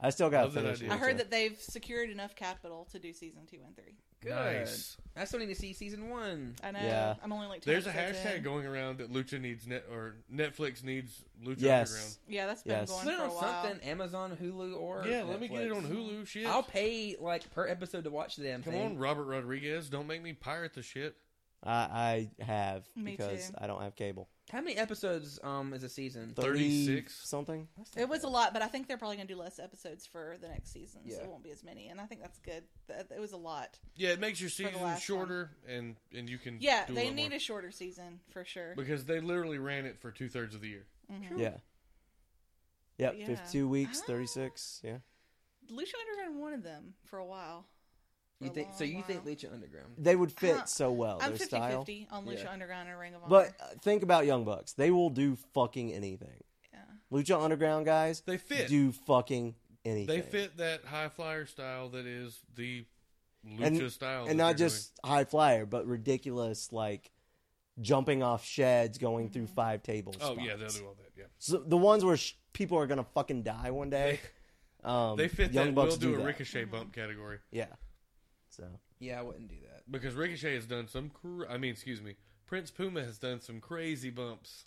S4: I still got to
S6: Love that
S4: finish.
S6: idea.
S5: Mm-hmm. I
S4: Lucha.
S5: heard that they've secured enough capital to do season two and three.
S3: Good.
S6: Nice.
S3: I still need to see season one.
S5: I know.
S4: Yeah.
S5: I'm only like two
S6: There's a
S5: episodes
S6: hashtag
S5: in.
S6: going around that Lucha needs net or Netflix needs Lucha
S4: Yes.
S5: Yeah, that's been
S4: Yes.
S5: going
S3: Put it
S5: for a
S3: on
S5: while.
S3: something, Amazon, Hulu, or
S6: Underground. Yeah, let me get it
S3: Netflix.
S6: on Hulu. Shit.
S3: I'll pay like per episode to watch the damn
S6: Come
S3: thing.
S6: on, Robert Rodriguez. Don't make me pirate the shit.
S4: I, I have
S5: Me
S4: because
S5: too.
S4: I don't have cable.
S3: How many episodes um is a season?
S6: 36?
S4: 30 something.
S5: It was a lot, but I think they're probably going to do less episodes for the next season, so
S3: Yeah.
S5: it won't be as many. And I think that's good. That- It was a lot.
S6: Yeah, it makes your
S5: the
S6: season
S5: last
S6: shorter, and and you can
S5: Yeah,
S6: do
S5: they
S6: lot
S5: need
S6: more.
S5: a shorter season for sure.
S6: because they literally ran it for two thirds of the year.
S4: Yeah. Yep,
S5: But yeah.
S4: 52 weeks,
S5: Ah.
S4: 36. Yeah.
S5: Lucia Underground wanted them for a while.
S3: You
S5: a
S3: think so?
S5: long
S3: You think
S5: while.
S3: Leech Underground?
S4: They would
S5: Uh,
S4: fit so well.
S5: I'm
S4: Their
S5: 50
S4: style.
S5: 50 on Lucia
S3: Yeah.
S4: uh,
S5: Underground and Ring of Honor.
S4: But uh, think about Young Bucks. They will do fucking anything.
S5: yeah.
S4: Lucha Underground guys
S6: They fit.
S4: do fucking anything.
S6: They fit that high flyer style that is the lucha
S4: and,
S6: style, that
S4: and not
S6: they're
S4: just high flyer, but ridiculous like jumping off sheds, going through five tables.
S6: doing. Oh yeah, they'll do all that. Yeah,
S4: So the ones where sh- people are gonna fucking die one day. Um,
S6: they fit
S4: Young
S6: that.
S4: Bucks
S6: we'll do, a
S4: that.
S6: ricochet bump category
S4: Yeah. So
S3: Yeah, I wouldn't do that.
S6: because ricochet has done some. Cr- I mean, excuse me, Prince Puma has done some crazy bumps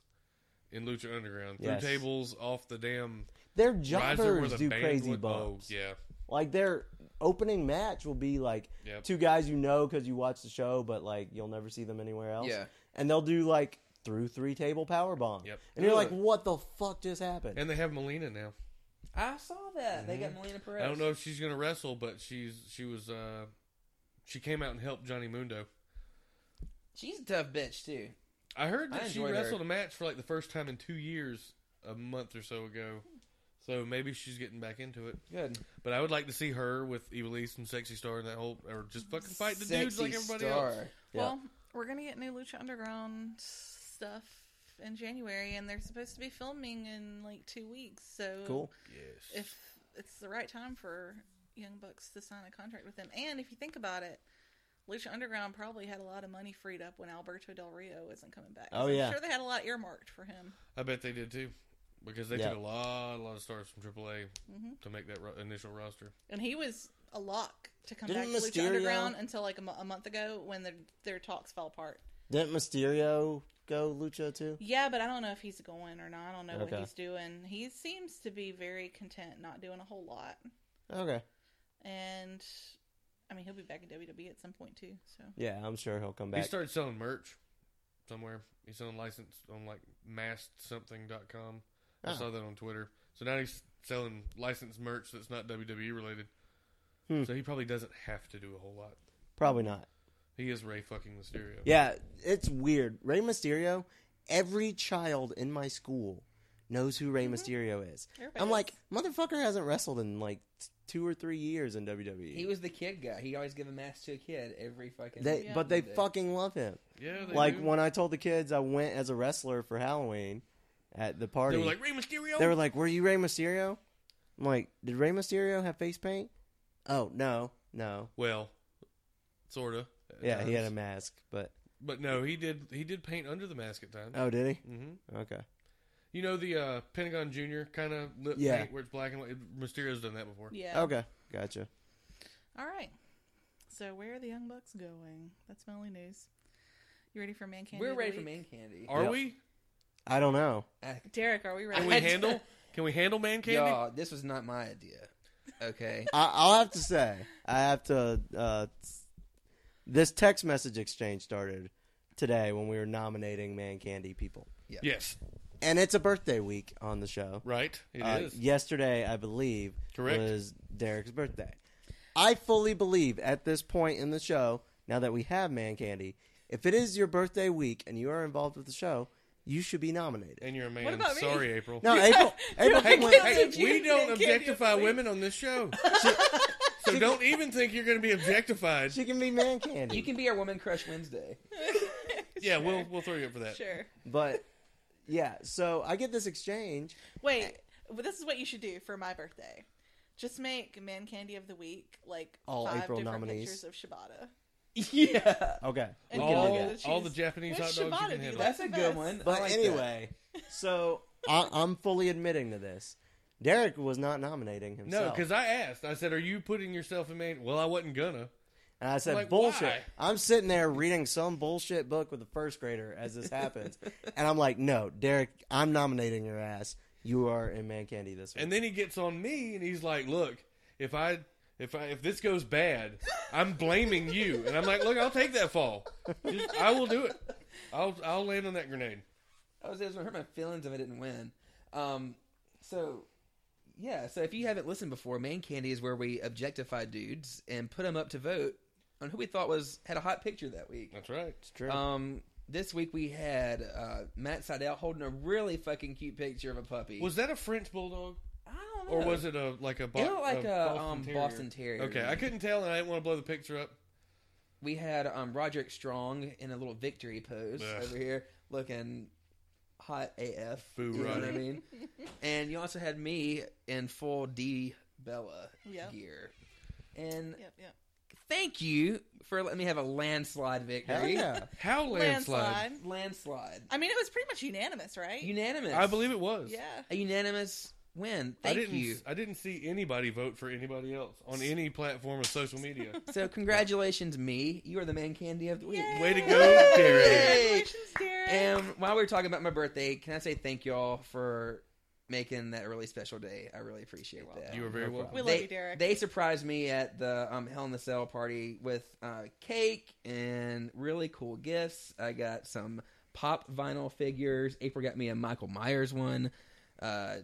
S6: in Lucha Underground
S4: Yes.
S6: through tables off the damn
S4: their
S6: riser where
S4: jumpers
S6: the
S4: do
S6: band
S4: crazy
S6: would-
S4: bumps.
S6: Oh yeah,
S4: Like their opening match will be like
S6: Yep.
S4: two guys you know because you watch the show, but like you'll never see them anywhere else.
S3: Yeah.
S4: And they'll do like through three table power bomb.
S6: Yep.
S4: And you're like,
S6: Ugh.
S4: what the fuck just happened?
S6: and they have Melina now.
S3: I saw that they got Melina Perez.
S6: Mm-hmm. I don't know if she's gonna wrestle, but she's she was uh she came out and helped Johnny Mundo.
S3: She's a tough bitch too.
S6: I heard
S3: I
S6: that she
S3: enjoyed her.
S6: wrestled a match for like the first time in two years, a month or so ago. So maybe she's getting back into it.
S3: Good.
S6: But I would like to see her with Evilise and Sexy Star and that whole, or just fucking fight the
S3: Sexy
S6: dudes like everybody
S3: star.
S6: else.
S4: Yeah.
S5: Well, we're gonna get new Lucha Underground stuff in January, and they're supposed to be filming in like two weeks. So
S4: cool.
S6: Yes.
S5: if it's the right time for Young Bucks to sign a contract with them. And if you think about it, Lucha Underground probably had a lot of money freed up when Alberto Del Rio wasn't coming back.
S4: Oh,
S5: I'm
S4: yeah.
S5: sure they had a lot earmarked for him.
S6: I bet they did too, because they
S4: Yeah.
S6: took a lot, a lot of stars from AAA to make that ro- initial roster.
S5: And he was a lock to come
S4: Didn't
S5: back to
S4: Mysterio-
S5: Lucha Underground until like a, mo- a month ago when their their talks fell apart.
S4: Didn't Mysterio go Lucha too?
S5: Yeah, but I don't know if he's going or not. I don't know
S4: Okay.
S5: what he's doing. He seems to be very content, not doing a whole lot.
S4: Okay.
S5: And I mean, he'll be back in WWE at some point too. So
S4: Yeah, I'm sure he'll come
S6: He
S4: back.
S6: started selling merch somewhere. He's selling licensed on like maskedsomething.com. I
S4: Oh.
S6: saw that on Twitter. So now he's selling licensed merch that's not WWE related.
S4: Hmm.
S6: So he probably doesn't have to do a whole lot.
S4: Probably not.
S6: He is Ray fucking Mysterio.
S4: Yeah, it's weird. Rey Mysterio, every child in my school knows who Rey Mysterio is.
S5: Everybody
S4: I'm
S5: does.
S4: like, motherfucker hasn't wrestled in like t- two or three years in E. WWE.
S3: He was the kid guy. He always give a mask to a kid every fucking.
S4: they,
S5: Yeah.
S4: But they
S3: They-
S4: fucking love him.
S6: Yeah, they
S4: like
S6: do.
S4: when I told the kids I went as a wrestler for Halloween at the party,
S6: They were like Ray Mysterio.
S4: they were like, "Were you Rey Mysterio?" I'm like, "Did Rey Mysterio have face paint?" Oh no, no.
S6: well, sorta. at
S4: Yeah, he had a
S6: times.
S4: mask, but
S6: But no, he did. He did paint under the mask at times.
S4: oh, did
S6: hmm
S4: he? Okay,
S6: You know the uh, Pentagon Junior kind of lip
S4: Yeah.
S6: paint where it's black and white. Mysterio's done that before.
S5: yeah.
S4: okay, gotcha.
S5: All right. So where are the Young Bucks going? That's my only news. You ready for Man Candy?
S3: We're
S5: of the
S3: ready for
S5: Week?
S3: man candy.
S6: Are
S4: Yep.
S6: we?
S4: I don't know.
S5: Derek, are we ready?
S6: Can we
S5: (laughs)
S6: handle? Can we handle man candy?
S3: Y'all, this was not my idea.
S6: (laughs)
S3: Okay.
S4: I, I'll have to say, I have to. Uh, s- this text message exchange started today when we were nominating Man Candy people,
S6: Yes.
S4: and it's a birthday week on the show.
S6: Right. It is.
S4: Uh, Yesterday, I believe,
S6: Correct.
S4: was Derek's birthday. I fully believe at this point in the show, now that we have Man Candy, if it is your birthday week and you are involved with the show, you should be nominated.
S6: And you're a man.
S5: about me?
S6: Sorry, April.
S4: No, April. April
S6: Hey,
S4: Quinn-
S6: hey,
S5: Did you
S6: we
S5: think
S6: don't
S5: it can't
S6: objectify
S5: be a (laughs)
S6: women on this show. so don't even think you're going to be objectified.
S4: she can be Man
S3: (laughs)
S4: Candy.
S3: You can be our woman crush Wednesday.
S6: (laughs) Yeah, we'll we'll throw you up for that.
S5: Sure.
S4: But yeah, so I get this exchange.
S5: Wait. Well, this is what you should do for my birthday. Just make Man Candy of the Week like
S4: All
S5: five
S4: April
S5: different
S4: nominees.
S5: pictures of Shibata.
S3: Yeah.
S4: Okay.
S5: And
S6: All-
S5: you're gonna
S6: all the
S5: choose
S6: Japanese
S5: which
S6: hot dogs you can
S5: Shibata do
S6: handle.
S3: (laughs)
S5: like
S3: That's
S5: the
S3: a
S5: best.
S3: good one. I
S4: But
S3: like that.
S4: anyway, so I, I'm fully admitting to this. Derek was not nominating himself.
S6: No, because I asked. I said, "Are you putting yourself in man?" Well, I wasn't gonna.
S4: And I said,
S6: Like,
S4: bullshit.
S6: why?
S4: I'm sitting there reading some bullshit book with a first grader as
S6: (laughs)
S4: this happens. and I'm like, no, Derek, I'm nominating your ass. You are in Man Candy this week.
S6: And then he gets on me, and he's like, "Look, if I if I if this goes bad, I'm blaming you." And I'm like, "Look, I'll take that fall. Just, I will do it. I'll I'll land on that grenade."
S3: I was, it was gonna hurt my feelings if I didn't win. Um, so yeah, so if you haven't listened before, Man Candy is where we objectify dudes and put them up to vote on who we thought was had a hot picture that week.
S6: That's right.
S4: it's true.
S3: Um, this week we had uh, Matt Seidel holding a really fucking cute picture of a puppy.
S6: Was that a French bulldog,
S3: I don't know,
S6: or was it a like a bo-
S3: It looked like a,
S6: Boston,
S3: um,
S6: Terrier?
S3: Boston Terrier.
S6: Okay, I couldn't tell, and I didn't want to blow the picture up.
S3: We had um, Roderick Strong in a little victory pose
S6: Ugh.
S3: over here, looking hot AF.
S6: Foo
S3: you know what I
S6: Ruddy.
S3: mean? and you also had me in full D Bella
S5: Yep.
S3: gear. And
S5: Yep,
S6: (laughs)
S5: yep.
S3: thank you for letting me have a landslide victory.
S6: How landslide?
S5: Landslide.
S3: landslide.
S5: I mean, it was pretty much unanimous, right?
S3: Unanimous.
S6: I believe it was.
S5: yeah.
S3: a unanimous win.
S6: I
S3: Thank
S6: didn't.
S3: you.
S6: I didn't see anybody vote for anybody else on any platform of social
S3: (laughs)
S6: media. (laughs)
S3: So congratulations, me. You are the man candy of the week.
S6: Way to go, Derek.
S5: Congratulations, Derek.
S3: And while we were talking about my birthday, can I say thank y'all for making that a really special day? I really appreciate that.
S6: You were very welcome.
S5: we love
S3: they,
S5: you, Derek.
S3: they surprised me at the um, Hell in the Cell party with uh, cake and really cool gifts. I got some pop vinyl figures. April got me a Michael Myers one. Uh,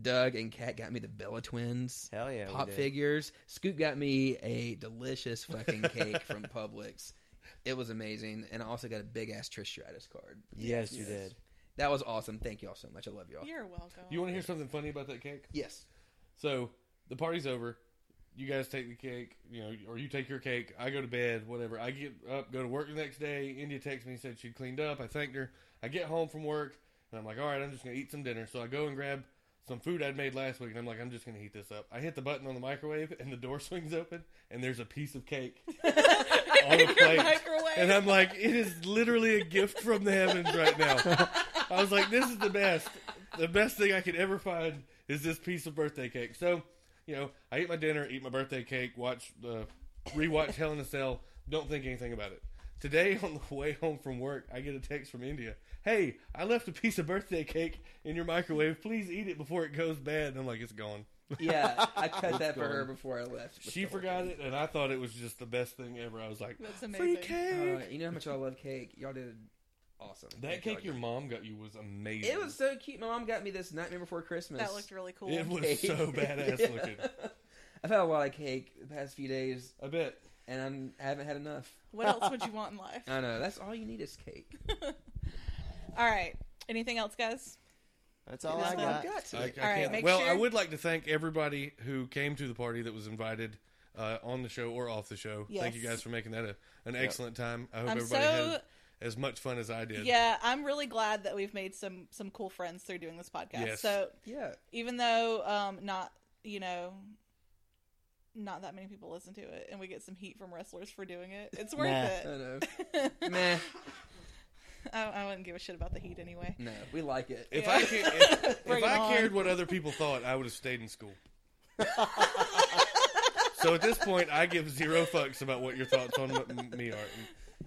S3: Doug and Kat got me the Bella twins.
S4: Hell yeah. we
S3: pop
S4: did.
S3: figures. Scoop got me a delicious fucking cake
S6: (laughs)
S3: from Publix. It was amazing, and I also got a big ass Trish Stratus card.
S4: Yes, you
S3: Yes.
S4: did.
S3: That was awesome. Thank y'all so much. I love y'all.
S5: You're welcome.
S6: You want
S5: (laughs)
S6: to hear something funny about that cake? (laughs)
S3: Yes.
S6: So the party's over. You guys take the cake, you know, or you take your cake. I go to bed, whatever. I get up, go to work the next day. India texts me, said she'd cleaned up. I thanked her. I get home from work, and I'm like, all right, I'm just going to eat some dinner. So I go and grab some food I'd made last week, and I'm like, I'm just going to heat this up. I hit the button on the microwave, and the door (laughs) swings open, and there's a piece of cake (laughs) on
S5: (laughs)
S6: the
S5: Your
S6: plate.
S5: microwave.
S6: And I'm like, it is literally a gift from the heavens right now. I was like, this is the best. The best thing I could ever find is this piece of birthday cake. So, you know, I eat my dinner, eat my birthday cake, watch the rewatch Hell in a Cell, don't think anything about it. Today (laughs) on the way home from work, I get a text from India. Hey, I left a piece of birthday cake in your microwave. Please eat it before it goes bad. And I'm like, it's gone.
S3: Yeah, I cut that for her before I left.
S6: She forgot it, and I thought it was just the best thing ever. I was like,
S5: That's
S6: free
S5: amazing.
S6: cake.
S3: Uh, you know how much I love cake. Y'all did awesome.
S6: That
S3: Thank
S6: cake
S3: y'all.
S6: your mom got you was amazing.
S3: It was so cute. My mom got me this Nightmare Before Christmas.
S5: That looked really cool.
S6: (laughs) It was
S3: cake.
S6: so badass
S3: (laughs)
S5: (laughs)
S3: Yeah.
S6: looking.
S3: I've had a lot of cake the past few days,
S6: I bet.
S3: and I'm, I haven't had enough.
S5: What else would you want
S3: (laughs)
S5: in life?
S3: I know that's all you need is cake.
S5: All right. Anything else, guys?
S4: That's all
S5: That's
S4: I
S3: That's all I've
S4: got.
S3: got
S6: I, I
S3: today.
S5: right,
S6: can't.
S5: make
S6: well,
S5: sure-
S6: I would like to thank everybody who came to the party that was invited uh, on the show or off the show. Thank you
S5: Yes.
S6: guys for making that a, an excellent time. I hope
S5: I'm
S6: everybody
S5: so-
S6: had as much fun as I did.
S5: Yeah, I'm really glad that we've made some some cool friends through doing this podcast.
S6: Yes.
S5: So
S3: Yeah.
S5: even though um not you know not that many people listen to it and we get some heat from wrestlers for doing it it's worth
S4: Nah.
S3: I
S5: it (laughs)
S3: know. (laughs)
S5: I,
S3: Meh.
S5: I wouldn't give a shit about the heat anyway
S3: No, we like it.
S6: If
S5: Yeah.
S6: I ca-
S5: (laughs)
S6: if,
S5: Bring
S6: if
S5: it
S6: I
S5: on.
S6: cared what other people thought, I would have stayed in school. so at this point, I give zero fucks about what your thoughts on m- me are.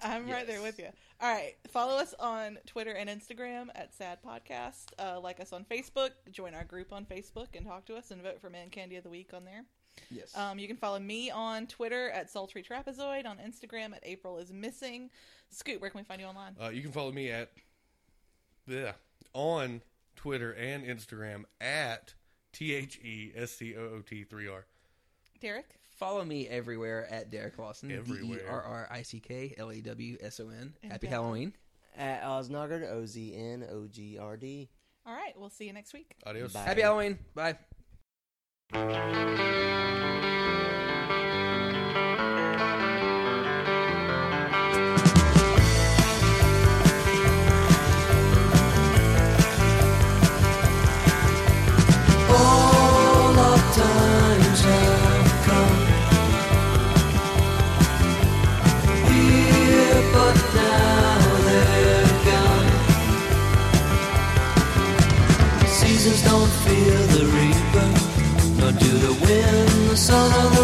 S5: i'm right there with you all right follow us on twitter and instagram at sad podcast uh, like us on facebook join our group on facebook and talk to us and vote for man candy of the week on there
S3: Yes.
S5: Um, you can follow me on Twitter at Sultry Trapezoid, on Instagram at April is Missing. Scoot, where can we find you online?
S6: Uh, you can follow me at bleh, on Twitter and Instagram at T H E S C O O T 3 R.
S5: Derek?
S3: Follow me everywhere at Derek Lawson.
S6: Everywhere.
S3: D E R R I C K L A W S O N.
S5: And
S3: Happy
S5: Bella.
S3: Halloween.
S4: At Oznogard, O Z N O G R D.
S5: All right, we'll see you next week.
S6: Adios.
S4: Bye.
S3: Happy Halloween. Bye.
S7: All our times have come here, but now they're gone. Seasons don't feel the reaper, nor do the wind, the sun, or the